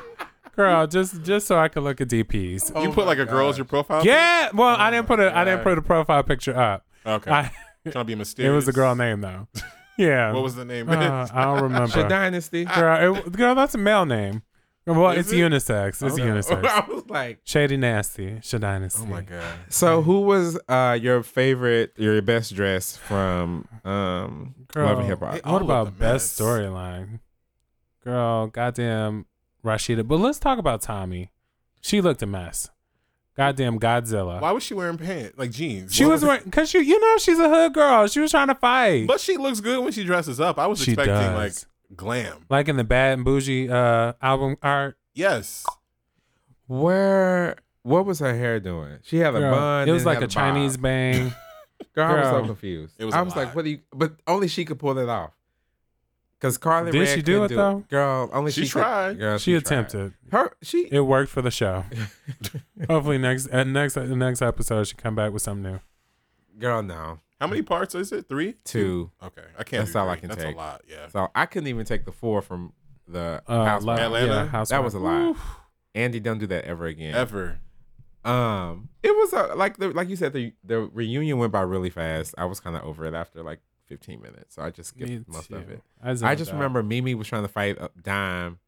S3: girl, just just so I could look at DPs.
S5: You put like a girl as your profile?
S3: Oh Yeah, well, I
S5: Oh
S3: didn't put a I didn't put a profile picture up.
S5: Okay.
S3: I,
S5: Trying to be mysterious.
S3: it was the girl name though. Yeah.
S5: What was the name?
S3: Uh, I don't remember.
S4: Dynasty.
S3: Girl, it, girl, that's a male name. Well,
S5: Is
S3: it's
S5: it?
S3: unisex. It's
S4: Okay.
S3: unisex.
S4: I was like,
S3: Shady nasty. Shadynasty.
S5: Oh my god.
S4: so who was uh, your favorite, your best dress from um,
S3: Girl,
S4: Love and Hip Hop?
S5: They all
S3: What
S5: look a
S3: about best
S5: mess.
S3: storyline? Girl, goddamn Rashida. But let's talk about Tommy. She looked a mess. Goddamn Godzilla.
S5: Why was she wearing pants like jeans?
S3: She was wearing because you you know she's a hood girl. She was trying to fight.
S5: but she looks good when she dresses up. I was
S3: She
S5: expecting
S3: does.
S5: like glam.
S3: like in the Bad and Bougie uh, album art.
S5: Yes,
S4: Where? What was her hair doing? She had a
S3: Girl,
S4: bun.
S3: it was
S4: and
S3: like
S4: had
S3: a
S4: bob.
S3: Chinese bang.
S4: Girl, I was so
S3: Girl.
S4: confused.
S5: It was
S4: I
S5: a
S4: was
S5: lot.
S4: like, what do you? But only she could pull it off. Cause Carly
S3: Did
S4: Rae
S3: she do
S4: couldn't
S3: it, though?
S4: Girl, only
S5: She
S4: she, could-
S5: tried.
S4: girl,
S3: she
S4: tried.
S3: attempted.
S4: Her she
S3: It worked for the show. Hopefully next uh, next uh, next episode she come back with something new.
S4: girl no
S5: how many parts is it? Three.
S4: two.
S5: Okay, I can't.
S4: That's
S5: do
S4: all
S5: three.
S4: I can
S5: That's
S4: take.
S5: a lot. Yeah.
S4: So I couldn't even take the four from the
S3: Uh,
S4: house.
S3: Love-
S4: Party.
S5: Atlanta?
S3: yeah, Housewives.
S4: That was a lot. Andy, don't do that ever again.
S5: Ever.
S4: Um, it was uh, like the like you said the the reunion went by really fast. I was kind of over it after like 15 minutes, so I just
S3: Me
S4: skipped most of
S3: too.
S4: it.
S3: zoned
S4: I just
S3: out.
S4: remember Mimi was trying to fight uh, Dime,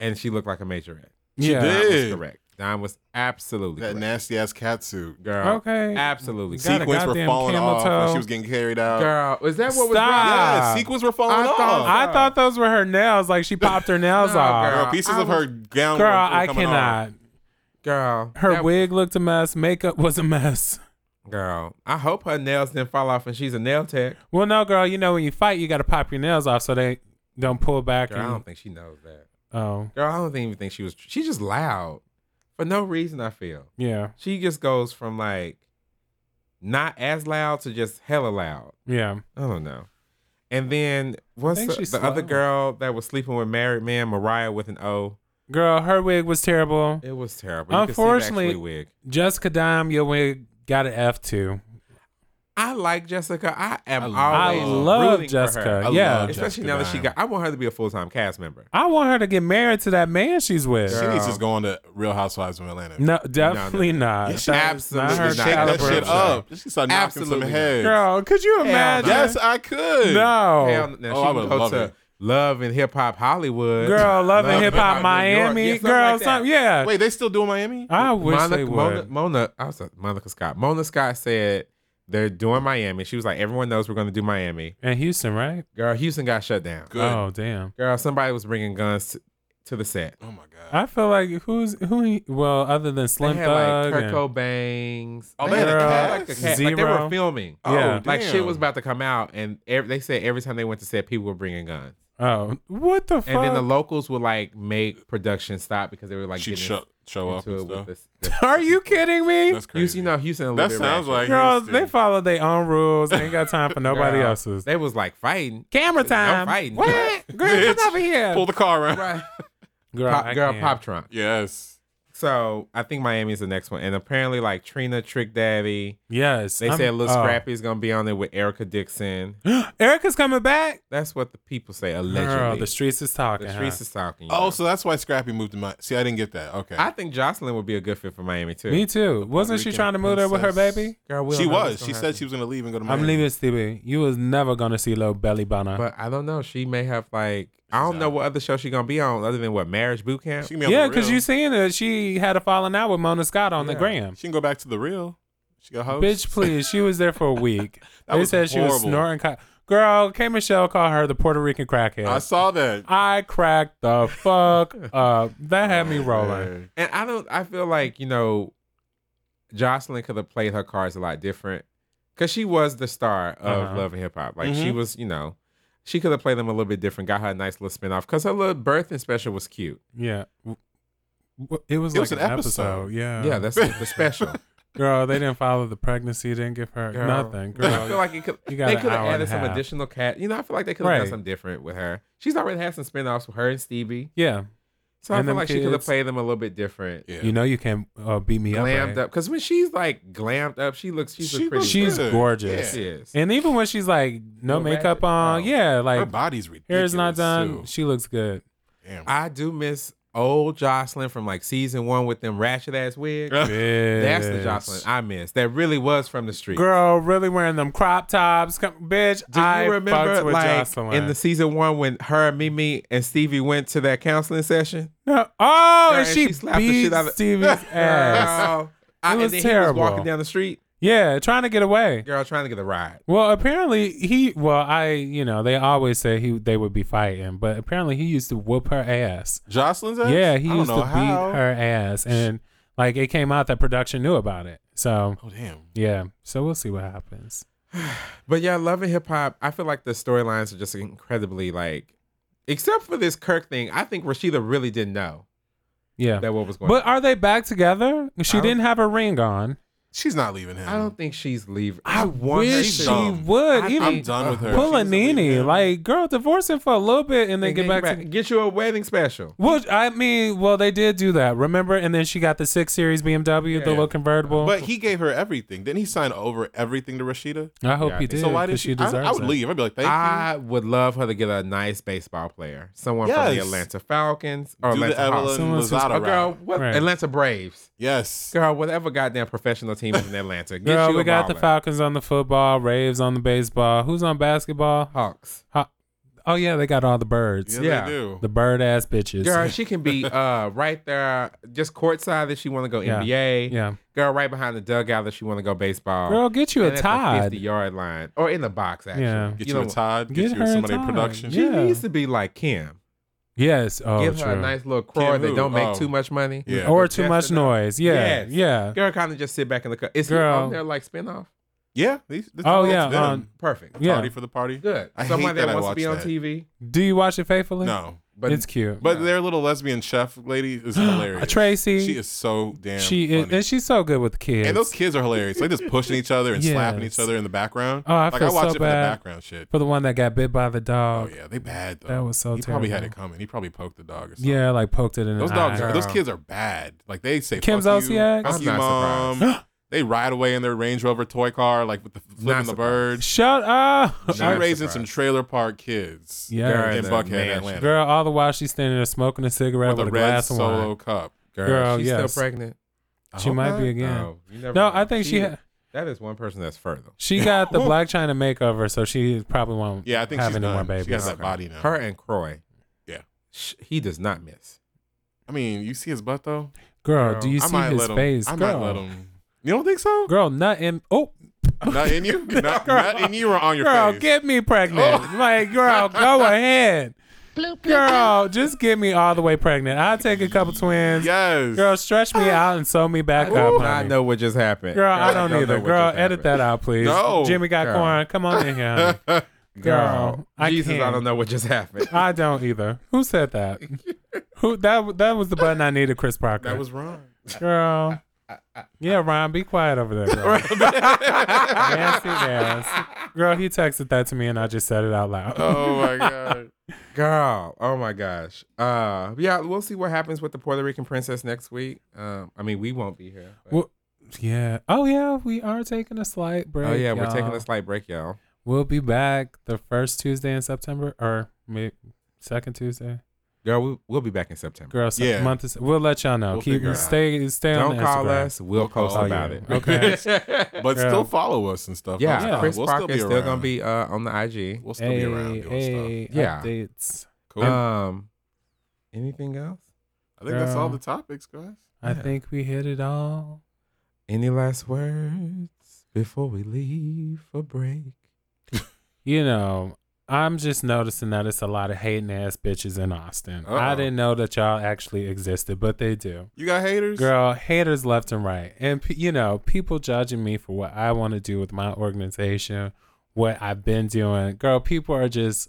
S4: and she looked like a majorette.
S5: She
S3: Yeah.
S5: did.
S4: Dime was
S5: Dude.
S4: correct. Dime was absolutely
S5: That
S4: correct.
S5: nasty ass catsuit.
S4: girl.
S3: Okay.
S4: Absolutely.
S3: Got a
S5: Sequins were
S3: goddamn
S5: falling
S3: camel
S5: off. And
S3: toe.
S5: she was getting carried out.
S4: Girl, is that what was
S3: Stop.
S4: wrong?
S5: Yeah,
S3: Ah.
S5: sequins were falling
S4: I
S5: off.
S4: thought-
S3: I thought those were her nails. Like she popped her nails
S4: No,
S3: off.
S5: Girl,
S4: Girl,
S5: pieces
S4: I
S5: of her gown.
S3: Girl,
S5: were- were
S3: I
S5: coming
S3: cannot.
S5: off.
S4: Girl,
S3: Her
S4: that-
S3: wig looked a mess. Makeup was a mess.
S4: Girl, I hope her nails didn't fall off, and she's a nail tech.
S3: Well, no, girl. You know when you fight, you got to pop your nails off so they don't pull back.
S4: Girl, I
S3: and,
S4: don't think she knows that.
S3: oh,
S4: Girl, I don't think- even think she was. She's just loud for no reason. I feel
S3: yeah,
S4: she just goes from like not as loud to just hella loud.
S3: yeah.
S4: I don't know. And then what's
S3: think
S4: the,
S3: she's
S4: the other
S3: loud.
S4: girl that was sleeping with married man Mariah with an O?
S3: Girl, her wig was terrible.
S4: It was terrible. You could see the
S3: Unfortunately-
S4: actual wig.
S3: Jessica Dime, your wig got an F too.
S4: I like Jessica. I am
S5: I
S4: always
S3: love
S4: rooting for her.
S3: Jessica.
S5: I
S3: Yeah.
S5: love
S4: especially
S5: Jessica
S4: now that she
S5: Biel.
S4: got. I want her to be a full time cast member.
S3: I want her to get married to that man she's with.
S5: She needs to
S4: Girl.
S5: just go on to Real Housewives of Atlanta.
S3: No, definitely not.
S4: Yeah, she
S3: That is not
S4: absolutely
S3: her
S5: Just shake that
S3: caliber.
S5: shit up. Just start knocking
S4: Absolutely
S5: some
S4: not.
S5: heads.
S3: Girl, could you
S4: no.
S3: imagine?
S5: yes, I could.
S3: No.
S4: Hell, now
S5: Oh,
S4: she
S5: I
S4: would
S5: would
S4: go
S5: love
S4: to
S5: it.
S4: Love and Hip Hop Hollywood.
S3: Girl, love and
S4: and
S3: hip hop Miami. Girl, something. Yeah.
S5: Wait, they still doing Miami?
S3: I wish
S4: Monica,
S3: they would.
S4: Mona, Mona, I was like, Monica Scott. Mona Scott said they're doing Miami. She was like, everyone knows we're going to do Miami.
S3: And Houston, right?
S4: Girl, Houston got shut down.
S5: Good.
S3: Oh damn.
S4: Girl, somebody was bringing guns to, to the set.
S5: Oh my god.
S3: I feel like who's who? he- Well, other than
S4: They
S3: Slim
S4: had
S3: Thug,
S4: like
S3: and-
S4: Kurt Cobain's.
S5: Oh,
S4: they had
S5: girl,
S4: a cat, like a cat. Like they were
S3: Zero.
S4: filming.
S5: Oh,
S3: Yeah.
S4: Like shit
S5: damn.
S4: was about to come out, and ev- they said every time they went to set, people were bringing guns.
S3: oh, what the fuck?
S4: And then the locals would like make production stop because they were like
S5: She
S4: getting
S5: show, show up
S4: into
S5: and
S4: it with
S5: stuff.
S4: this. this-
S3: Are you kidding me?
S5: That's
S4: Houston,
S5: crazy.
S4: you know, Houston. A little
S5: that
S4: bit
S5: sounds
S4: ratchet.
S5: like
S3: Girl,
S5: Houston.
S3: they follow their own rules. They ain't got time for nobody
S4: Girl,
S3: else's.
S4: They was like fighting.
S3: Camera time.
S4: fighting.
S3: What? Girl,
S5: Bitch.
S3: come over here.
S5: pull the car around.
S4: Right.
S3: girl,
S4: Pop,
S3: I
S4: girl,
S3: can't.
S4: pop trunk.
S5: Yes.
S4: So I think Miami's the next one, and apparently like Trina, Trick Daddy.
S3: Yes.
S4: They
S3: I'm-
S4: said Lil
S3: oh.
S4: Scrappy is gonna be on there with Erica Dixon.
S3: Erica's coming back.
S4: That's what the people say allegedly.
S3: Girl, the streets is talking.
S4: The streets
S3: huh?
S4: is talking. you know.
S5: Oh, so that's why Scrappy moved to my. See, I didn't get that. Okay.
S4: I think Jocelyn would be a good fit for Miami too.
S3: Me too. Wasn't she
S5: Rican
S3: trying to move there with her
S5: princess.
S3: baby?
S4: Girl, we don't
S5: she
S4: know what's
S5: was.
S4: gonna
S5: She
S4: happen.
S5: said she was going to leave and go to Miami.
S3: I'm leaving, Stevie. You was never gonna see little belly bunner.
S4: but I don't know. She may have like I don't know
S5: out.
S4: what other show she's gonna be on other than what Marriage Boot Camp.
S5: She can be on
S3: yeah,
S5: the
S3: because
S5: real.
S3: you seen it. She had a falling out with Mona Scott on the
S4: Yeah.
S3: gram.
S5: She can go back to the real. She got hoes.
S3: Bitch, please. She was there for a week.
S5: Oh, That
S3: they
S5: was
S3: said she was
S5: horrible.
S3: snorting. Co- Girl, K Michelle called her the Puerto Rican
S5: I
S3: crackhead.
S5: saw that.
S3: I, cracked the fuck up. That had me rolling.
S5: Man.
S4: and I don't. I feel like you know, Jocelyn could have played her cards a lot different because she was the star of
S3: Uh-huh.
S4: Love and Hip Hop. Like she
S5: Mhm.
S4: was, you know, she could have played them a little bit different. Got her a nice little spinoff because her little birthing special was cute.
S3: Yeah. W- w- It was
S5: It
S3: like
S5: was
S3: an,
S5: an
S3: episode.
S5: episode.
S3: Yeah.
S4: yeah, that's the special.
S3: Girl, they didn't follow the pregnancy. Didn't give her
S4: Girl.
S3: nothing.
S4: I feel
S3: Girl.
S4: like it could,
S3: You got
S4: they
S3: an
S4: could
S3: hour
S4: have
S3: and
S4: added
S3: a
S4: some
S3: half.
S4: additional cat. You know, I feel like they could have done
S3: Right.
S4: something different with her. She's already had some spinoffs with her and Stevie,
S3: yeah.
S4: so I
S3: And
S4: feel
S3: them
S4: like she could have
S3: kids.
S4: played them a little bit different.
S5: Yeah.
S3: You know you can uh, beat me
S4: glammed
S3: up.
S4: up because when she's like glammed up, she looks she's
S5: She
S4: a pretty.
S5: looks
S3: She's
S5: Good.
S3: gorgeous.
S4: she is.
S3: And even when she's like no
S4: Little
S3: makeup
S4: ratchet.
S3: on,
S4: Oh.
S3: yeah,
S5: Her
S3: like
S5: body's ridiculous.
S3: hair's not done,
S5: too.
S3: she looks good.
S5: Damn.
S4: I do miss old Jocelyn from like season one with them ratchet ass wigs. That's the Jocelyn I miss. That really was from the street.
S3: Girl, really wearing them crop tops, Come, bitch.
S4: Do you
S3: I
S4: remember
S3: fucks with
S4: like
S3: Jocelyn.
S4: in the season one when her, Mimi, and Stevie went to that counseling session?
S3: No. Oh,
S4: Girl,
S3: and she,
S4: slapped
S3: beat
S4: the shit out of
S3: Stevie's ass.
S4: Girl, I,
S3: was
S4: and then
S3: terrible.
S4: He was walking down the street,
S3: Yeah, trying to get away.
S4: girl, trying to get a ride.
S3: Well, apparently he. Well, I. You know, they always say he they would be fighting, but apparently he used to whoop her ass.
S5: Jocelyn's ass?
S3: Yeah, he
S5: I don't
S3: used
S5: know
S3: to
S5: how.
S3: beat her ass, and like it came out that production knew about it. So
S5: Oh damn.
S3: yeah, so we'll see what happens.
S4: But yeah, Love and Hip Hop, I feel like the storylines are just incredibly like, except for this Kirk thing, I think Rashida really didn't know
S3: Yeah,
S4: that what was going
S3: but
S4: on.
S3: are they back together? She
S4: I don't-
S3: didn't have a ring on.
S5: She's not leaving him.
S4: I don't think she's leaving.
S3: I
S4: She wants
S3: wish
S4: to.
S3: she
S5: dumb.
S3: would.
S4: I-
S3: even
S5: I'm done with her.
S3: pull a
S5: She's leaving
S3: Nene,
S5: him.
S3: like girl, divorce him for a little bit and then
S4: And
S3: get back to.
S4: get you a wedding special.
S3: Well, I mean, well, they did do that, remember? And then she got the six series BMW, the
S4: Yeah.
S3: little convertible.
S5: But he gave her everything. Didn't he sign over everything to Rashida?
S3: I hope
S4: Yeah,
S3: he
S4: I think
S3: did.
S5: so why did
S3: 'cause
S5: she? I,
S3: deserves
S5: I would
S3: it.
S5: leave. I'd be like, thank you.
S4: I would love her to get a nice baseball player, someone from the
S5: Yes.
S4: Atlanta Falcons or
S5: Do
S4: Atlanta
S5: the Evelyn
S4: Hawks.
S3: Someone's
S5: Lozada
S4: Oh,
S5: route.
S4: girl, what,
S3: Right.
S4: Atlanta Braves.
S5: Yes.
S4: Girl, whatever goddamn professional team is in Atlanta. Get
S3: Girl,
S4: you
S3: we
S4: a
S3: got the
S4: baller.
S3: Falcons on the football, Raves on the baseball. Who's on basketball?
S4: Hawks.
S3: Oh, yeah, they got all the birds.
S5: Yeah,
S4: Yeah.
S5: they do.
S3: The bird ass bitches.
S4: Girl, she can be uh, right there, just courtside that she want to go
S3: Yeah.
S4: NBA.
S3: yeah.
S4: Girl, right behind the dugout that she want to go
S5: oh,
S4: baseball.
S3: Girl, get you
S4: And
S3: a
S4: at the
S3: Todd.
S4: 50 yard line or in the box, actually.
S3: Yeah.
S4: You
S5: Get you,
S4: know
S5: a
S4: what?
S5: Todd.
S3: Get
S5: Get, you
S3: her a
S5: somebody in
S3: Todd.
S5: production.
S4: She
S3: Yeah.
S4: needs to be like Kim.
S3: Yes. Oh,
S4: Give her
S3: true.
S4: a nice little core
S5: Kim
S4: that
S5: who?
S4: don't make
S5: Oh.
S4: too much money.
S5: Yeah.
S3: or
S4: but
S3: too
S4: just
S3: much
S4: enough.
S3: noise. Yeah.
S4: Yes.
S3: Yeah.
S4: Girl, kind of just sit back in the cut. Is
S3: Girl.
S4: he on there like spinoff?
S5: Yeah. These, this
S3: Oh,
S5: is
S3: yeah,
S5: them.
S3: um,
S4: Perfect.
S3: Yeah.
S5: Party for the party.
S4: Good.
S5: I hate
S4: Someone
S5: that I
S4: wants to
S5: watched
S4: be on
S5: that.
S4: TV.
S3: Do you watch it faithfully?
S5: No.
S4: But
S3: it's cute. Uh,
S5: But
S4: No.
S5: their little lesbian chef lady is hilarious.
S3: Tracy.
S5: She is so damn
S3: she
S5: funny.
S3: is, and she's so good with kids.
S5: And those kids are hilarious. They just pushing each other and slapping
S3: Yes.
S5: each other in the background.
S3: Oh, I
S5: like
S3: feel
S5: I watch
S3: so
S5: it for the
S3: bad.
S5: background shit.
S3: For the one that got bit by the
S5: Oh
S3: dog.
S5: yeah, they bad though.
S3: That was so
S5: He probably had it
S3: terrible.
S5: coming. He probably poked the dog or something.
S3: yeah. like poked it in
S5: Those
S3: the
S5: dogs,
S3: eye.
S5: are, those kids are bad. Like they say,
S3: Kim
S5: fuck you,
S3: Zolciak?
S5: fuck
S4: I'm
S5: you,
S4: not
S5: mom. they ride away in their Range Rover toy car, like with the flipping the
S4: surprised.
S5: bird.
S3: Shut up.
S5: She
S4: Not
S5: raising
S4: surprised.
S5: some trailer park kids.
S3: Yeah. Girl,
S5: in
S4: the
S5: Buckhead,
S4: mansion.
S5: Atlanta,
S3: Girl, all the while she's standing there smoking a cigarette
S5: with
S3: with,
S5: a
S3: a
S5: red
S3: glass of
S5: solo
S3: wine.
S5: cup.
S4: Girl,
S3: Girl,
S4: she's
S3: Oh, yes.
S4: still pregnant.
S5: I
S3: She
S5: hope
S3: might
S5: not.
S3: be again.
S4: Oh, you never
S3: No,
S4: know.
S3: I think she ha-
S4: that is one person that's further.
S3: she got the Black China makeover, so she probably won't
S5: Yeah, I think
S3: have
S5: she's
S3: any more
S5: done.
S3: babies.
S5: She has that body now.
S4: Her and Croy.
S5: Yeah.
S4: Sh- He does not miss.
S5: I mean, you see his butt though.
S3: Girl,
S4: Girl,
S3: do you
S5: I
S3: see
S5: might
S3: his
S5: let him.
S3: face?
S5: I might
S3: girl,
S5: let him. You don't think so?
S3: girl, nut in. Oh,
S5: Not in you. Not, not in you or on your
S3: girl,
S5: face.
S3: get me pregnant. Like, girl, go ahead. Girl, just get me all the way pregnant. I'll take a couple twins.
S5: yes.
S3: Girl, stretch me out and sew me back
S4: I
S3: up,
S4: do not
S3: honey.
S4: know what just happened.
S3: Girl, I don't
S4: know
S3: either.
S4: what
S3: Girl,
S4: just
S3: edit that
S4: happened.
S3: out, please.
S5: No.
S3: Jimmy got
S4: Girl.
S3: corn. Come on in here. honey. Girl, I
S4: Jesus,
S3: can't.
S4: I don't know what just happened.
S3: I don't either. Who said that? Who that? That was the button I needed, Chris Parker.
S5: that was wrong.
S3: girl. Yeah, Ryan, be quiet over there, girl. Nasty ass. Girl, he texted that to me, and I just said it out loud.
S5: Oh my god.
S4: Girl, oh my gosh. Uh, yeah, we'll see what happens with the Puerto Rican princess next week. Um, I mean, we won't be here. but-
S3: Well, yeah. Oh yeah, we are taking a slight break.
S4: oh yeah, we're
S3: y'all.
S4: taking a slight break, y'all.
S3: We'll be back the first Tuesday in September, or maybe second Tuesday.
S4: Girl, we, we'll be back in September.
S3: Girl, so
S5: Yeah.
S3: month is. We'll let y'all know.
S5: We'll
S3: Keep
S5: figure it out.
S3: stay stay on
S4: don't
S3: the
S4: call
S3: Instagram.
S4: us. We'll post
S5: call
S4: about
S5: you.
S4: it.
S3: Oh, Okay. Girl.
S5: But still follow us and stuff.
S4: Yeah,
S5: That's fine.
S4: Chris
S5: we'll
S4: Parker
S5: still
S4: is
S5: be
S4: still
S5: around.
S4: gonna be uh, on the IG.
S5: We'll still
S3: Hey,
S5: be around doing
S3: hey, uh,
S5: stuff.
S4: Yeah.
S3: updates.
S5: Cool.
S4: Um, anything else?
S5: I think that's all
S3: girl.
S5: the topics, guys.
S3: I
S4: Yeah.
S3: think we hit it all.
S4: Any last words before we leave for break?
S3: you know, I'm just noticing that it's a lot of hating ass bitches in Austin. I
S5: Uh-oh.
S3: didn't know that y'all actually existed, but they do.
S5: You got haters?
S3: Girl, haters left and right. And, pe- you know, people judging me for what I want to do with my organization, what I've been doing. Girl, people are just,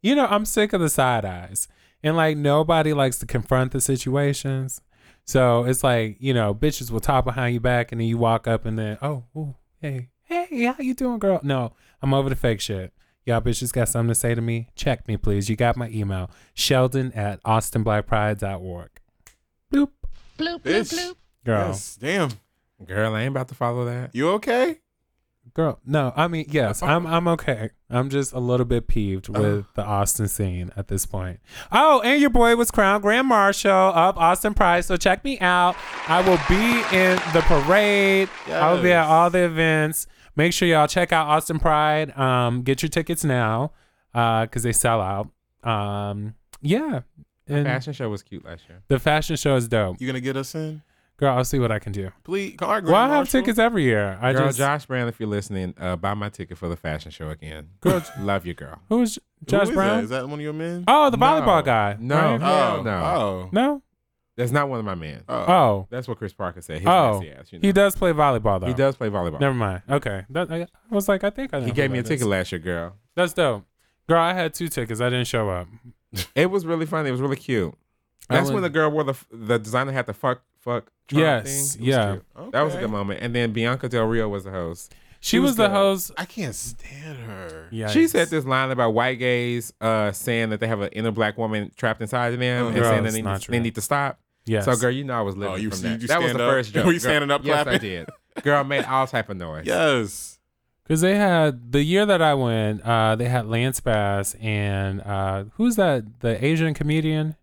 S3: you know, I'm sick of the side eyes. And, like, nobody likes to confront the situations. So it's like, you know, bitches will talk behind your back and then you walk up and then, oh, ooh, hey, hey, how you doing, girl? No, I'm over the fake shit. Y'all bitches got something to say to me? Check me, please. You got my email, sheldon at austinblackpride.org. Bloop.
S5: Bitch.
S3: Girl,
S5: Yes. Damn.
S4: Girl, I ain't about to follow that.
S5: You okay?
S3: girl. No, I mean, yes, I'm I'm okay. I'm just a little bit peeved
S5: Oh.
S3: with the Austin scene at this point. Oh, and your boy was crowned Grand Marshal of Austin Price. So check me out. I will be in the parade. I will be at
S5: Yes.
S3: all the events. Make sure y'all check out Austin Pride. Um, get your tickets now, uh, cause they sell out. Um, yeah, and
S4: Fashion show was cute last year.
S3: the fashion show is dope.
S5: You gonna get us in?
S3: Girl, I'll see what I can do.
S5: Please. All right,
S3: Well, I
S5: Grand
S3: have
S5: Marshal.
S3: tickets every year. I
S4: Girl,
S3: just
S4: Josh Brown, if you're listening, uh, buy my ticket for the fashion show again.
S3: Girl-
S4: love you, girl.
S3: who is
S5: Who
S3: Josh
S5: is
S3: Brown?
S5: That? Is that one of your men?
S3: Oh, the volleyball
S4: No.
S3: guy.
S4: No,
S3: right?
S4: hell
S5: oh,
S4: no,
S5: Oh.
S3: no.
S4: that's not one of my men.
S5: Oh.
S3: Oh,
S4: That's what Chris Parker said. His
S3: oh,
S4: messy ass, you know.
S3: he does play volleyball though.
S4: He does play volleyball.
S3: Never mind. Okay, that, I, I was like, I think I. know
S4: he
S3: who
S4: gave me a
S3: that is.
S4: ticket last year, girl.
S3: That's dope, girl. I had two tickets. I didn't show up.
S4: It was really fun. It was really cute.
S3: I
S4: That's
S3: would-
S4: when the girl wore the the designer had the fuck fuck. trunk
S3: Yes,
S4: thing. It was
S3: yeah.
S4: cute. That was a
S5: Okay.
S4: good moment. And then Bianca Del Rio was the host.
S3: She, was,
S4: was
S3: the
S4: good.
S3: host.
S5: I can't stand her.
S3: Yeah,
S4: She said this line about white gays uh, saying that they have an inner black woman trapped inside of them and
S3: Girl,
S4: saying that
S3: it's
S4: they
S3: not
S4: need,
S3: true.
S4: they need to stop.
S3: Yes.
S4: So, girl, you know I was living
S5: Oh, you-
S4: from
S5: you-
S4: that.
S5: you
S4: that was the
S5: stand up?
S4: first joke.
S5: Were you
S4: Girl,
S5: standing up
S4: Yes, I
S5: clapping?
S4: did. Girl made all type of noise.
S5: Yes.
S3: because they had the year that I went. Uh, they had Lance Bass and uh, who's that? The Asian comedian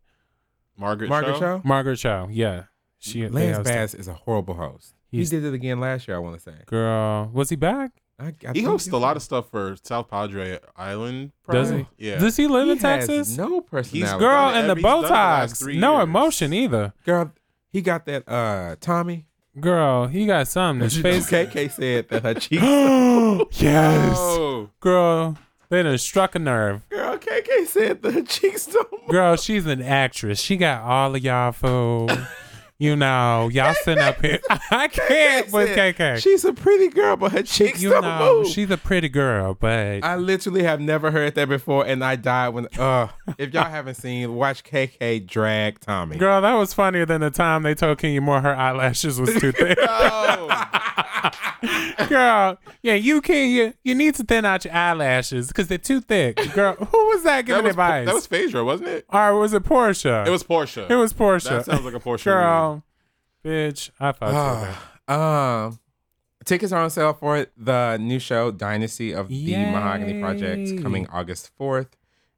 S5: Margaret.
S4: Margaret Cho?
S3: Margaret Cho. Yeah, she. they
S4: Lance
S3: hosted.
S4: Bass is a horrible host.
S3: He's-
S4: he did it again last year, I want to say.
S3: Girl, was he back?
S4: I, I
S5: He
S4: think
S5: hosts a lot of stuff for South Padre Island.
S3: Does
S5: Pride. Yeah.
S3: Does he live
S4: He
S3: in
S4: has
S3: Texas?
S4: No personality.
S3: Girl, and the
S5: He's done
S3: bow
S5: it the last
S3: ties,
S5: three
S3: no
S5: years.
S3: emotion either.
S4: Girl, he got that uh Tommy.
S3: Girl, he got something. His face.
S4: KK said that her cheeks.
S3: yes.
S5: oh.
S3: Girl, they done struck a nerve.
S4: Girl, KK said that her cheeks don't.
S3: Girl, she's an actress. She got all of y'all food. You know, y'all sitting up here. I can't with
S4: said,
S3: KK.
S4: She's a pretty girl, but her cheeks
S3: you
S4: don't
S3: know,
S4: move.
S3: she's a pretty girl, but
S4: I literally have never heard that before, and I died when. Uh, if y'all haven't seen, watch KK drag Tommy.
S3: girl, that was funnier than the time they told Kenya Moore her eyelashes was too thick. girl, yeah, you Kenya, you need to thin out your eyelashes because they're too thick. Girl, who was that
S5: That
S3: giving
S5: was,
S3: advice?
S5: that was Phaedra, wasn't it?
S3: or was it Portia?
S5: It was Portia.
S3: It was Portia.
S5: That sounds like a Portia.
S3: girl, bitch. I thought
S5: Ah,
S3: so. bad.
S4: Um, tickets are on sale for the new show Dynasty of the
S3: Yay.
S4: Mahogany Project coming August 4th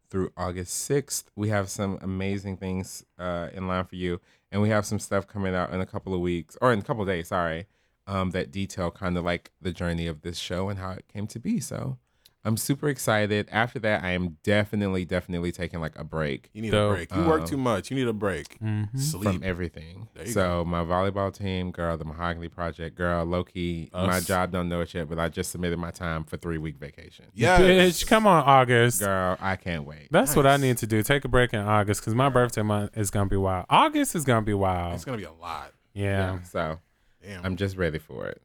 S4: through August 6th. We have some amazing things uh, in line for you, and we have some stuff coming out in a couple of weeks or in a couple of days, sorry, um, that detail kind of like the journey of this show and how it came to be. So I'm super excited. After that, I am definitely, definitely taking like a break
S5: You need
S3: Dope.
S5: a break. You work too much. You need a break.
S3: Mm-hmm.
S5: Sleep.
S4: from everything.
S5: There you
S4: So my volleyball team, girl, the Mahogany Project, girl, Loki. My
S5: Us.
S4: job don't know it yet, but I just submitted my time for three week vacation.
S5: yes.
S3: Bitch, come on, August.
S4: Girl, I can't wait.
S3: That's what I need to do. Take a break in August because my birthday month is gonna be wild. August is gonna be wild.
S5: It's gonna be a lot.
S3: yeah.
S4: So
S5: Damn.
S4: I'm just ready for it.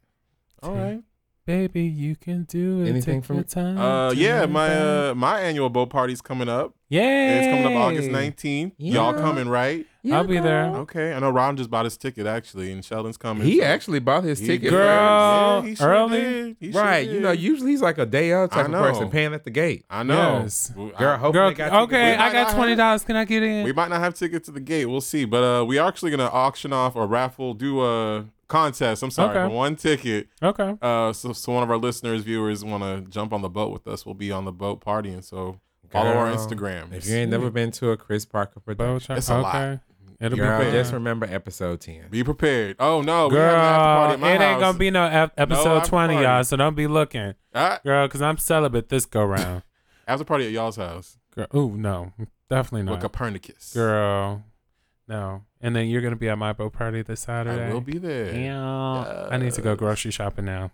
S5: All right.
S3: baby, you can do it.
S4: Anything
S3: Take
S4: from-
S3: your time.
S5: Uh, yeah,
S3: tonight, baby.
S5: my uh, my annual boat party's coming up.
S3: yeah,
S5: It's coming up August 19th. Y'all
S4: Yeah.
S5: coming, right?
S3: I'll be there.
S5: Okay. I know Ron just bought his ticket actually, and Sheldon's coming.
S4: He
S5: so-
S4: actually bought his
S5: He
S4: ticket.
S5: did.
S3: Girl,
S4: first.
S5: Yeah, he sure
S3: early.
S5: did. He sure
S4: Right. You know,
S5: did.
S4: usually he's like a day of type
S5: I
S4: of
S5: know.
S4: person paying at the gate.
S5: I know.
S3: Yes.
S5: Well, I-
S4: Girl, hope
S3: Girl,
S4: they got
S3: okay,
S5: We might
S3: I
S5: not
S3: got
S5: have-
S3: twenty dollars. Can I get in?
S5: We might not have tickets to the gate. We'll see. But uh, we are actually going to auction off or raffle, do a contest. I'm sorry
S3: Okay.
S5: for one ticket.
S3: okay,
S5: Uh, so, so one of our listeners, viewers want to jump on the boat with us. We'll be on the boat partying. So follow our
S4: Girl,
S5: Instagram.
S4: If you ain't never been to a Chris Parker
S3: Both
S4: production,
S3: are-
S5: It's a lot.
S3: okay. It'll be
S4: girl,
S3: fun.
S4: just remember episode ten.
S5: be prepared. Oh no, we have an after party
S3: Girl,
S5: at
S3: it
S5: my
S3: ain't
S5: house.
S3: gonna be no ep- episode
S5: after
S3: twenty,
S5: party.
S3: y'all. So don't be looking,
S5: Ah,
S3: girl, because I'm celibate this go round.
S5: after party at y'all's house
S3: Girl, ooh, no, definitely
S5: with
S3: not.
S5: Copernicus.
S3: Girl, no. And then you're gonna be at my boat party this Saturday.
S5: I will be there.
S3: Yeah. I need to go
S5: Yes.
S3: grocery shopping now,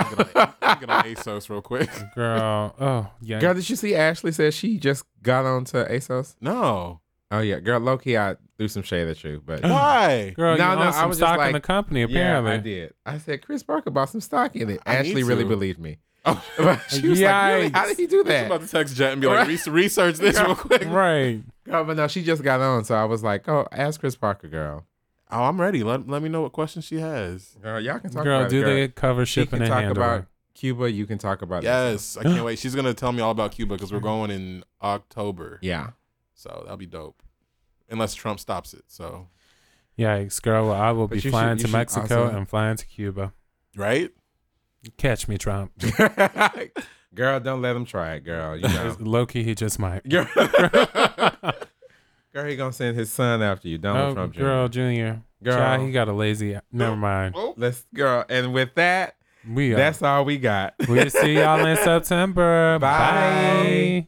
S5: Get on- Get on ASOS real quick.
S3: girl. Oh yeah.
S4: Girl, did you see Ashley said she just got onto ASOS?
S5: No,
S4: Oh yeah, girl, low key I threw some shade at you, but
S5: why?
S3: Girl,
S4: No,
S3: you
S4: no,
S3: own
S4: I
S3: some
S4: was just
S3: stock in
S4: like-
S3: the company
S4: yeah,
S3: Oh, apparently.
S4: I did. I said Chris Parker bought some stock in it.
S5: I need
S4: Ashley really
S5: to.
S4: believed me.
S5: Oh,
S4: she was like, really? How
S3: Yikes.
S4: did he do
S5: I'm about
S4: that?
S5: to text Jet and be like, "Res- research this real quick.
S3: Right.
S4: Girl, Oh, but no, she just got on, so I was like, oh, ask Chris Parker, girl.
S5: Oh, I'm ready. Let, let me know what questions she has.
S4: Girl, y'all can talk
S3: girl,
S4: about
S3: do
S4: it, girl.
S3: they cover
S4: She
S3: shipping
S4: can
S3: and
S4: talk
S3: handling?
S4: about Cuba. You can talk about
S5: Yes, I can't wait. She's gonna tell me all about Cuba because we're going in October.
S4: Yeah.
S5: So that'll be dope. Unless Trump stops it. So
S3: Yikes, girl. Well, I will
S4: But
S3: be
S4: you should-
S3: flying
S4: you
S3: to
S4: should
S3: Mexico
S4: also-
S3: and flying to Cuba.
S5: right?
S3: Catch me, Trump.
S4: girl, don't let him try it, girl. You know.
S3: Low key, he just might.
S4: girl, girl, he gonna send his son after you, Donald
S3: Oh,
S4: Trump Jr.
S3: girl, Junior.
S4: Girl. Oh.
S3: Child, he got a lazy. Never mind.
S4: Let's, girl. And with that,
S3: We are.
S4: that's all we got.
S3: We'll see y'all in September.
S4: Bye.
S3: Bye.